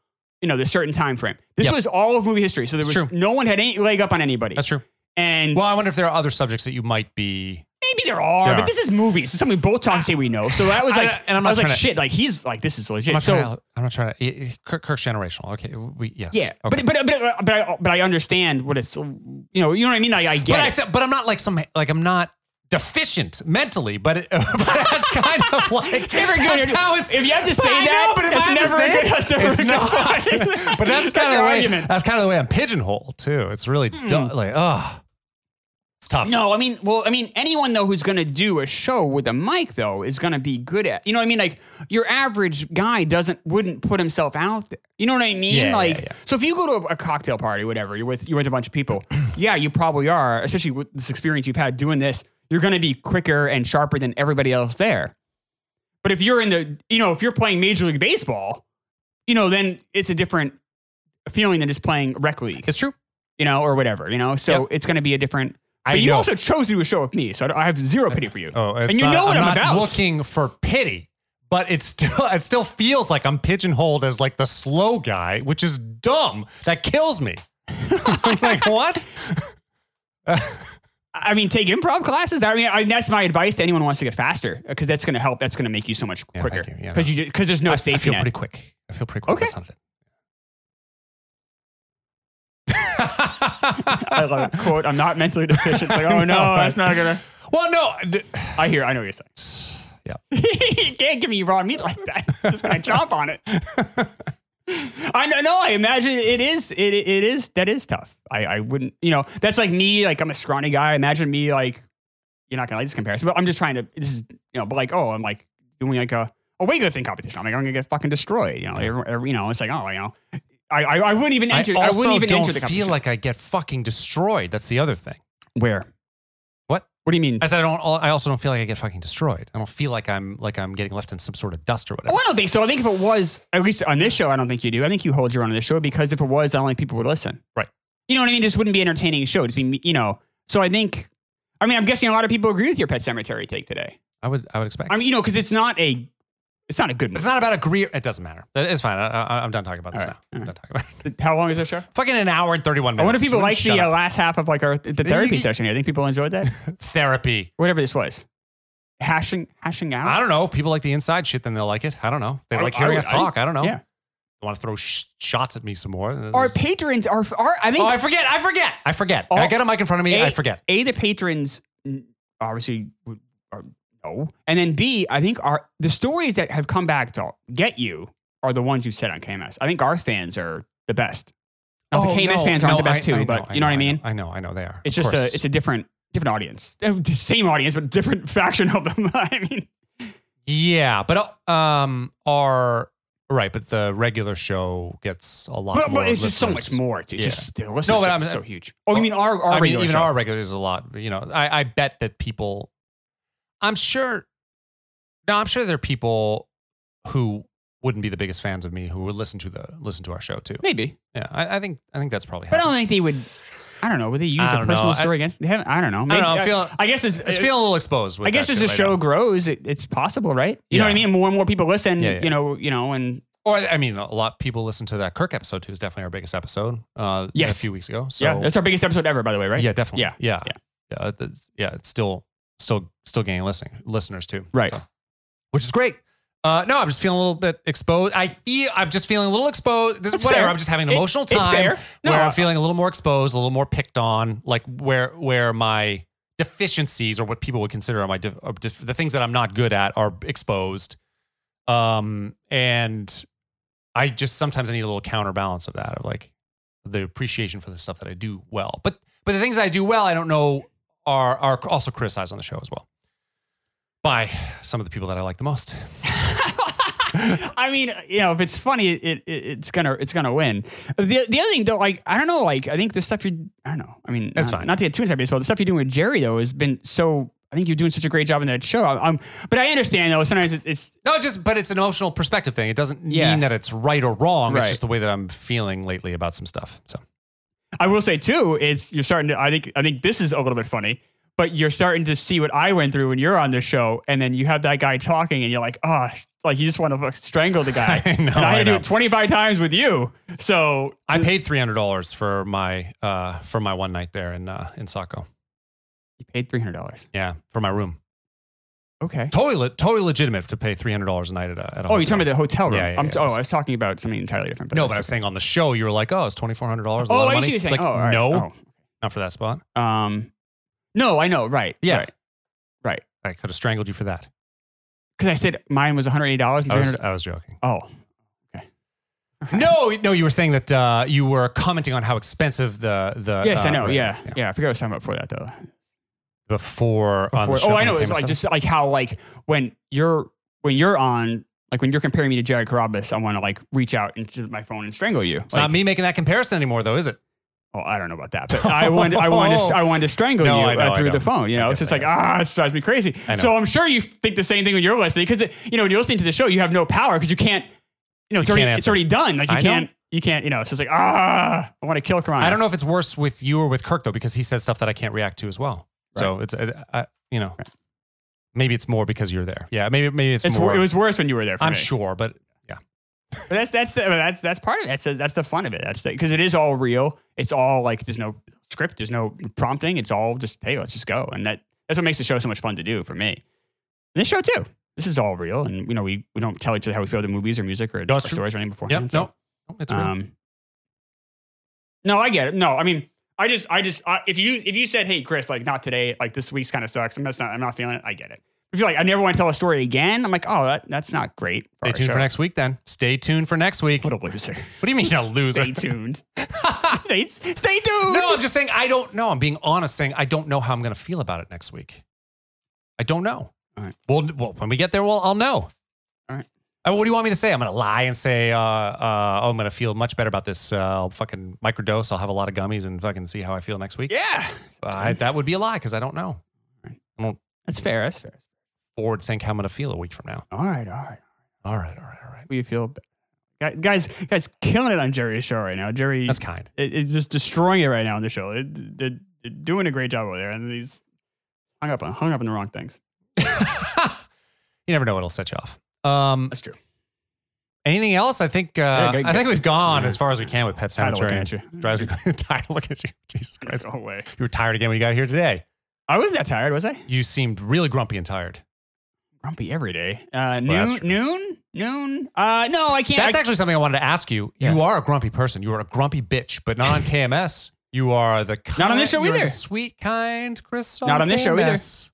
[SPEAKER 2] you know, the certain time frame. This
[SPEAKER 1] Yep.
[SPEAKER 2] was all of movie history, so there was
[SPEAKER 1] true.
[SPEAKER 2] no one had any leg up on anybody.
[SPEAKER 1] that's true.
[SPEAKER 2] And
[SPEAKER 1] Well, I wonder if there are other subjects that you might be.
[SPEAKER 2] maybe there are,
[SPEAKER 1] There
[SPEAKER 2] but
[SPEAKER 1] are.
[SPEAKER 2] this is movies. It's something we both talk say we know. So that was
[SPEAKER 1] I-
[SPEAKER 2] like,
[SPEAKER 1] and I'm
[SPEAKER 2] and I'm
[SPEAKER 1] not
[SPEAKER 2] I was like,
[SPEAKER 1] trying to-
[SPEAKER 2] shit, like he's like this is
[SPEAKER 1] I'm
[SPEAKER 2] legit.
[SPEAKER 1] not
[SPEAKER 2] So
[SPEAKER 1] trying to. I'm not trying to. it- it- Kirk, Kirk's generational. Okay, we, yes.
[SPEAKER 2] yeah,
[SPEAKER 1] okay.
[SPEAKER 2] but but but but I, but I understand what it's you know you know what I mean. Like I get.
[SPEAKER 1] But I
[SPEAKER 2] it.
[SPEAKER 1] said, but I'm not like some like I'm not deficient mentally, but, it, [LAUGHS] but that's kind of like
[SPEAKER 2] [LAUGHS] It's never good.
[SPEAKER 1] That's how it's.
[SPEAKER 2] if you have to say
[SPEAKER 1] But I know,
[SPEAKER 2] that,
[SPEAKER 1] but if
[SPEAKER 2] that's
[SPEAKER 1] I have to
[SPEAKER 2] never
[SPEAKER 1] say
[SPEAKER 2] a good.
[SPEAKER 1] it,
[SPEAKER 2] That's never
[SPEAKER 1] it's
[SPEAKER 2] a
[SPEAKER 1] [LAUGHS]
[SPEAKER 2] good
[SPEAKER 1] not. but that's kind of the
[SPEAKER 2] your
[SPEAKER 1] way.
[SPEAKER 2] argument.
[SPEAKER 1] That's kind of the way I'm pigeonholed too. It's really du- like oh, it's tough.
[SPEAKER 2] No, I mean, well, I mean, anyone though who's gonna do a show with a mic though is gonna be good at. You know what I mean? Like your average guy doesn't wouldn't put himself out there. You know what I mean?
[SPEAKER 1] Yeah, yeah,
[SPEAKER 2] like
[SPEAKER 1] yeah.
[SPEAKER 2] so, if you go to a, a cocktail party, whatever, you're with you're with a bunch of people. [CLEARS THROAT] yeah, you probably are, especially with this experience you've had doing this. You're gonna be quicker and sharper than everybody else there. But if you're in the, you know, if you're playing Major League Baseball, you know, then it's a different feeling than just playing rec league
[SPEAKER 1] it's true.
[SPEAKER 2] you know, or whatever, you know. So
[SPEAKER 1] Yep.
[SPEAKER 2] it's going to be a different.
[SPEAKER 1] I
[SPEAKER 2] But you
[SPEAKER 1] know.
[SPEAKER 2] also chose to do a show with me, so I don't- I have zero pity for you.
[SPEAKER 1] Oh, it's
[SPEAKER 2] and you
[SPEAKER 1] not-
[SPEAKER 2] know what I'm,
[SPEAKER 1] not
[SPEAKER 2] about.
[SPEAKER 1] Looking for pity, but it's still [LAUGHS] it still feels like I'm pigeonholed as like the slow guy, which is dumb. That kills me. [LAUGHS] it's like what?
[SPEAKER 2] I mean, take improv classes. I mean, I, that's my advice to anyone who wants to get faster because that's going to help. That's going to make you so much
[SPEAKER 1] Yeah,
[SPEAKER 2] quicker
[SPEAKER 1] thank you. Yeah,
[SPEAKER 2] because you because there's no
[SPEAKER 1] I
[SPEAKER 2] safety
[SPEAKER 1] feel
[SPEAKER 2] net.
[SPEAKER 1] pretty quick. I feel pretty quick.
[SPEAKER 2] Okay.
[SPEAKER 1] That's not it.
[SPEAKER 2] [LAUGHS] I love it. Quote: I'm not mentally deficient. It's like, oh
[SPEAKER 1] [LAUGHS]
[SPEAKER 2] no,
[SPEAKER 1] No,
[SPEAKER 2] that's not gonna.
[SPEAKER 1] well, no. d-
[SPEAKER 2] I hear. I know what you're saying.
[SPEAKER 1] Yeah.
[SPEAKER 2] [LAUGHS] you can't give me raw meat like that. Just gonna chomp on it. I know. No, I imagine it is. It it is. That is tough. I I wouldn't. You know, that's like me. Like I'm a scrawny guy. Imagine me like. You're not gonna like this comparison, but I'm just trying to. This is you know, but like oh, I'm like doing like a a weightlifting competition. I'm like I'm gonna get fucking destroyed. You know, every, every- you know, it's like oh, you know. I, I, I wouldn't even
[SPEAKER 1] I
[SPEAKER 2] enter. I,
[SPEAKER 1] also
[SPEAKER 2] wouldn't even
[SPEAKER 1] don't
[SPEAKER 2] enter the competition.
[SPEAKER 1] feel like I get fucking destroyed. That's the other thing.
[SPEAKER 2] Where?
[SPEAKER 1] What?
[SPEAKER 2] What do you mean?
[SPEAKER 1] As I don't. I also don't feel like I get fucking destroyed. I don't feel like I'm like I'm getting left in some sort of dust or whatever.
[SPEAKER 2] Oh, I don't think so. I think if it was, at least on this show, I don't think you do. I think you hold your own on this show because if it was, I don't think people would listen.
[SPEAKER 1] Right.
[SPEAKER 2] You know what I mean? This wouldn't be an entertaining show. It'd be, you know. So I think, I mean, I'm guessing a lot of people agree with your Pet Cemetery take today.
[SPEAKER 1] I would. I would expect.
[SPEAKER 2] I mean, you know, because it's not a, it's not a good
[SPEAKER 1] it's
[SPEAKER 2] movie.
[SPEAKER 1] not about agree. It doesn't matter. It's fine. I, I, I'm done talking about this
[SPEAKER 2] All right.
[SPEAKER 1] now. I'm done talking about. It.
[SPEAKER 2] How long is this show?
[SPEAKER 1] Fucking an hour and thirty-one
[SPEAKER 2] I
[SPEAKER 1] minutes.
[SPEAKER 2] wonder if people
[SPEAKER 1] Would you
[SPEAKER 2] like
[SPEAKER 1] shut
[SPEAKER 2] the uh,
[SPEAKER 1] up?
[SPEAKER 2] last half of like our the therapy
[SPEAKER 1] you-
[SPEAKER 2] session. here. I think people enjoyed that.
[SPEAKER 1] [LAUGHS] therapy.
[SPEAKER 2] Whatever this was, hashing hashing out.
[SPEAKER 1] I don't know. If people like the inside shit, then they'll like it. I don't know. They
[SPEAKER 2] I-
[SPEAKER 1] like
[SPEAKER 2] I
[SPEAKER 1] hearing
[SPEAKER 2] would-
[SPEAKER 1] us
[SPEAKER 2] I-
[SPEAKER 1] talk. I don't know.
[SPEAKER 2] yeah.
[SPEAKER 1] They want to throw sh- shots at me some more.
[SPEAKER 2] Our
[SPEAKER 1] There's-
[SPEAKER 2] patrons are are. I think
[SPEAKER 1] oh, I forget. I forget. I forget. I
[SPEAKER 2] Oh,
[SPEAKER 1] get a mic in front of me. I
[SPEAKER 2] A-
[SPEAKER 1] forget.
[SPEAKER 2] A, the patrons mm, obviously would- are no, and then B, I think are the stories that have come back to get you are the ones you said on KMS. I think our fans are the best. Now, the KMS
[SPEAKER 1] Oh, no,
[SPEAKER 2] fans aren't
[SPEAKER 1] no,
[SPEAKER 2] the best
[SPEAKER 1] I-
[SPEAKER 2] too,
[SPEAKER 1] I
[SPEAKER 2] but
[SPEAKER 1] know,
[SPEAKER 2] you know, what Oh, I mean.
[SPEAKER 1] I know. I know they are.
[SPEAKER 2] it's
[SPEAKER 1] Of
[SPEAKER 2] just a
[SPEAKER 1] course.
[SPEAKER 2] it's a different different audience, [LAUGHS] Uh, the same audience, but different [LAUGHS] faction of them. I mean,
[SPEAKER 1] yeah, but uh, um, our right, but the regular show gets a lot.
[SPEAKER 2] but,
[SPEAKER 1] more
[SPEAKER 2] but it's just so
[SPEAKER 1] listeners.
[SPEAKER 2] much more. It's
[SPEAKER 1] Yeah.
[SPEAKER 2] just the listeners no,
[SPEAKER 1] I'm-
[SPEAKER 2] so huge. Oh, you mean our our
[SPEAKER 1] I mean,
[SPEAKER 2] regular
[SPEAKER 1] even
[SPEAKER 2] show.
[SPEAKER 1] our regular is a lot. You know, I, I bet that people, I'm sure, no, I'm sure there are people who wouldn't be the biggest fans of me who would listen to the listen to our show too.
[SPEAKER 2] maybe,
[SPEAKER 1] Yeah, I, I think I think that's probably.
[SPEAKER 2] but I
[SPEAKER 1] happened.
[SPEAKER 2] don't think they would. I don't know. Would they use
[SPEAKER 1] I
[SPEAKER 2] a
[SPEAKER 1] don't know.
[SPEAKER 2] personal
[SPEAKER 1] I-
[SPEAKER 2] story against? They haven't, I don't know.
[SPEAKER 1] I
[SPEAKER 2] Maybe, uh,
[SPEAKER 1] don't know. I'm feeling,
[SPEAKER 2] I guess it's,
[SPEAKER 1] it's feeling a little exposed. With
[SPEAKER 2] I guess
[SPEAKER 1] that
[SPEAKER 2] as the
[SPEAKER 1] shit
[SPEAKER 2] show
[SPEAKER 1] right
[SPEAKER 2] grows, it, it's possible, right? You know what I
[SPEAKER 1] Yeah.
[SPEAKER 2] mean? More and more people listen.
[SPEAKER 1] Yeah, yeah.
[SPEAKER 2] You know, you know, and
[SPEAKER 1] now. or I mean, a lot of people listen to that Kirk episode too. Is definitely our biggest episode. Uh, a
[SPEAKER 2] Yes.
[SPEAKER 1] few weeks ago. So
[SPEAKER 2] yeah, that's our biggest episode ever, by the way, right?
[SPEAKER 1] yeah, definitely.
[SPEAKER 2] Yeah.
[SPEAKER 1] yeah,
[SPEAKER 2] Yeah.
[SPEAKER 1] yeah, uh, that's- yeah, It's still still still gaining listening listeners too.
[SPEAKER 2] Right.
[SPEAKER 1] So, which is great. Uh, no, I'm just feeling a little bit exposed. I feel I'm just feeling a little exposed. This is
[SPEAKER 2] That's
[SPEAKER 1] whatever.
[SPEAKER 2] fair.
[SPEAKER 1] I'm just having an
[SPEAKER 2] It-
[SPEAKER 1] emotional
[SPEAKER 2] it's
[SPEAKER 1] time
[SPEAKER 2] fair. No, uh,
[SPEAKER 1] where
[SPEAKER 2] I-
[SPEAKER 1] I'm feeling a little more exposed, a little more picked on, like where where my deficiencies or what people would consider are my def- are def- the things that I'm not good at are exposed. Um, and I just sometimes I need a little counterbalance of that of like the appreciation for the stuff that I do well. But but the things I do well, I don't know are are also criticized on the show as well. by some of the people that I like the most.
[SPEAKER 2] I mean, you know, if it's funny, it, it it's gonna it's gonna win. The the other thing though, like I don't know, like I think the stuff you're I don't know. I mean,
[SPEAKER 1] That's
[SPEAKER 2] not,
[SPEAKER 1] fine.
[SPEAKER 2] Not to get too inside baseball, the stuff you're doing with Jerry though has been so. I think you're doing such a great job in that show. Um, but I understand though. Sometimes it's, it's
[SPEAKER 1] No, just but it's an emotional perspective thing. It doesn't
[SPEAKER 2] Yeah.
[SPEAKER 1] mean that it's right or wrong. It's
[SPEAKER 2] Right.
[SPEAKER 1] just the way that I'm feeling lately about some stuff. So
[SPEAKER 2] I will say too, it's you're starting to. I think I think this is a little bit funny, but you're starting to see what I went through when you're on the show, and then you have that guy talking, and you're like, oh, like you just want to fuck strangle the guy.
[SPEAKER 1] [LAUGHS] I know,
[SPEAKER 2] and I had
[SPEAKER 1] I
[SPEAKER 2] to do
[SPEAKER 1] know.
[SPEAKER 2] it 25 times with you. So
[SPEAKER 1] I paid three hundred dollars for my uh for my one night there in uh in Saco.
[SPEAKER 2] you paid 300 dollars.
[SPEAKER 1] Yeah, for my room.
[SPEAKER 2] Okay.
[SPEAKER 1] Totally, le- totally legitimate to pay three hundred dollars a night at a. At a
[SPEAKER 2] Oh, you're talking
[SPEAKER 1] hotel.
[SPEAKER 2] about the hotel room.
[SPEAKER 1] Yeah, yeah,
[SPEAKER 2] I'm
[SPEAKER 1] yeah,
[SPEAKER 2] t-
[SPEAKER 1] yes.
[SPEAKER 2] oh, I was talking about something entirely different.
[SPEAKER 1] No, but I was
[SPEAKER 2] that's
[SPEAKER 1] saying on the show, you were like, "Oh, it's twenty four hundred dollars."
[SPEAKER 2] okay. oh,
[SPEAKER 1] lot of
[SPEAKER 2] I
[SPEAKER 1] money.
[SPEAKER 2] see you
[SPEAKER 1] It's
[SPEAKER 2] saying.
[SPEAKER 1] like,
[SPEAKER 2] oh, all right.
[SPEAKER 1] no, not for that spot.
[SPEAKER 2] Oh. Um, no, I know. Right.
[SPEAKER 1] Yeah.
[SPEAKER 2] Right.
[SPEAKER 1] I could have strangled you for that.
[SPEAKER 2] Because I said mine was 180 dollars.
[SPEAKER 1] I was, I was
[SPEAKER 2] [LAUGHS]
[SPEAKER 1] joking.
[SPEAKER 2] Oh,
[SPEAKER 1] No, no, you were saying that uh, you were commenting on how expensive the the.
[SPEAKER 2] yes,
[SPEAKER 1] uh,
[SPEAKER 2] I know.
[SPEAKER 1] right,
[SPEAKER 2] Yeah. yeah, I forgot what I was talking about before that though.
[SPEAKER 1] Before, on the
[SPEAKER 2] for-
[SPEAKER 1] show
[SPEAKER 2] oh, I
[SPEAKER 1] when
[SPEAKER 2] know.
[SPEAKER 1] it
[SPEAKER 2] It's
[SPEAKER 1] came
[SPEAKER 2] like
[SPEAKER 1] out.
[SPEAKER 2] just like how like when you're when you're on like when you're comparing me to Jerry Carabas, I want to like reach out into my phone and strangle you.
[SPEAKER 1] It's not me making that comparison anymore, though, is it?
[SPEAKER 2] Oh, I don't know about that, but I wanted I wanted to, I wanted to
[SPEAKER 1] [LAUGHS]
[SPEAKER 2] strangle
[SPEAKER 1] No,
[SPEAKER 2] you
[SPEAKER 1] I know,
[SPEAKER 2] uh,
[SPEAKER 1] I
[SPEAKER 2] through
[SPEAKER 1] know.
[SPEAKER 2] the phone. You
[SPEAKER 1] I
[SPEAKER 2] know,
[SPEAKER 1] get
[SPEAKER 2] it's just
[SPEAKER 1] that.
[SPEAKER 2] like ah, it drives me crazy.
[SPEAKER 1] I know.
[SPEAKER 2] So I'm sure you think the same thing when you're listening because you know you're listening to the show, you have no power because you can't. You know, it's
[SPEAKER 1] You
[SPEAKER 2] already
[SPEAKER 1] can't
[SPEAKER 2] it's
[SPEAKER 1] answer.
[SPEAKER 2] already done. Like you
[SPEAKER 1] I know.
[SPEAKER 2] can't you can't you know. It's just like ah, I want to kill Karana.
[SPEAKER 1] I don't know if it's worse with you or with Kirk though, because he says stuff that I can't react to as well. So it's, it, I, you know, maybe it's more because you're there. Yeah, maybe maybe it's,
[SPEAKER 2] It's,
[SPEAKER 1] more.
[SPEAKER 2] wor- it was worse when you were there. For
[SPEAKER 1] I'm
[SPEAKER 2] me.
[SPEAKER 1] sure, but yeah,
[SPEAKER 2] But that's that's the, that's that's part of it. That's the, that's the fun of it. That's because it is all real. It's all like there's no script. There's no prompting. It's all just hey, let's just go. And that that's what makes the show so much fun to do for me. And this show too. This is all real, and you know we, we don't tell each other how we feel the movies or music or,
[SPEAKER 1] No,
[SPEAKER 2] or
[SPEAKER 1] it's true.
[SPEAKER 2] stories running
[SPEAKER 1] yeah,
[SPEAKER 2] beforehand.
[SPEAKER 1] no,
[SPEAKER 2] so,
[SPEAKER 1] no, it's real.
[SPEAKER 2] um, no, I get it. No, I mean, I just I just I, if you if you said hey Chris like not today like this week's kind of sucks. I'm just not I'm not feeling it. I get it. If you're like I never want to tell a story again, I'm like oh that, that's not great.
[SPEAKER 1] Stay
[SPEAKER 2] our
[SPEAKER 1] tuned
[SPEAKER 2] show.
[SPEAKER 1] for next week, then. Stay tuned for next week.
[SPEAKER 2] What
[SPEAKER 1] What
[SPEAKER 2] a loser.
[SPEAKER 1] do
[SPEAKER 2] [LAUGHS]
[SPEAKER 1] you mean, a loser?
[SPEAKER 2] Stay tuned. [LAUGHS] stay, stay tuned.
[SPEAKER 1] No, I'm just saying I don't know. I'm being honest, saying I don't know how I'm going to feel about it next week. I don't know.
[SPEAKER 2] All right.
[SPEAKER 1] Well, well, when we get there, well, I'll know.
[SPEAKER 2] All right.
[SPEAKER 1] Uh, what do you want me to say? I'm going to lie and say, uh, uh, oh, I'm going to feel much better about this. Uh, I'll fucking microdose. I'll have a lot of gummies and fucking see how I feel next week.
[SPEAKER 2] yeah,
[SPEAKER 1] Uh, I, that would be a lie because I don't know.
[SPEAKER 2] that's fair. That's fair.
[SPEAKER 1] Forward think how I'm going to feel a week from now.
[SPEAKER 2] All right, all right.
[SPEAKER 1] All right, all right, all right.
[SPEAKER 2] We feel b- Guy- guys, guys, killing it on Jerry's show right now. Jerry,
[SPEAKER 1] That's kind.
[SPEAKER 2] it, it's just destroying it right now on the show. It, they're, they're doing a great job over there, and he's hung up on hung up on the wrong things.
[SPEAKER 1] you never know what'll set you off. Um,
[SPEAKER 2] That's true.
[SPEAKER 1] anything else? I think uh,
[SPEAKER 2] go- go-
[SPEAKER 1] I think we've gone
[SPEAKER 2] yeah.
[SPEAKER 1] as far as we can with Pet
[SPEAKER 2] Tired of
[SPEAKER 1] Cemetery.
[SPEAKER 2] looking
[SPEAKER 1] and
[SPEAKER 2] at you.
[SPEAKER 1] Drives
[SPEAKER 2] [LAUGHS]
[SPEAKER 1] me [LAUGHS] tired. Look at you, Jesus Christ!
[SPEAKER 2] No way.
[SPEAKER 1] You were tired again when you got here today.
[SPEAKER 2] I wasn't that tired, was I?
[SPEAKER 1] You seemed really grumpy and tired.
[SPEAKER 2] Grumpy every day. Uh,
[SPEAKER 1] that's
[SPEAKER 2] noon,
[SPEAKER 1] true.
[SPEAKER 2] noon, noon. Uh, no, I can't.
[SPEAKER 1] That's
[SPEAKER 2] I,
[SPEAKER 1] actually something I wanted to ask you.
[SPEAKER 2] Yeah.
[SPEAKER 1] You are a grumpy person. You are a grumpy bitch, but not on
[SPEAKER 2] [LAUGHS]
[SPEAKER 1] KMS. You are the kind,
[SPEAKER 2] Not on this show
[SPEAKER 1] you're the
[SPEAKER 2] either.
[SPEAKER 1] sweet, kind Chris.
[SPEAKER 2] Not on this show either.
[SPEAKER 1] KMS.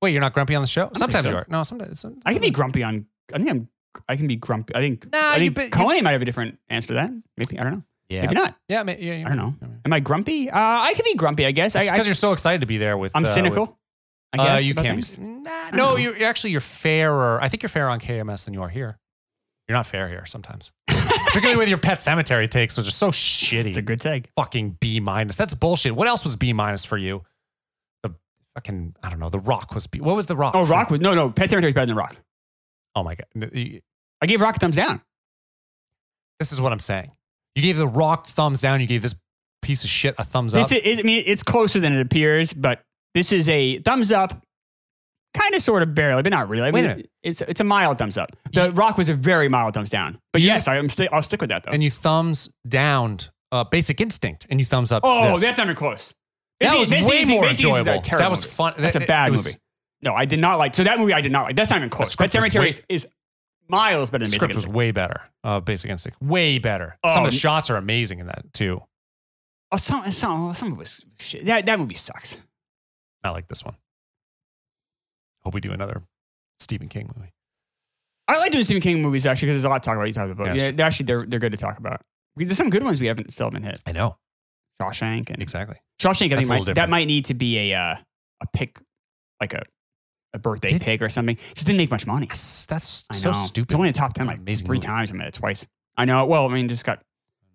[SPEAKER 1] Wait, you're not grumpy on the show?
[SPEAKER 2] think
[SPEAKER 1] Sometimes
[SPEAKER 2] so.
[SPEAKER 1] you are. No, sometimes. some-
[SPEAKER 2] I can be grumpy on. I think I'm. I can be grumpy. I think.
[SPEAKER 1] Nah,
[SPEAKER 2] I
[SPEAKER 1] you
[SPEAKER 2] think
[SPEAKER 1] bet- you-
[SPEAKER 2] Colleen might have a different answer to that. Maybe I don't know.
[SPEAKER 1] Yeah.
[SPEAKER 2] Maybe not.
[SPEAKER 1] Yeah, ma- yeah, yeah.
[SPEAKER 2] I don't know. Am I grumpy? Uh, I can be grumpy, I guess. I, I,
[SPEAKER 1] because you're so excited to be there with. uh,
[SPEAKER 2] I'm
[SPEAKER 1] with-
[SPEAKER 2] cynical. I
[SPEAKER 1] Uh,
[SPEAKER 2] guess
[SPEAKER 1] you
[SPEAKER 2] about
[SPEAKER 1] can
[SPEAKER 2] things.
[SPEAKER 1] be. Nah,
[SPEAKER 2] don't know.
[SPEAKER 1] no, you're you're actually you're fairer. I think you're fairer on KMS than you are here. You're not fair here
[SPEAKER 2] [LAUGHS]
[SPEAKER 1] sometimes, particularly with your pet cemetery takes, which are so shitty.
[SPEAKER 2] It's a good tag.
[SPEAKER 1] fucking B minus. That's bullshit. What else was B minus for you? The fucking I don't know. The Rock was B. What was the Rock?
[SPEAKER 2] Oh, Rock was no, no. Pet Cemetery's better than Rock.
[SPEAKER 1] Oh my god. This
[SPEAKER 2] I gave Rock a thumbs down.
[SPEAKER 1] is what I'm saying. You gave the Rock thumbs down. You gave this piece of shit a thumbs
[SPEAKER 2] This
[SPEAKER 1] up.
[SPEAKER 2] is, I mean, it's closer than it appears, but this is a thumbs up, kind of, sort of, barely, but not really. I
[SPEAKER 1] Wait
[SPEAKER 2] mean,
[SPEAKER 1] a minute.
[SPEAKER 2] It's it's a mild thumbs up. The Rock was a very mild thumbs down. But yes, I, am sti- I'll stick with that though.
[SPEAKER 1] and you thumbs downed uh, Basic Instinct, and you thumbs up.
[SPEAKER 2] oh,
[SPEAKER 1] this.
[SPEAKER 2] that's not even close.
[SPEAKER 1] That
[SPEAKER 2] Basic-
[SPEAKER 1] was
[SPEAKER 2] Basic
[SPEAKER 1] way
[SPEAKER 2] Instinct-
[SPEAKER 1] more
[SPEAKER 2] Basic Instinct is a
[SPEAKER 1] enjoyable.
[SPEAKER 2] terrible
[SPEAKER 1] That was
[SPEAKER 2] movie.
[SPEAKER 1] fun.
[SPEAKER 2] That's a
[SPEAKER 1] That- it
[SPEAKER 2] bad
[SPEAKER 1] was-
[SPEAKER 2] movie. No, I did not like. So that movie I did not like. That's not even close. Pet
[SPEAKER 1] script was
[SPEAKER 2] Cemetery
[SPEAKER 1] way-
[SPEAKER 2] is, is miles better
[SPEAKER 1] The
[SPEAKER 2] than Basic
[SPEAKER 1] script was
[SPEAKER 2] Instinct.
[SPEAKER 1] way better. Uh, Basic Instinct, way better. Some
[SPEAKER 2] Oh,
[SPEAKER 1] of the
[SPEAKER 2] n-
[SPEAKER 1] shots are amazing in that too.
[SPEAKER 2] Oh, some some some of it was shit. That that movie sucks.
[SPEAKER 1] Not like this one. Hope we do another Stephen King movie.
[SPEAKER 2] I like doing Stephen King movies actually because there's a lot to talk about. You talk about,
[SPEAKER 1] Yeah,
[SPEAKER 2] yeah,
[SPEAKER 1] it's
[SPEAKER 2] they're actually they're they're good to talk about. We- There's some good ones we haven't still haven't hit.
[SPEAKER 1] I know
[SPEAKER 2] Shawshank and
[SPEAKER 1] exactly.
[SPEAKER 2] Shawshank.
[SPEAKER 1] That's a
[SPEAKER 2] I think
[SPEAKER 1] little
[SPEAKER 2] might, that
[SPEAKER 1] different.
[SPEAKER 2] might need to be a uh, a pick like a a birthday
[SPEAKER 1] Did-
[SPEAKER 2] pig or something. Just didn't make much money.
[SPEAKER 1] That's, that's
[SPEAKER 2] I
[SPEAKER 1] so
[SPEAKER 2] know.
[SPEAKER 1] stupid.
[SPEAKER 2] It's only in the top ten
[SPEAKER 1] What an
[SPEAKER 2] like
[SPEAKER 1] amazing
[SPEAKER 2] three
[SPEAKER 1] movie.
[SPEAKER 2] times. I mean, it twice. I know. Well, I mean, just got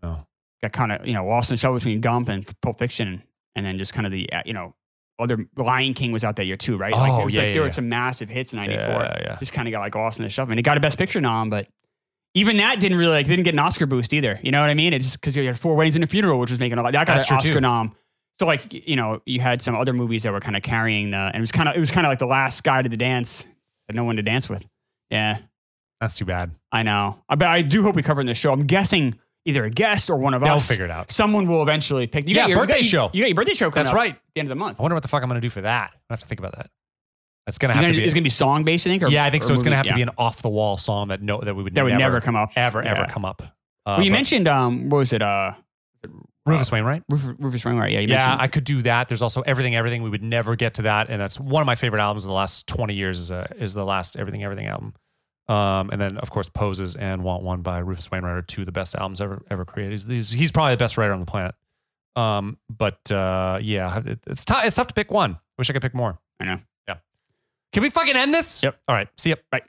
[SPEAKER 1] No.
[SPEAKER 2] got kind of you know lost in the shuffle between Gump and Pulp Fiction, and then just kind of the uh, you know other Lion King was out that year too, right? like,
[SPEAKER 1] Oh,
[SPEAKER 2] it was
[SPEAKER 1] yeah,
[SPEAKER 2] like
[SPEAKER 1] yeah,
[SPEAKER 2] there
[SPEAKER 1] yeah.
[SPEAKER 2] were some massive hits in '94.
[SPEAKER 1] Yeah, yeah.
[SPEAKER 2] Just kind of got like lost in the shuffle, and it got a Best Picture nom, but even that didn't really like didn't get an Oscar boost either. You know what I mean? It's just because you had four weddings and a funeral, which was making a lot. That got
[SPEAKER 1] That's true,
[SPEAKER 2] an Oscar
[SPEAKER 1] too.
[SPEAKER 2] nom. So like you know you had some other movies that were kind of carrying the, and it was kind of it was kind of like the last guy to the dance that no one to dance with. Yeah.
[SPEAKER 1] That's too bad.
[SPEAKER 2] I know. I- But I do hope we cover it in the show. I'm guessing either a guest or one of
[SPEAKER 1] They'll
[SPEAKER 2] us.
[SPEAKER 1] figure it out.
[SPEAKER 2] Someone will eventually pick. You
[SPEAKER 1] Yeah,
[SPEAKER 2] got your-
[SPEAKER 1] birthday
[SPEAKER 2] you got-
[SPEAKER 1] show.
[SPEAKER 2] You got your birthday show coming
[SPEAKER 1] That's
[SPEAKER 2] up
[SPEAKER 1] right.
[SPEAKER 2] at the end of the month.
[SPEAKER 1] I wonder what the fuck I'm gonna do for that. I have to think about that. That's gonna
[SPEAKER 2] You're
[SPEAKER 1] have
[SPEAKER 2] gonna-
[SPEAKER 1] to be.
[SPEAKER 2] it's going to be song based, I think. Or,
[SPEAKER 1] yeah, I think
[SPEAKER 2] or
[SPEAKER 1] so. It's gonna have
[SPEAKER 2] movie.
[SPEAKER 1] to be
[SPEAKER 2] Yeah.
[SPEAKER 1] an off the wall song that no that we would
[SPEAKER 2] that would never,
[SPEAKER 1] never
[SPEAKER 2] come up.
[SPEAKER 1] ever ever
[SPEAKER 2] Yeah.
[SPEAKER 1] come up. Uh,
[SPEAKER 2] well, you
[SPEAKER 1] but
[SPEAKER 2] mentioned uh, um, what was it? Uh,
[SPEAKER 1] Rufus Wainwright.
[SPEAKER 2] Rufus, Rufus Wainwright. Yeah, you
[SPEAKER 1] Yeah,
[SPEAKER 2] mentioned.
[SPEAKER 1] I could do that. There's also Everything Everything. We would never get to that, and that's one of my favorite albums in the last 20 years. Is, uh, is the last Everything Everything album. Um, and then of course Poses and Want One by Rufus Wainwright are two of the best albums ever ever created. He's he's, he's probably the best writer on the planet. Um, but uh, yeah, it- it's tough. It's tough to pick one. Wish I could pick more.
[SPEAKER 2] I know.
[SPEAKER 1] Can we fucking end this?
[SPEAKER 2] Yep.
[SPEAKER 1] All right. See ya. Bye.